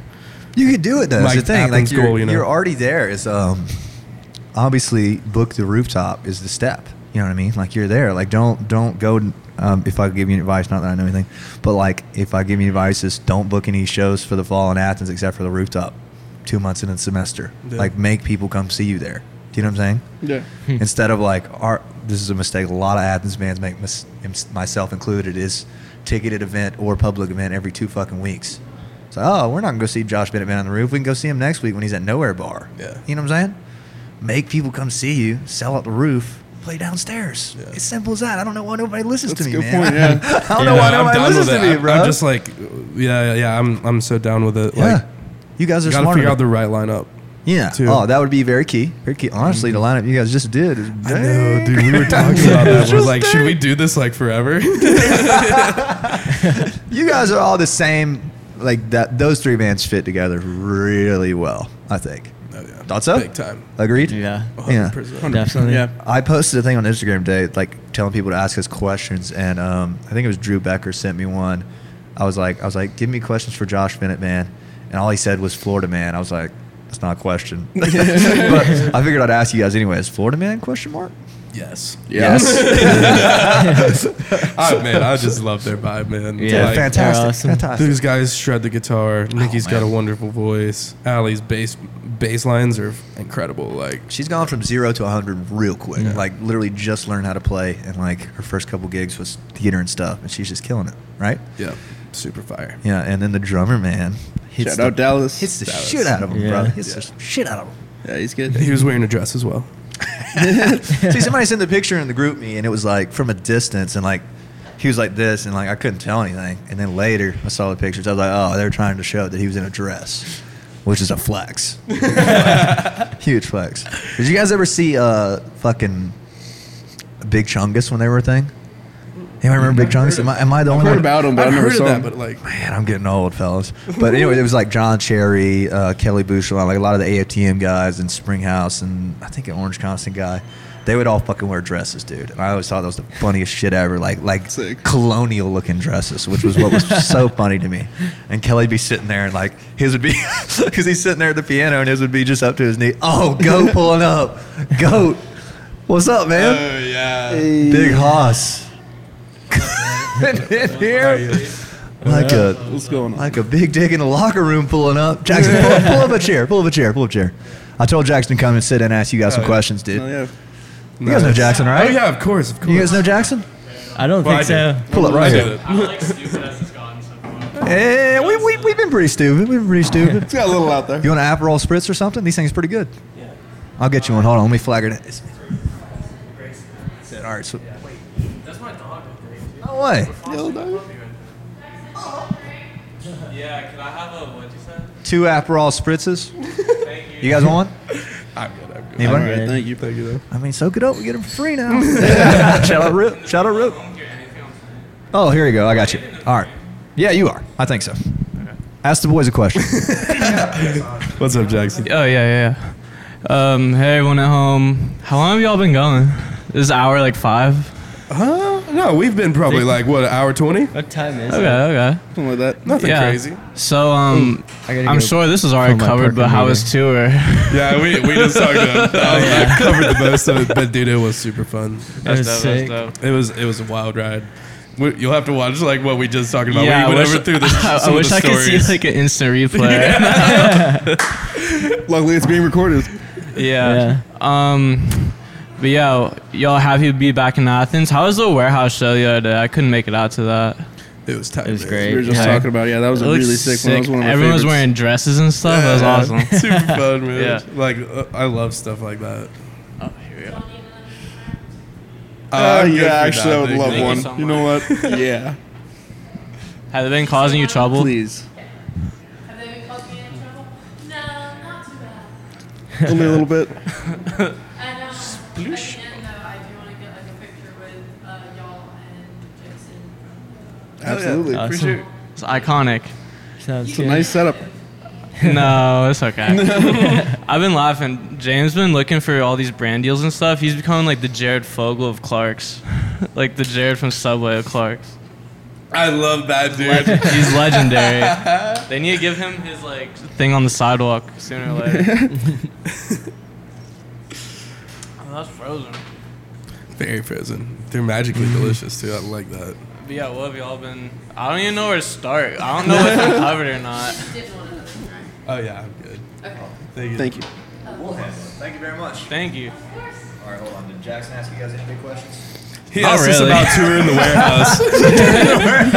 You could do it though. That's the Like thing. Like Athens you're, goal, you know? you're already there. Is um, obviously book the rooftop is the step. You know what I mean? Like you're there. Like don't don't go. Um, if I give you advice, not that I know anything, but like if I give you advice, is don't book any shows for the fall in Athens except for the rooftop. Two months in the semester, Yeah. like make people come see you there. Do you know what I'm saying? Yeah. Hmm. instead of like our this is a mistake a lot of athens bands make mis- ins- myself included is ticketed event or public event every two fucking weeks so oh we're not gonna go see josh bennett man on the roof we can go see him next week when he's at nowhere bar Yeah. you know what i'm saying make people come see you sell out the roof play downstairs Yeah. it's simple as that i don't know why nobody listens That's to me a good man *laughs* point. Yeah. i don't know Yeah, why I'm nobody down listens with to it. me I'm- bro I'm just like, yeah, yeah. I'm I'm so down with it. yeah Like, you guys are gotta smart figure enough. out the right lineup. yeah too. Mm-hmm. oh that would be very key very key honestly the lineup you guys just did is I know, dude. We were talking *laughs* about *laughs* that. We're like, should we do this like *laughs* forever? You guys are all the same. Like that, those three bands fit together really well. I think. Thought so? Big time. Agreed. yeah, Yeah. 100%. definitely. *laughs* Yeah. I posted a thing on Instagram today, like telling people to ask us questions, and um, I think it was Drew Becker sent me one. I was like, I was like, give me questions for Josh Bennett, man, and all he said was Florida man. I was like, that's not a *laughs* question, but I figured I'd ask you guys anyways. Florida man? Question mark. Yes. Yes. *laughs* *laughs* I, man, I just love their vibe, man. Yeah. Fantastic. Like, fantastic, awesome. fantastic. These guys shred the guitar. Nikki's got a man. wonderful voice. Allie's bass bass lines are incredible. Like She's gone from zero to 100 real quick. Like, literally just learned how to play. And, like, her first couple gigs was theater and stuff. And she's just killing it, right? yeah, super fire. Yeah. And then the drummer, man, hits Shout the, out Dallas. hits the Dallas. shit out of him, Yeah. brother. Hits Yeah. the shit out of him. yeah, he's *laughs* good. He was wearing a dress as well. See, somebody sent the picture in the group me, and it was like from a distance, and like he was like this, and like I couldn't tell anything. And then later, I saw the pictures. I was like, oh, they were trying to show that he was in a dress, which is a flex, *laughs* huge flex. Did you guys ever see uh fucking Big Chungus when they were a thing? Anyone remember Big Chungus? Am I, am I the I've only heard one? about him, but I've I never heard saw of that, him. but like, Man, I'm getting old, fellas. But anyway, it was like John Cherry, uh, Kelly Bouchelon, like a lot of the AFTM guys and Springhouse and I think an Orange Constant guy. They would all fucking wear dresses, dude. And I always thought that was the funniest shit ever. Like like Sick. colonial looking dresses, which was what was so funny to me. And Kelly'd be sitting there and like his would be *laughs* because he's sitting there at the piano and his would be just up to his knee. Oh, goat pulling up. Goat. What's up, man? Oh yeah. Big hoss. *laughs* in here, like a What's going on? like a big dick in the locker room pulling up. Jackson, pull, pull up a chair. Pull up a chair. Pull up a chair. I told Jackson to come and sit and ask you guys some yeah. questions, dude. Oh, yeah. You guys know Jackson, right? Oh yeah, of course, of course. You guys know Jackson? *laughs* I don't Well, think I so. Pull up right here. I'm like stupid as it's gone so far. Hey, we, we, we've been pretty stupid. We've been pretty stupid. It's got a little out there. You want an Aperol Spritz or something? These things pretty good. I'll get you one. Hold on. Let me flag it. It's- All right. So, That's my dog. no way. Yeah, can I have a, what'd you say? Two Aperol Spritzes. *laughs* Thank you. You guys want one? *laughs* I'm good. I'm good. Anybody? All right, thank you. Thank you, though. I mean, soak it up. We get them for free *laughs* now. *laughs* Shout out *laughs* Rip. Shout out Rip. Oh, here you go. I got you. All right. Yeah, you are. I think so. Ask the boys a question. *laughs* What's up, Jackson? Oh yeah, yeah, yeah. Um, hey everyone at home. How long have y'all been going? This is hour like five. Huh? No, we've been probably like what an hour twenty. What time is Okay, it? okay. Something like that. Nothing yeah. crazy. So um, I gotta I'm go sure this is already pull my covered, but how was tour? Yeah, we, we just talked *laughs* about. I Oh, covered the most of it, but dude, it was super fun. That was sick. It was it was a wild ride. We, you'll have to watch like what we just talked about. *laughs* yeah, we I went wish, over through the. I, some of wish the I could see stories. like an instant replay. *laughs* yeah. Luckily, it's being recorded. Um, but yeah, y'all happy to be back in Athens? How was the warehouse show the other day? I couldn't make it out to that. It was tight. It was man. great. We were just Yeah. talking about. Yeah, that was It a looked really sick, one. That was one of my Everyone was favorites. wearing dresses and stuff. that was Yeah, *laughs* awesome. super fun, man. Yeah. Like uh, I love stuff like that. Uh, Oh, I'm good yeah, for actually, that, I would dude. love Thank you one. so you know what? yeah. Have they been causing you trouble? Please. Have they been causing me any trouble? No, not too bad. Only a little bit. And um, at the end, though, I do want to get like a picture with uh, y'all and Jason from Oh, Absolutely. Awesome. It's iconic. Sounds It's a good. nice setup. *laughs* No, it's okay. I've been laughing. James been looking for all these brand deals and stuff. He's becoming like the Jared Fogle of Clark's, *laughs* like the Jared from Subway of Clark's. I love that dude. *laughs* Legend- He's legendary. They need to give him his like thing on the sidewalk sooner *laughs* or later. oh, that's frozen. Very frozen. They're magically delicious too. I like that. But yeah, what have y'all been? I don't even know where to start. I don't know if I'm covered or not. You did one of them, right? Oh yeah, I'm good. Okay. Thank you. Thank you. Thank you very much. Thank you. All right, hold on. Did Jackson ask you guys any big questions? He Not asked really. us about tour in the warehouse.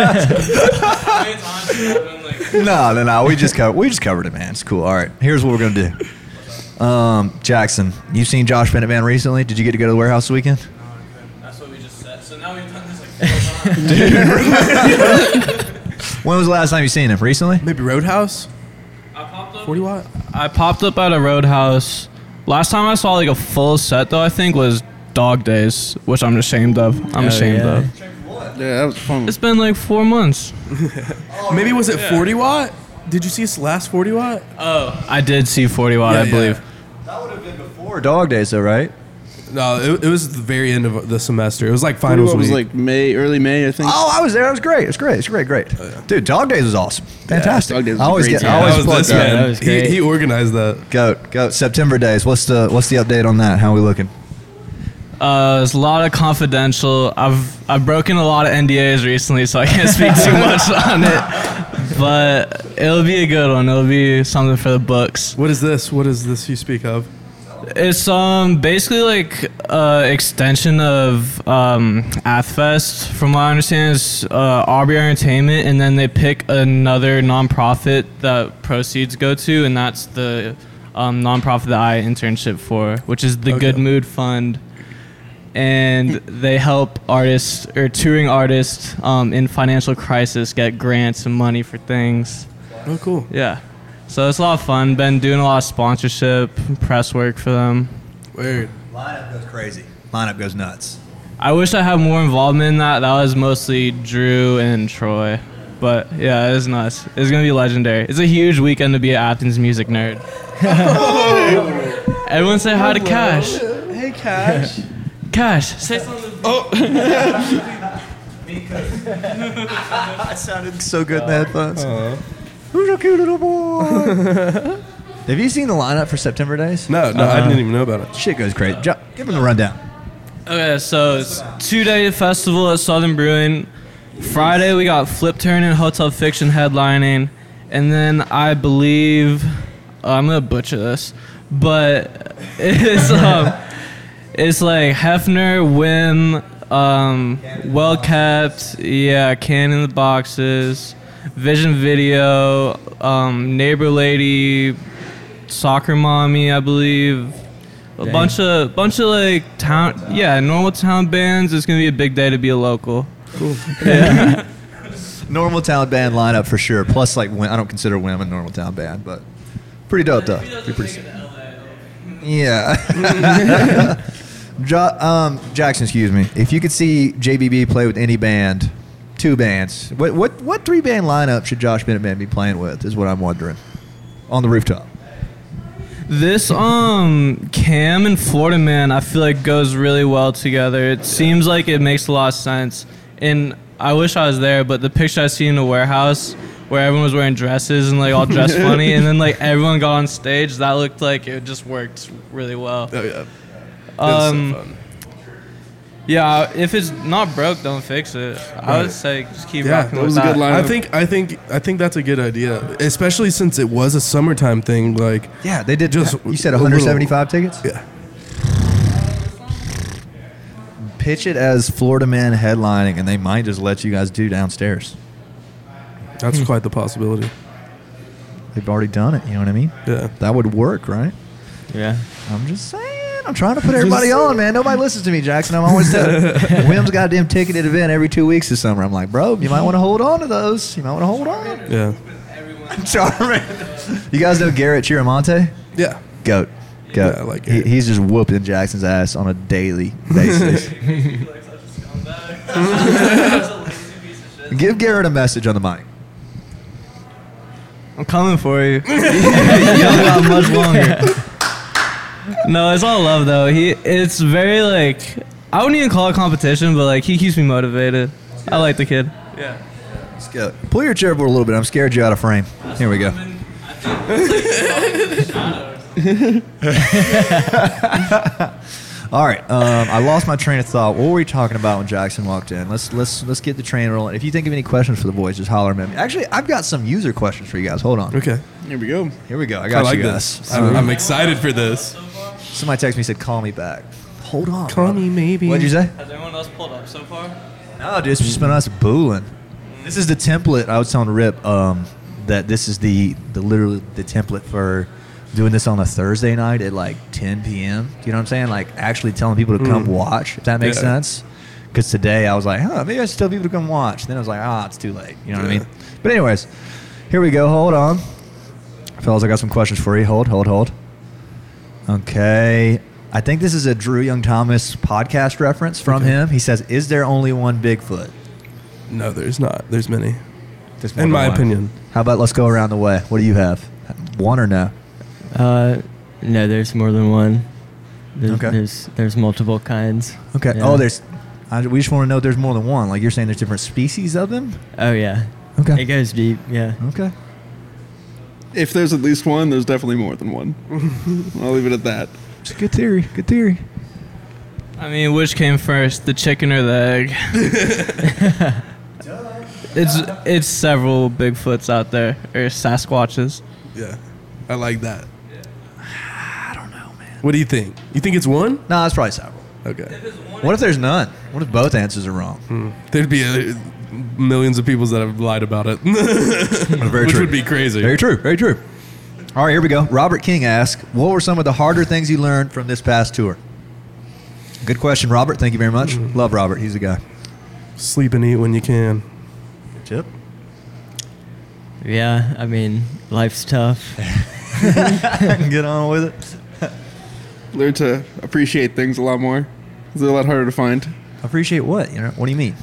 I mean, it's honestly, I've been, like, No, no, no. We just covered. We just covered it, man. It's cool. All right. Here's what we're gonna do. Um, Jackson, you've seen Josh Bennett Van recently. Did you get to go to the warehouse this weekend? That's what we just said. So now we've done this like four *laughs* times. When was the last time you seen him? Recently? *laughs* Maybe Roadhouse. I popped up. Forty watt. I popped up at a roadhouse. Last time I saw like a full set though, I think was Dog Days, which I'm ashamed of. I'm Oh, ashamed yeah. of. Yeah, that was fun. It's been like four months. Oh, Maybe was it forty watt? Did you see us last forty watt? Oh, I did see 40 watt, Yeah, I believe. That would have been before Dog Days, though, right? No, it, it was the very end of the semester. It was like It finals was week. like May, early May, I think. Oh, I was there. It was great. It was great. It's great. Great. Dude, Dog Days was awesome. Fantastic. Dog Days was I always a great get. time. I That always was plug this that. man. man. That was great. He, he organized that. Goat, goat. September days. What's the what's the update on that? How we looking? Uh, there's a lot of confidential. I've I've broken a lot of NDAs recently, so *laughs* I can't speak too much on it. But it'll be a good one. It'll be something for the books. What is this? What is this you speak of? It's um basically like uh extension of um Athfest from what I understand is uh Aubrey Entertainment and then they pick another nonprofit that proceeds go to and that's the um nonprofit that I internship for, which is the Okay. Good Mood Fund. and they help artists or touring artists um, in financial crisis get grants and money for things. Oh, cool. Yeah. So it's a lot of fun. Been doing a lot of sponsorship, press work for them. Weird. Lineup goes crazy. Lineup goes nuts. I wish I had more involvement in that. That was mostly Drew and Troy. But yeah, it was nuts. It's going to be legendary. It's a huge weekend to be an Athens music nerd. Everyone say hi to Cash. Hey, Cash. Cash, say something. That sounded so good in the headphones. Who's a cute little boy? Have you seen the lineup for September days? No, no, I didn't even know about it. Shit goes crazy. Jo- give him the rundown. Okay, so it's two day festival at Southern Brewing. Friday we got Flip Turn and Hotel Fiction headlining, and then I believe oh, I'm gonna butcher this, but *laughs* it's um, it's like Hefner, Wim, um, Well Kept, yeah, Can in the Boxes, Vision Video, um, Neighbor Lady, Soccer Mommy, I believe. A Dang. bunch of bunch of like town, yeah, normal town bands. It's gonna be a big day to be a local. Normal town band lineup for sure. Plus, like, Wim- I don't consider Wham a normal town band, but pretty dope though. Be pretty sick. Yeah. *laughs* jo- um, Jackson, excuse me. If you could see JBB play with any band, two bands, what what what three band lineup should Josh Bennett Band be playing with? Is what I'm wondering. On the rooftop. *laughs* This um Cam and Florida Man, I feel like goes really well together. It seems like it makes a lot of sense. And I wish I was there, but the picture I see in the warehouse where everyone was wearing dresses and like all *laughs* dressed funny, and then like everyone got on stage, that looked like it just worked really well. Oh, yeah. That's Um, so fun. Yeah, if it's not broke, don't fix it. I would Right. say just keep Yeah, rocking that with was a that. good line. I think, I think, I think that's a good idea, especially since it was a summertime thing. Like, Yeah, they did. Just you said a little- 175 tickets. yeah, Pitch it as Florida Man headlining, and they might just let you guys do downstairs. that's quite the possibility. They've already done it. You know what I mean? Yeah. That would work, right? Yeah. I'm just saying. I'm trying to put everybody on, man. Nobody listens to me, Jackson. I'm always telling *laughs* Wim's goddamn ticketed event every two weeks this summer. I'm like, bro, you might want to hold on to those. You might want to hold on. *laughs* Yeah. Charmin. You guys know Garrett Chiramonte? Yeah. Goat. Goat. Yeah, I like he, Garrett. he's just whooping Jackson's ass on a *laughs* daily basis. Give Garrett a message on the mic. I'm coming for you. you don't got much longer. No, it's all love though. He, it's very like I wouldn't even call it competition, but like he keeps me motivated. I like the kid. Let's go. Pull your chair forward a little bit. I'm scared you out of frame. Here *laughs* we go. All right. Um, I lost my train of thought. What were we talking about when Jackson walked in? Let's let's let's get the train rolling. If you think of any questions for the boys, just holler 'em at me. Actually, I've got some user questions for you guys. Hold on. Okay. Here we go. Here we go. I got I like you guys. this. I'm, I'm excited for this. Somebody texted me said, "Call me back." Hold on. Call me maybe. What'd you say? Has anyone else pulled up so far? No, dude, it's just been us booling. This is the template. I was telling Rip um, that this is the the literally the template for doing this on a Thursday night at like 10 p.m. Do you know what I'm saying? Like actually telling people to come watch, if that makes Mm. Yeah. sense. Because today I was like, huh, maybe I should tell people to come watch. Then I was like, ah, it's too late. You know what I Yeah. mean? But anyways, here we go. Hold on, fellas. I got some questions for you. Hold, hold, hold. Okay. I think this is a Drew Young Thomas podcast reference from him. He says, Is there only one Bigfoot? No, there's not. There's many. There's more In than my one. opinion. How about let's go around the way? What do you have? One or no? Uh, no, there's more than one. There's, Okay. There's there's multiple kinds. Okay. Yeah. Oh, there's. I, we just want to know if there's more than one. Like you're saying there's different species of them? Oh yeah. Okay. It goes deep. Yeah. Okay. If there's at least one, there's definitely more than one. I'll leave it at that. It's a good theory. Good theory. I mean, which came first, the chicken or the egg? it's it's several Bigfoots out there or Sasquatches. Yeah. I like that. I don't know, man. What do you think? You think it's one? No, it's probably several. Okay. What if there's none? What if both answers are wrong? There'd be uh millions of people that have lied about it, *laughs* Very which true. would be crazy. Very true. Very true. All right, here we go. Robert King asks, "What were some of the harder things you learned from this past tour?" Good question, Robert. Thank you very much. Mm-hmm. Love Robert. He's a guy. Sleep and eat when you can. Good *laughs* tip. Yeah, I mean, life's tough. Get on with it. Learn to appreciate things a lot more. They're a lot harder to find. Appreciate what? You know, what do you mean?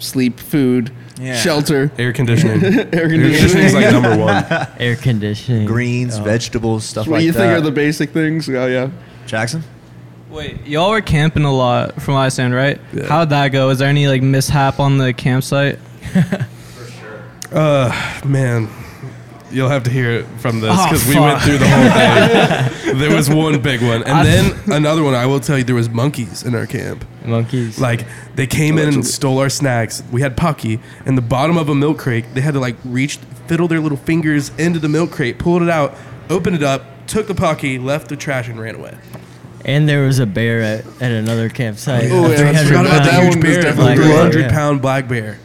Sleep, food, Yeah. shelter, *laughs* Air conditioning. *laughs* Air air conditioning conditioning. is *laughs* like number one. Air conditioning. Greens, Oh. vegetables, stuff Uh, what like do you that. think are the basic things? Oh yeah. Jackson? Wait, y'all were camping a lot from last end, right? Yeah. How'd that go? Is there any like mishap on the campsite? Uh, man, you'll have to hear it from this Oh, because we fuck. went through the whole *laughs* thing. there was one big one, and then another one. I will tell you, there was monkeys in our camp. Monkeys. Like they came in and stole our snacks. We had Pocky in the bottom of a milk crate. They had to like reach, fiddle their little fingers into the milk crate, pulled it out, opened it up, took the Pocky, left the trash, and ran away. and there was a bear at, at another campsite. Oh, yeah, I I 300 forgot about pound the one huge was bear, definitely the black bear, 300 yeah. pound black bear,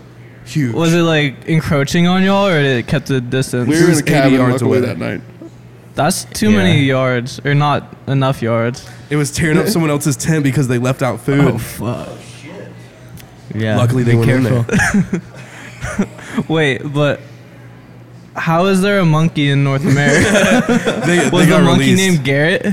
huge. Was it like encroaching on y'all or did it kept the distance? We were in was a 80 cabin yards luckily away. that night. That's too Yeah. many yards or not enough yards. It was tearing up someone else's tent because they left out food. Oh, Yeah. Luckily, they be went in there. Wait, but how is there a monkey in *laughs* North America? They, they Was the got monkey released. named Garrett?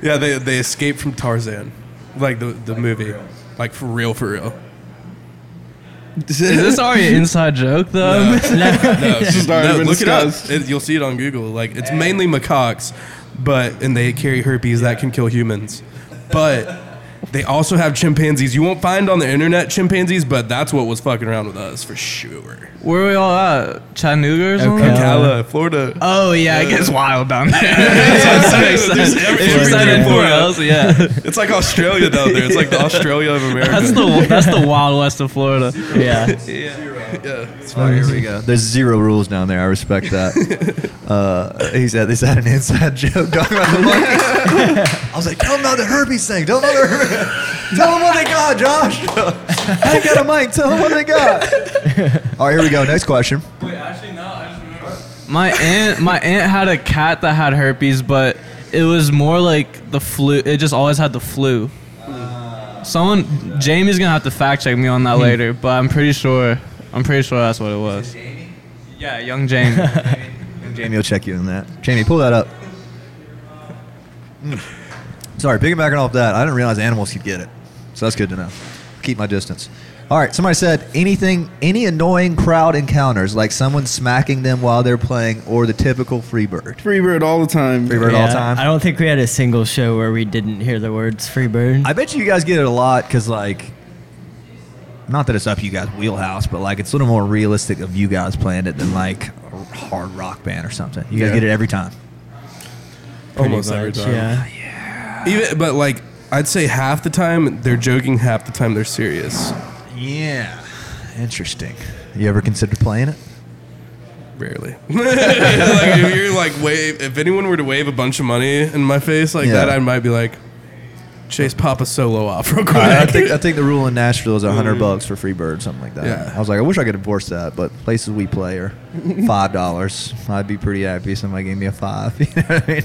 Yeah, they they escaped from Tarzan, like the the movie, like for real, for *laughs* real. *laughs* Is this already an inside joke though? No, no, is already no, been look it up. discussed. It- you'll see it on Google. Like it's mainly macaques, but and they carry herpes that can kill humans, but. They also have chimpanzees. You won't find on the internet chimpanzees, but that's what was fucking around with us for sure. *laughs* Where are we all at? Chattanooga or something? Okay. Ocala, Florida. Oh yeah, it gets wild down there. *laughs* There's everything in Florida. yeah. It's like Australia down there. It's like *laughs* the Australia of America. That's the that's the wild west of Florida. *laughs* Yeah. yeah, it's Oh, here we go. There's zero rules down there. I respect that. uh, he said, is that an inside joke? *laughs* Talking about the monkeys. I was like, tell him about the herpes thing. Tell him about the herpes. Tell him what they got, Josh. I ain't got a mic. Tell him what they got. All right, here we go. Next question. Wait, actually no, I just remember. My aunt my aunt had a cat that had herpes, but it was more like the flu. It just always had the flu. Someone Jamie's gonna have to fact check me on that later, but I'm pretty sure I'm pretty sure that's what it was. Yeah, young Jamie. Jamie will check you on that. Jamie, pull that up. Mm. Sorry, piggybacking off that, I didn't realize animals could get it. So that's good to know. Keep my distance. All right, somebody said anything, any annoying crowd encounters, like someone smacking them while they're playing, or the typical Freebird. Free bird all the time. Freebird all Yeah, time. I don't think we had a single show where we didn't hear the words free bird. I bet you guys get it a lot because, like, not that it's up you guys' wheelhouse, but like it's a little more realistic of you guys playing it than like a hard rock band or something. You guys Yeah. get it every time. pretty almost every much, time. Yeah. Even, but like, I'd say half the time they're joking, half the time they're serious. Yeah. Interesting. You ever considered playing it? Rarely. *laughs* like, if you're like wave, if anyone were to wave a bunch of money in my face like Yeah. that, I might be like, Chase Papa solo off real *laughs* quick. I think I think the rule in Nashville is hundred bucks for free bird, something like that. Yeah. I was like, I wish I could enforce that, but places we play *laughs* are five dollars. I'd be pretty happy if somebody gave me a five. *laughs* You know what I mean?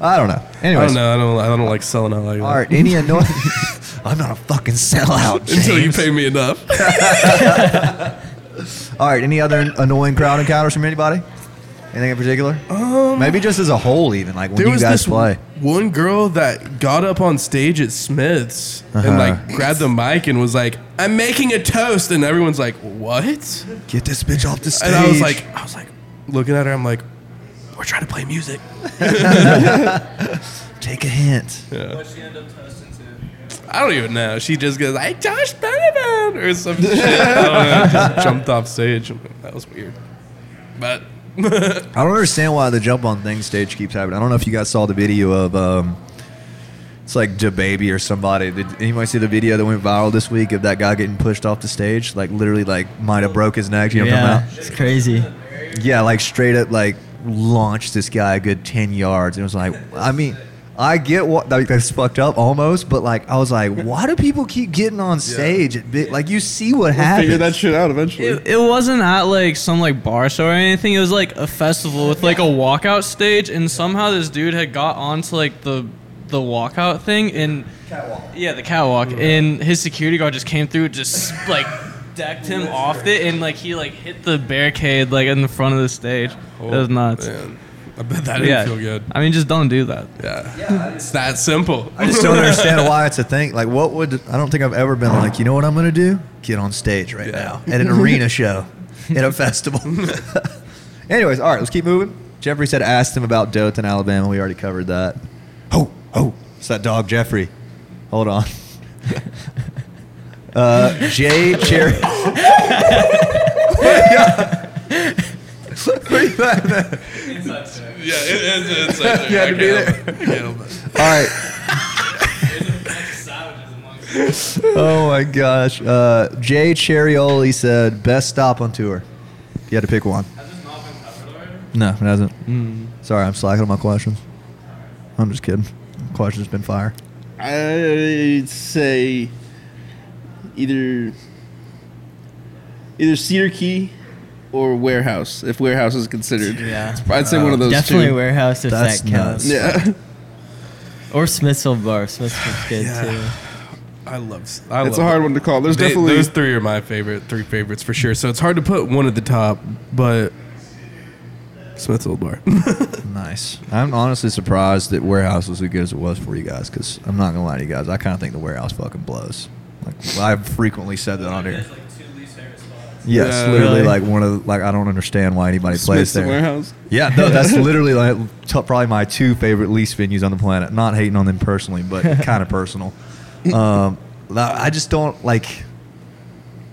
I don't know. *laughs* I Anyways, don't know. I don't. I don't like selling out like that. all right. *laughs* Any annoying? I'm not a fucking *laughs* sellout. *laughs* Until you James. pay me enough. All right. Any other annoying crowd encounters from anybody? Anything in particular? Maybe just as a whole, even like when you guys play. one girl that got up on stage at Smith's Uh-huh. and like grabbed the mic and was like, "I'm making a toast," and everyone's like, "What?" Get this bitch off the stage. And I was like, I was like, looking at her, I'm like, "We're trying to play music." take a hint. I don't even know. She just goes, "I Josh Benneman" or some shit. I don't know. *laughs* Just jumped off stage. That was weird. But I don't understand why the jump on thing stage keeps happening. I don't know if you guys saw the video of um, it's like DaBaby or somebody. Did anybody see the video that went viral this week of that guy getting pushed off the stage? Like literally, like might have broke his neck. You know what I'm Yeah. talking It's crazy. about? Yeah, like straight up, like launched this guy a good ten yards. It was like, I mean, I get what like, that's fucked up almost, but like I was like, why do people keep getting on stage? At big, like you see what happens. Figure that shit out eventually. It, it wasn't at like some like bar show or anything. It was like a festival with like a walkout stage, and somehow this dude had got onto like the the walkout thing and catwalk. Mm-hmm. Yeah, the catwalk, and his security guard just came through, just *laughs* like decked him off it, and like he like hit the barricade like in the front of the stage. It was nuts. Man. I bet that didn't yeah, feel good. I mean, just don't do that. Yeah. it's that simple. I just *laughs* don't understand why it's a thing. Like, what would I don't think I've ever been like, you know what I'm gonna do? Get on stage right Yeah. now at an arena show, at a *laughs* festival. Anyways, all right, let's keep moving. Jeffrey said, asked him about Doth in Alabama. We already covered that. Ho, ho. It's that dog, Jeffrey. Hold on. *laughs* uh, Jay Cherry. Where you at, man? *laughs* Yeah, it, it, it's *laughs* like You had to be there. All right. oh my gosh. Uh, Jay Cherrioli said, best stop on tour. If You had to pick one. No, it hasn't. Sorry, I'm slacking on my questions. I'm just kidding. Questions been fire. I'd say either either Cedar Key or Warehouse, if Warehouse is considered. Yeah. Uh, I'd say one of those Definitely two. warehouse if That's that counts. nuts. yeah, Or Smithsville Bar. Smithsville's good too. I love. *laughs* I it's love a hard one to call. There's They- definitely those three are my favorite three favorites for sure. So it's hard to put one at the top, but Smithfield Bar. Nice. I'm honestly surprised that Warehouse was as good as it was for you guys because I'm not going to lie to you guys. I kind of think the Warehouse fucking blows. Like, I've frequently said that on here. Yes, Yeah. literally Really? like one of the, like I don't understand why anybody plays Smith's and there. Warehouse. Yeah, no, that's literally like t- probably my two favorite least venues on the planet. Not hating on them personally, but kind of personal. Um, I I just don't like.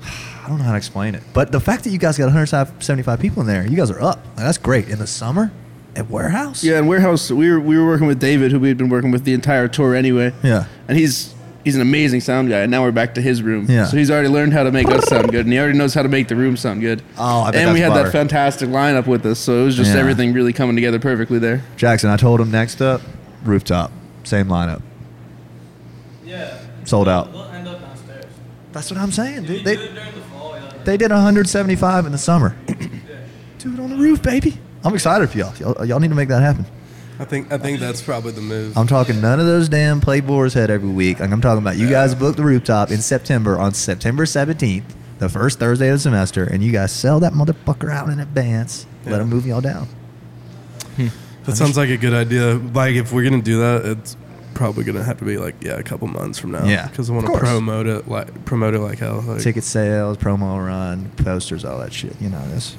I don't know how to explain it, but the fact that you guys got 175 people in there, you guys are up. Like, that's great in the summer at warehouse. Yeah, and Warehouse. We were we were working with David, who we had been working with the entire tour anyway. yeah. and he's he's an amazing sound guy. And now we're back to his room. Yeah. So he's already learned how to make us sound good, and he already knows how to make the room sound good. Oh, I bet and that's we had fire. that fantastic lineup with us, so it was just Yeah. everything really coming together perfectly there. Jackson, I told him next up, rooftop, same lineup, Yeah. sold out. They'll end up downstairs. That's what I'm saying, dude. They, during the fall, They did 175 in the summer. *clears throat* Do it on the roof, baby. I'm excited for y'all. y'all. Y'all need to make that happen. I think I think that's probably the move. I'm talking none of those damn play boar's head every week. Like I'm talking about you guys book the rooftop in September on September 17th, the first Thursday of the semester, and you guys sell that motherfucker out in advance. Let Yeah. them move y'all down. That sounds like a good idea. Like if we're gonna do that, it's probably gonna have to be like yeah, a couple months from now. Yeah. because I want Of to course. promote it like promote it like hell. Like, Ticket sales, promo run, posters, all that shit. You know this.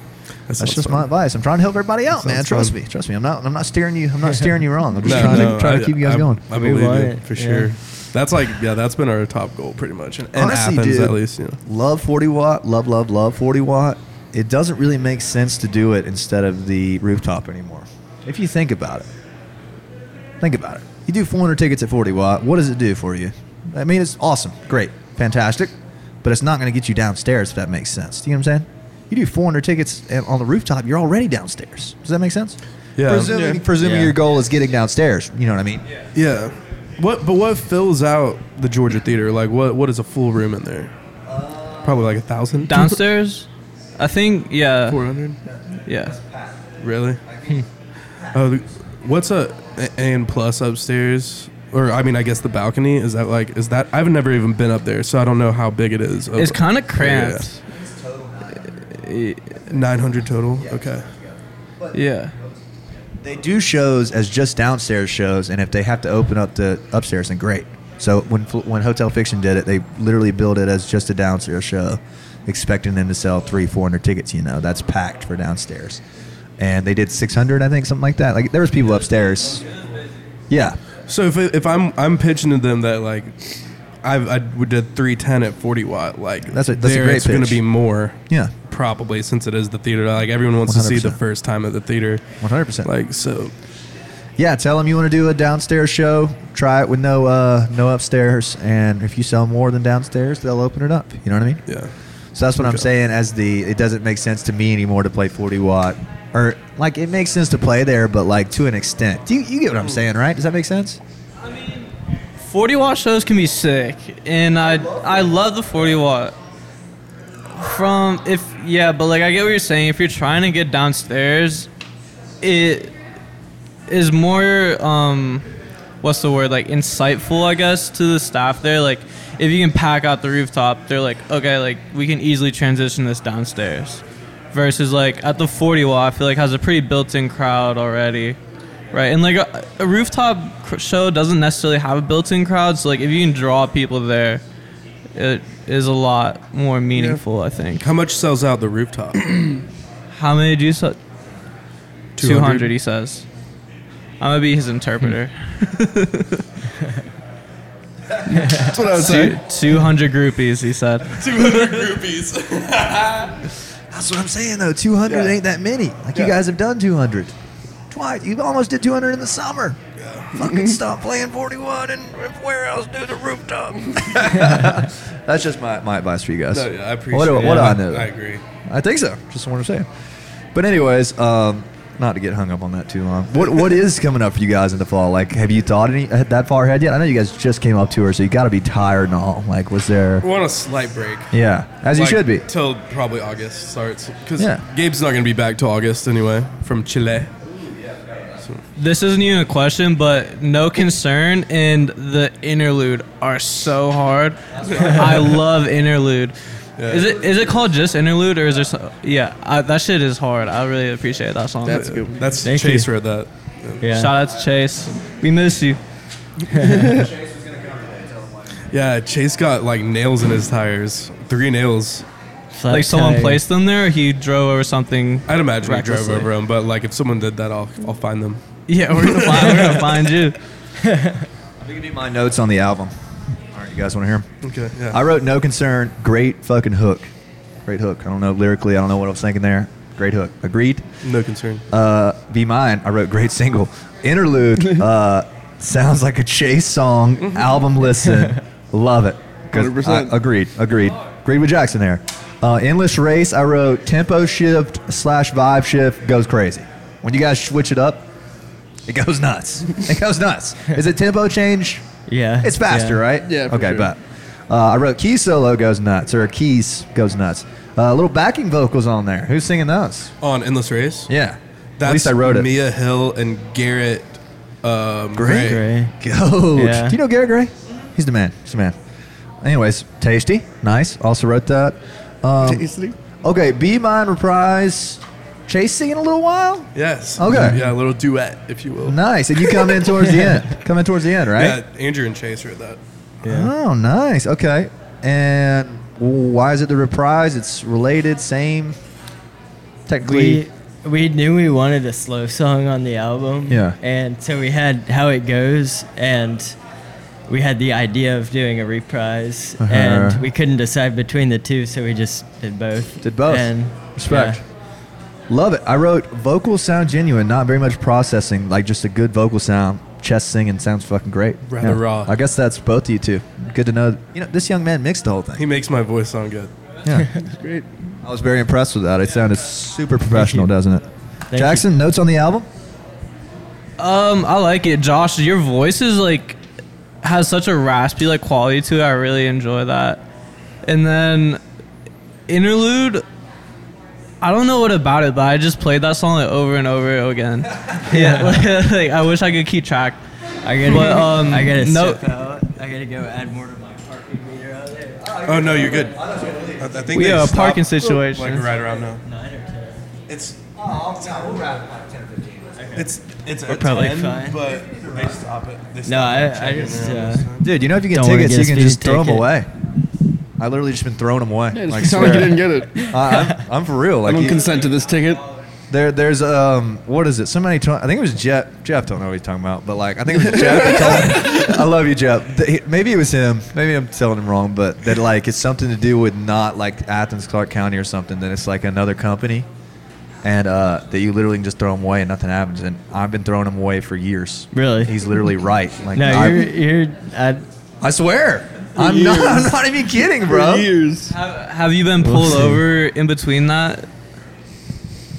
that sounds That's just fun. my advice. I'm trying to help everybody out, That man. sounds Trust fun. me. Trust me. I'm not. I'm not steering you. I'm *laughs* not steering you wrong. I'm just No, trying no, to try to I- keep you guys I- going. I believe want you it, for yeah. sure. That's like yeah, that's been our top goal pretty much. In, in Honestly, Athens dude, at least, you know. love 40 watt, love, love, love 40 watt. It doesn't really make sense to do it instead of the rooftop anymore. If you think about it, think about it. You do 400 tickets at 40 watt. What does it do for you? I mean, it's awesome, great, fantastic, but it's not going to get you downstairs if that makes sense. Do you know what I'm saying? You do 400 tickets at- on the rooftop, you're already downstairs. Does that make sense? Yeah. Presuming, presuming Yeah. your goal is getting downstairs. You know what I mean? Yeah. Yeah. What but what fills out the Georgia Theater? Like what what is a full room in there? Probably like a thousand. Downstairs? I think, yeah. Four hundred. Yeah. Really? Oh, the- what's a a- and plus upstairs? Or I mean, I guess the balcony is that like is that I've never even been up there, so I don't know how big it is. It's kind of cramped. Nine hundred total. Okay. Yeah. They do shows as just downstairs shows, and if they have to open up the upstairs, then great. So when Fl- when Hotel Fiction did it, they literally billed it as just a downstairs show, expecting them to sell three, four hundred tickets. You know, that's packed for downstairs, and they did six hundred, I think, something like that. Like there was people upstairs. Yeah, So if if I'm I'm pitching to them that like I've, I would did three ten at forty watt like That's a- that's a there great it's going pitch. to be more yeah, probably since it is the theater like everyone wants to see the 100%. first time at the theater one hundred percent. like so Yeah, tell them you want to do a downstairs show. Try it with no uh, no upstairs, and if you sell more than downstairs, they'll open it up. You know what I mean? yeah So that's what I'm Okay. saying. As the, it doesn't make sense to me anymore to play 40 watt, or like it makes sense to play there, but like to an extent. Do you, you get what I'm saying, right? Does that make sense? I mean, 40 watt shows can be sick, and I I love the 40 watt. From if yeah, but like I get what you're saying. If you're trying to get downstairs, it is more um, what's the word like insightful, I guess, to the staff there. Like if you can pack out the rooftop, they're like, okay, like we can easily transition this downstairs. Versus like at the 40 watt, I feel like has a pretty built-in crowd already. Right, and like a, a rooftop cr- show doesn't necessarily have a built-in crowd, so like if you can draw people there, it is a lot more meaningful, I think. How much sells out *coughs* the rooftop? How many do you sell? 200. he says. I'm gonna be his interpreter. That's what I was Two, saying. 200 groupies, he said. That's what I'm saying though. 200 Yeah. ain't that many. Like you Yeah. guys have done 200 twice. You almost did 200 in the summer. Fucking stop playing 41 and where else do the rooftop? *laughs* That's just my, my advice for you guys. No, yeah, I appreciate what, do- it. What do I know? I agree. I think so. Just what I'm saying. But anyways, um, not to get hung up on that too long. What what is coming up for you guys in the fall? Like, have you thought any that far ahead yet? I know you guys just came up to her, so you got to be tired and all. Like, was there? We're on a slight break. Yeah, as you Like, should be. Till probably August starts. Because Yeah. Gabe's not going to be back till August anyway from Chile. This isn't even a question, but no concern and the interlude are so hard. I love interlude. Is it is it called just interlude or is there? Some, yeah, I, that shit is hard. I really appreciate that song. That's good. That's Thank Chase you. read that. Yeah. Shout out to Chase. We miss you. Yeah, Chase got like nails in his tires. Three nails. Flat like someone tire. placed them there, or he drove over something. I'd imagine he drove Recklessly. over them, but like if someone did that, I'll, I'll find them. Yeah, we're gonna find, we're gonna find you. We can do my notes on the album. All right, you guys want to hear 'em? Okay. Yeah. I wrote No Concern. Great fucking hook. Great hook. I don't know lyrically. I don't know what I was thinking there. Great hook. Agreed. no concern. Uh, Be Mine. I wrote great single. *laughs* Interlude. Uh, sounds like a chase song. Album *laughs* listen. Love it. 'Cause Mm-hmm. 100%. I- agreed. Agreed. Agreed with Jackson there. Uh, Endless Race. I wrote tempo shift slash vibe shift goes crazy. When you guys switch it up, it goes nuts. It goes nuts. Is it tempo change? Yeah. It's faster, yeah. right? Yeah, for okay, sure. but uh, I wrote keys solo goes nuts or keys goes nuts. Uh, little backing vocals on there. Who's singing those? On Endless Race? Yeah. That's At least I wrote it. Mia Hill and Garrett um, Gray? Gray. Gray. Go. Yeah. Do you know Gary Gray? He's the man. He's the man. Anyways, tasty, nice. Also wrote that. Um, Tasty. okay, be mine reprise. Chase singing a little while. Yes. Okay. Yeah, a little duet, if you will. Nice, and you come in towards *laughs* the end. Come in towards the end, right? Yeah, Andrew and Chase read that. Yeah. Oh, nice. Okay. And why is it the reprise? It's related, same. Technically, We we knew we wanted a slow song on the album. Yeah. And so we had how it goes and we had the idea of doing a reprise Uh-huh. and we couldn't decide between the two so we just did both. Did both. And Respect. yeah. love it. I wrote vocals sound genuine, not very much processing, like just a good vocal sound. Chest singing sounds fucking great. Rather raw. I guess that's both of you two. Good to know. You know, this young man mixed the whole He thing. makes my voice sound good. Yeah. Great. I was very impressed with that. It sounded super professional, you. doesn't it? you. Jackson, notes on the album? Um, I like it, Josh. Your voice is like has such a raspy like quality to it. I really enjoy that. And then interlude. I don't know what about it, but I just played that song like, over and over again. *laughs* yeah, *laughs* like I wish I could keep track. I gotta But, um, I gotta no- step out. I gotta go add more to my parking meter out there. Oh, no, you're good. I I think We they have a stopped, parking situation. Like right around now. It's. It's it's a probably 10, fine. but they stop it. They stop No, I- it I checking just, in. uh, Dude, you know if you get Don't wanna tickets, get you a can just speeding throw them ticket. away. I literally just been throwing them away. Yeah, Like, it sounded like you swear. didn't get it. *laughs* I, I'm, I'm for real. I Like don't you- consent to this ticket. there, there's um, what is it? Somebody, t- I think it was Jeff. Jeff don't know what he's talking about, but like I think it was Jeff. that told- I love you, Jeff. Th- he- Maybe it was him. Maybe I'm telling him wrong, but that like it's something to do with not like Athens, Clark County, or something. That it's like another company, and uh, that you literally can just throw them away and nothing happens. And I've been throwing them away for years. Really? He's literally right. Like No, I, you're you're I, I swear. I'm not, I'm not even kidding, bro. For years. Have, have you been We'll pulled see. over in between that? *laughs*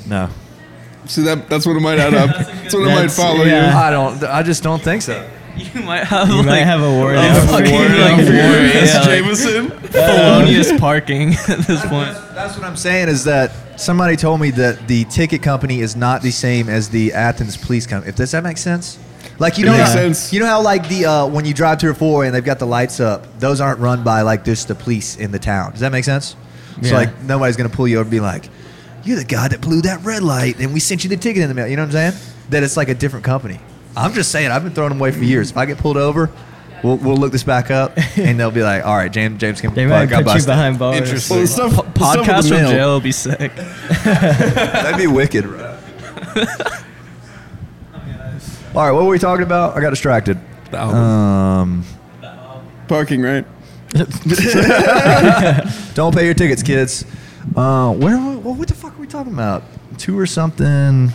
No. *laughs* See that? That's what it might add up. That's what it might That's- follow yeah. you. I don't. I just don't think so. You might have You like might *laughs* have a warrant a out for fucking, you. like, Yeah, yeah, like, Jameson. felonious parking *laughs* at this point. That's, that's what I'm saying is that somebody told me that the ticket company is not the same as the Athens police company. If does that make sense? Like you It know, makes how, sense. you know how like the uh, when you drive through a four and they've got the lights up, those aren't run by like just the police in the town. Does that make sense? So Yeah. like nobody's gonna pull you over and be like, "You're the guy that blew that red light and we sent you the ticket in the mail." You know what I'm saying? That it's like a different company. I'm just saying I've been throwing them away for years. If I get pulled over. We'll, we'll look this back *laughs* up, and they'll be like, "All right, James, James can *laughs* They might got put you busted." behind bars. Interesting. Well, stuff, Podcast from jail will be sick. That'd be wicked, bro. All right, what were we talking about? I got distracted. The album. Um, Parking, right? don't pay your tickets, kids. Uh, where? What, what the fuck are we talking about? Two or something?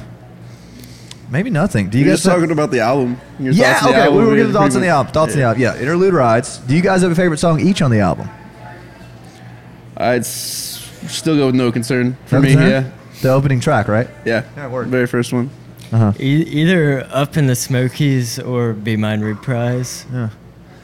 Maybe nothing. Do you You're guys just talking about the album. Your Yeah. thoughts on the Okay. album, we were yeah, getting thoughts on the pretty album. much. Thoughts on the album. Yeah. Interlude rides. Do you guys have a favorite song each on the album? I'd s- still go with no concern for That me. was her? Yeah, The opening track, right? yeah. Yeah, it worked. Very first one. E- either up in the Smokies or Be Mine Reprise.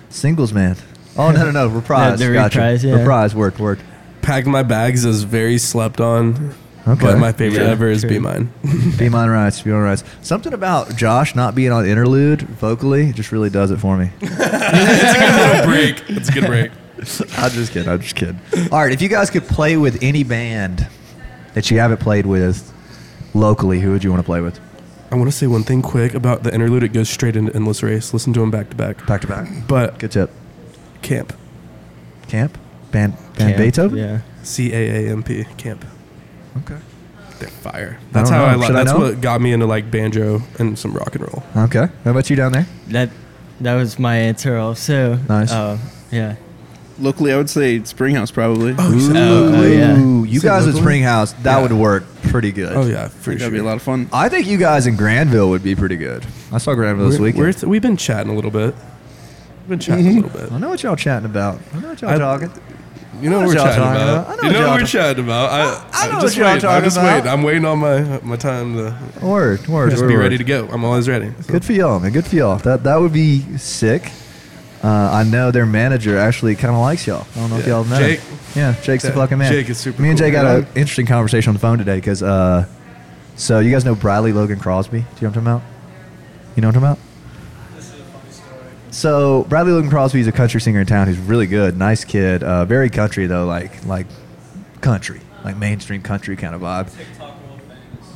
Singles, man. Oh no, no, *laughs* no. Reprise. the gotcha. reprise, yeah. Reprise. Worked. Worked. Pack My Bags is very slept on. Okay. But my favorite Yeah, ever is true. Be Mine. *laughs* Be mine rights, be mine rights. Something about Josh not being on interlude vocally just really does it for me. *laughs* break. It's a good break. I'm just kidding. I'm just kidding. All right, if you guys could play with any band that you haven't played with locally, who would you want to play with? I want to say one thing quick about the interlude. It goes straight into Endless Race. Listen to them back to back. Back to back. But Good tip. Camp. Camp? Band, band Camp, Beethoven? Yeah. C A A M P. Camp. Okay. They're fire. That's don't how know. I like. Should I That's know? what got me into like banjo and some rock and roll. Okay. How about you down there? That that was my answer also. Nice. Oh, yeah. Locally, I would say Springhouse probably. Oh, Oh, uh, locally, yeah. you Say guys at locally? Springhouse, that Yeah. would work pretty good. Oh yeah, for That'd sure. be a lot of fun. I think you guys in Granville would be pretty good. I saw Granville this We're, weekend. we're th- we've been chatting a little bit. We've been chatting a little I *laughs* bit. know what y'all chatting about. I know what y'all I- talking. You know I know what what we're y'all chatting talking about. about. I know You what know y'all what we're ta- chatting about. I, I know I'm what just y'all waiting. I'm talking just about. waiting. I'm waiting on my my time to Word, word, just word, be word. ready to go. I'm always ready. So- Good for y'all, man. Good for y'all. That that would be sick. Uh, I know their manager actually kind of likes y'all. I don't know if Yeah. y'all know. Jake. Yeah, Jake's the Yeah, fucking man. Jake is super Me and cool. Jake had an Yeah. interesting conversation on the phone today because, uh, so you guys know Bradley Logan Crosby? Do you know what I'm talking about? You know what I'm talking about? So Bradley Logan Crosby is a country singer in town. He's really good, nice kid. Uh, very country though, like like country, like mainstream country kind of vibe.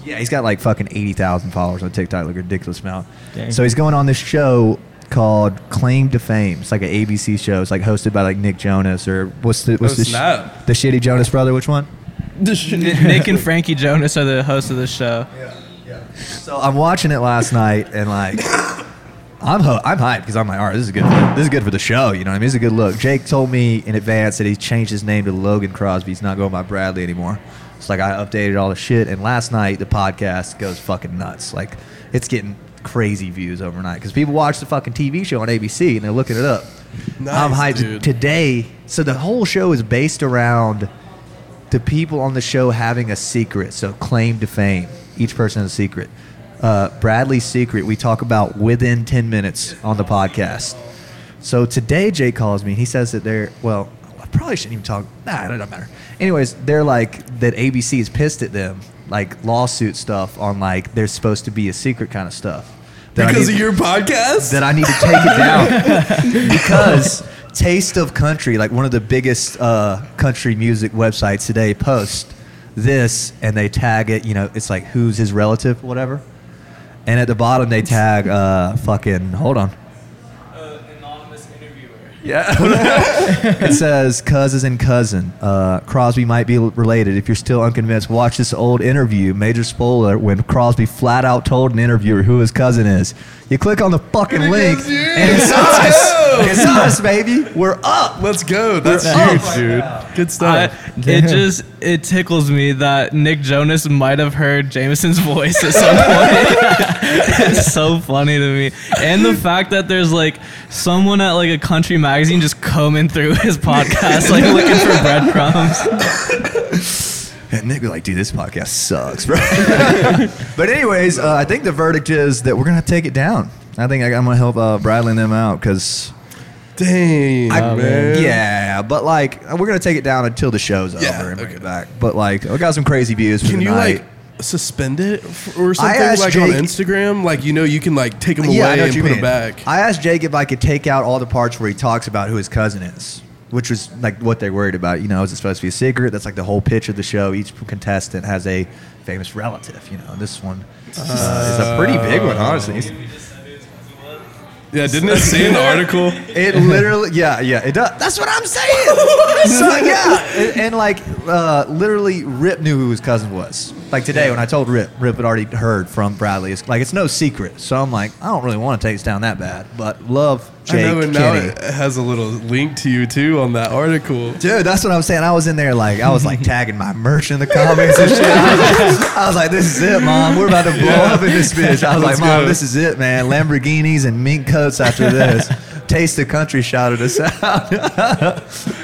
Yeah, he's got like fucking 80,000 followers on TikTok, like a ridiculous amount. Dang. So he's going on this show called Claim to Fame. It's like an ABC show. It's like hosted by like Nick Jonas or what's the what's Oh, the, sh- snap. the shitty Jonas brother? Which one? Nick and Frankie Jonas are the hosts of the show. So I'm watching it last night and like I'm ho- I'm hyped because I'm like, all right, this is good. For, this is good for the show. You know what I mean? This is a good look. Jake told me in advance that he changed his name to Logan Crosby. He's not going by Bradley anymore. It's like I updated all the shit, and last night the podcast goes fucking nuts. Like it's getting crazy views overnight because people watch the fucking TV show on ABC and they're looking it up. I'm Nice, hyped dude. today. So the whole show is based around the people on the show having a secret, so claim to fame. Each person has a secret. Uh, Bradley's secret we talk about within 10 minutes on the podcast. So today, Jay calls me. He says that they're, well, I probably shouldn't even talk. Nah, it doesn't matter. Anyways, they're like, that ABC is pissed at them, like lawsuit stuff on like, there's supposed to be a secret kind of stuff. That I Because need- of your podcast. that I need to take it *laughs* down because *laughs* Taste of Country, like one of the biggest uh, country music websites today, post this and they tag it. You know, it's like who's his relative, whatever. And at the bottom they tag uh, fucking hold on. anonymous interviewer. *laughs* It says cousins and cousin. Uh, Crosby might be related. If you're still unconvinced, watch this old interview, major spoiler, when Crosby flat out told an interviewer who his cousin is. You click on the fucking link, and it's us. It's us, baby. We're up. Oh, Let's go. That's huge, dude. Good stuff. I, it just it tickles me that Nick Jonas might have heard Jameson's voice at some point. *laughs* it's so funny to me, and the fact that there's like someone at like a country magazine just combing through his podcast, like looking for breadcrumbs. And Nick was like, dude, this podcast *laughs* sucks, bro. but anyways, uh, I think the verdict is that we're gonna take it down. I think I, I'm gonna help uh, Bradley and them out because Dang, I, man. Oh, yeah, but like we're gonna take it down until the show's Yeah, over and bring it okay. back. But like I got some crazy views. for Can you tonight. like suspend it f- or something asked like Jake- on Instagram? Like you know, you can like take them I know what away and you put them mean. back. I asked Jake if I could take out all the parts where he talks about who his cousin is, which was like what they worried about. You know, is it supposed to be a secret? That's like the whole pitch of the show. Each contestant has a famous relative. You know, this one uh, is a pretty big one, honestly. yeah, didn't it *laughs* say in the article? *laughs* It literally, yeah, yeah, it does. That's what I'm *laughs* saying. so yeah, *laughs* and, and like uh, literally, Rip knew who his cousin was. Like today, when I told Rip, Rip had already heard from Bradley. It's, like it's no secret. So I'm like, I don't really want to take this down that bad, but love Jake I know, and now Kenny. it has a little link to you too on that article. Dude, that's what I'm saying. I was in there like I was *laughs* like tagging my merch in the comments and shit. I was, like, I was like, "This is it, mom. We're about to blow up in this bitch." I was like, Let's "Mom, go." this is it, man. Lamborghinis and mink coats after *laughs* this." Taste the country shouted us out,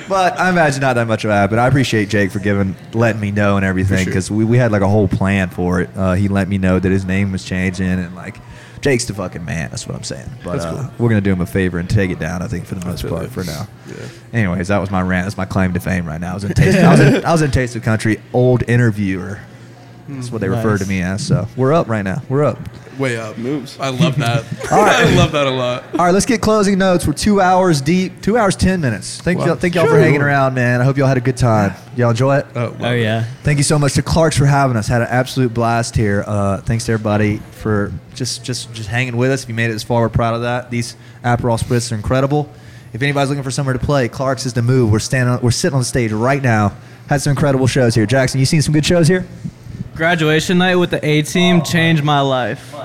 but I imagine not that much of that. But I appreciate Jake for giving, letting me know and everything sure. because we, we had like a whole plan for it. Uh, he let me know that his name was changing and like. Jake's the fucking man. That's what I'm saying. But That's uh, cool. we're gonna do him a favor and take it down. I think for the most feel part it. for now. Yeah. Anyways, that was my rant. That's my claim to fame right now. I was in Taste, I was in, I was in Taste of Country, old interviewer. Hmm. That's what they refer to Nice. me as. So we're up right now. We're up. Way up. Moves. I love that. *laughs* *laughs* All right. I love that a lot. All right, let's get closing notes. We're two hours deep, two hours ten minutes. Thank Wow. y'all, thank y'all for Sure. hanging around, man. I hope y'all had a good time. Y'all enjoy it. Oh, Oh yeah. Thank you so much to Clark's for having us. Had an absolute blast here. Uh, thanks to everybody for just just just hanging with us. If you made it this far, we're proud of that. These Aperol spritz are incredible. If anybody's looking for somewhere to play, Clark's is the move. We're standing, on- we're sitting on the stage right now. Had some incredible shows here. Jackson, you seen some good shows here? Graduation night with the A team changed my life.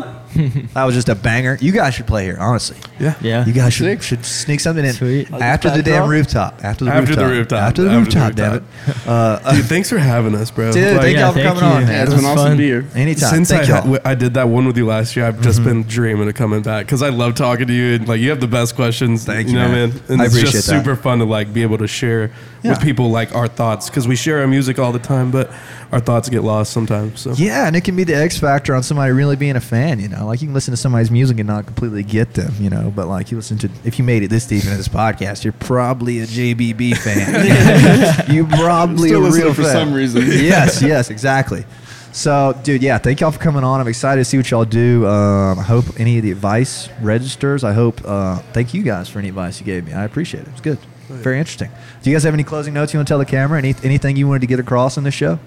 That was just a banger. You guys should play here, honestly. yeah. Yeah. You guys should, Sick. should sneak something in Sweet. after the damn rooftop. After the After the rooftop. rooftop. After the After rooftop. the Damn it. Uh, Dude, thanks for having us, bro. Dude, Like, thank y'all for Oh, thank coming you. on, man. Yeah, It it's was been awesome to be here. anytime. Since thank I, y'all. ha- I did that one with you last year, I've just been dreaming of coming back because I love talking to you and like you have the best questions. Thank you, know, man. man. And I it's appreciate just that. super fun to like be able to share Yeah. with people like our thoughts because we share our music all the time, but our thoughts get lost sometimes. So Yeah, and it can be the X factor on somebody really being a fan. You know, like you can listen to somebody's music and not completely get them. You know, but like you listen to, if you made it this deep into this podcast, you're probably a JBB *laughs* fan. you probably Still a listening real for fan. some reason. *laughs* yes, yes, exactly. So, dude, yeah, thank y'all for coming on. I'm excited to see what y'all do. Um, I hope any of the advice registers. I hope. Uh, thank you guys for any advice you gave me. I appreciate it. It's good. Very interesting. Do you guys have any closing notes you want to tell the camera? Any, anything you wanted to get across in this show?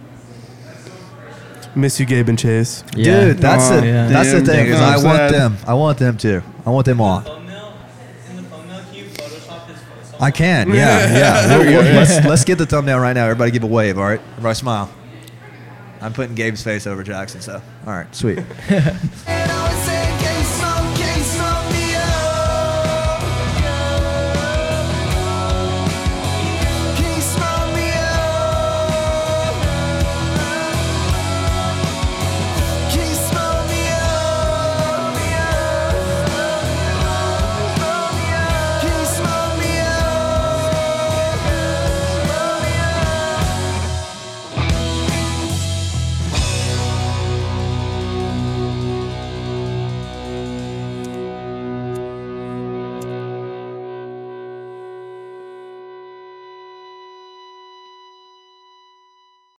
miss you, Gabe and Chase. Yeah. Dude, that's Aw, the yeah. that's the Damn, thing. Is Jacob, I I'm want sad. them. I want them too. I want them on. I can. Yeah, *laughs* yeah. We'll- we'll- let's let's get the thumbnail right now. Everybody give a wave. All right. Everybody smile. I'm putting Gabe's face over Jackson. So all right, sweet. And I would say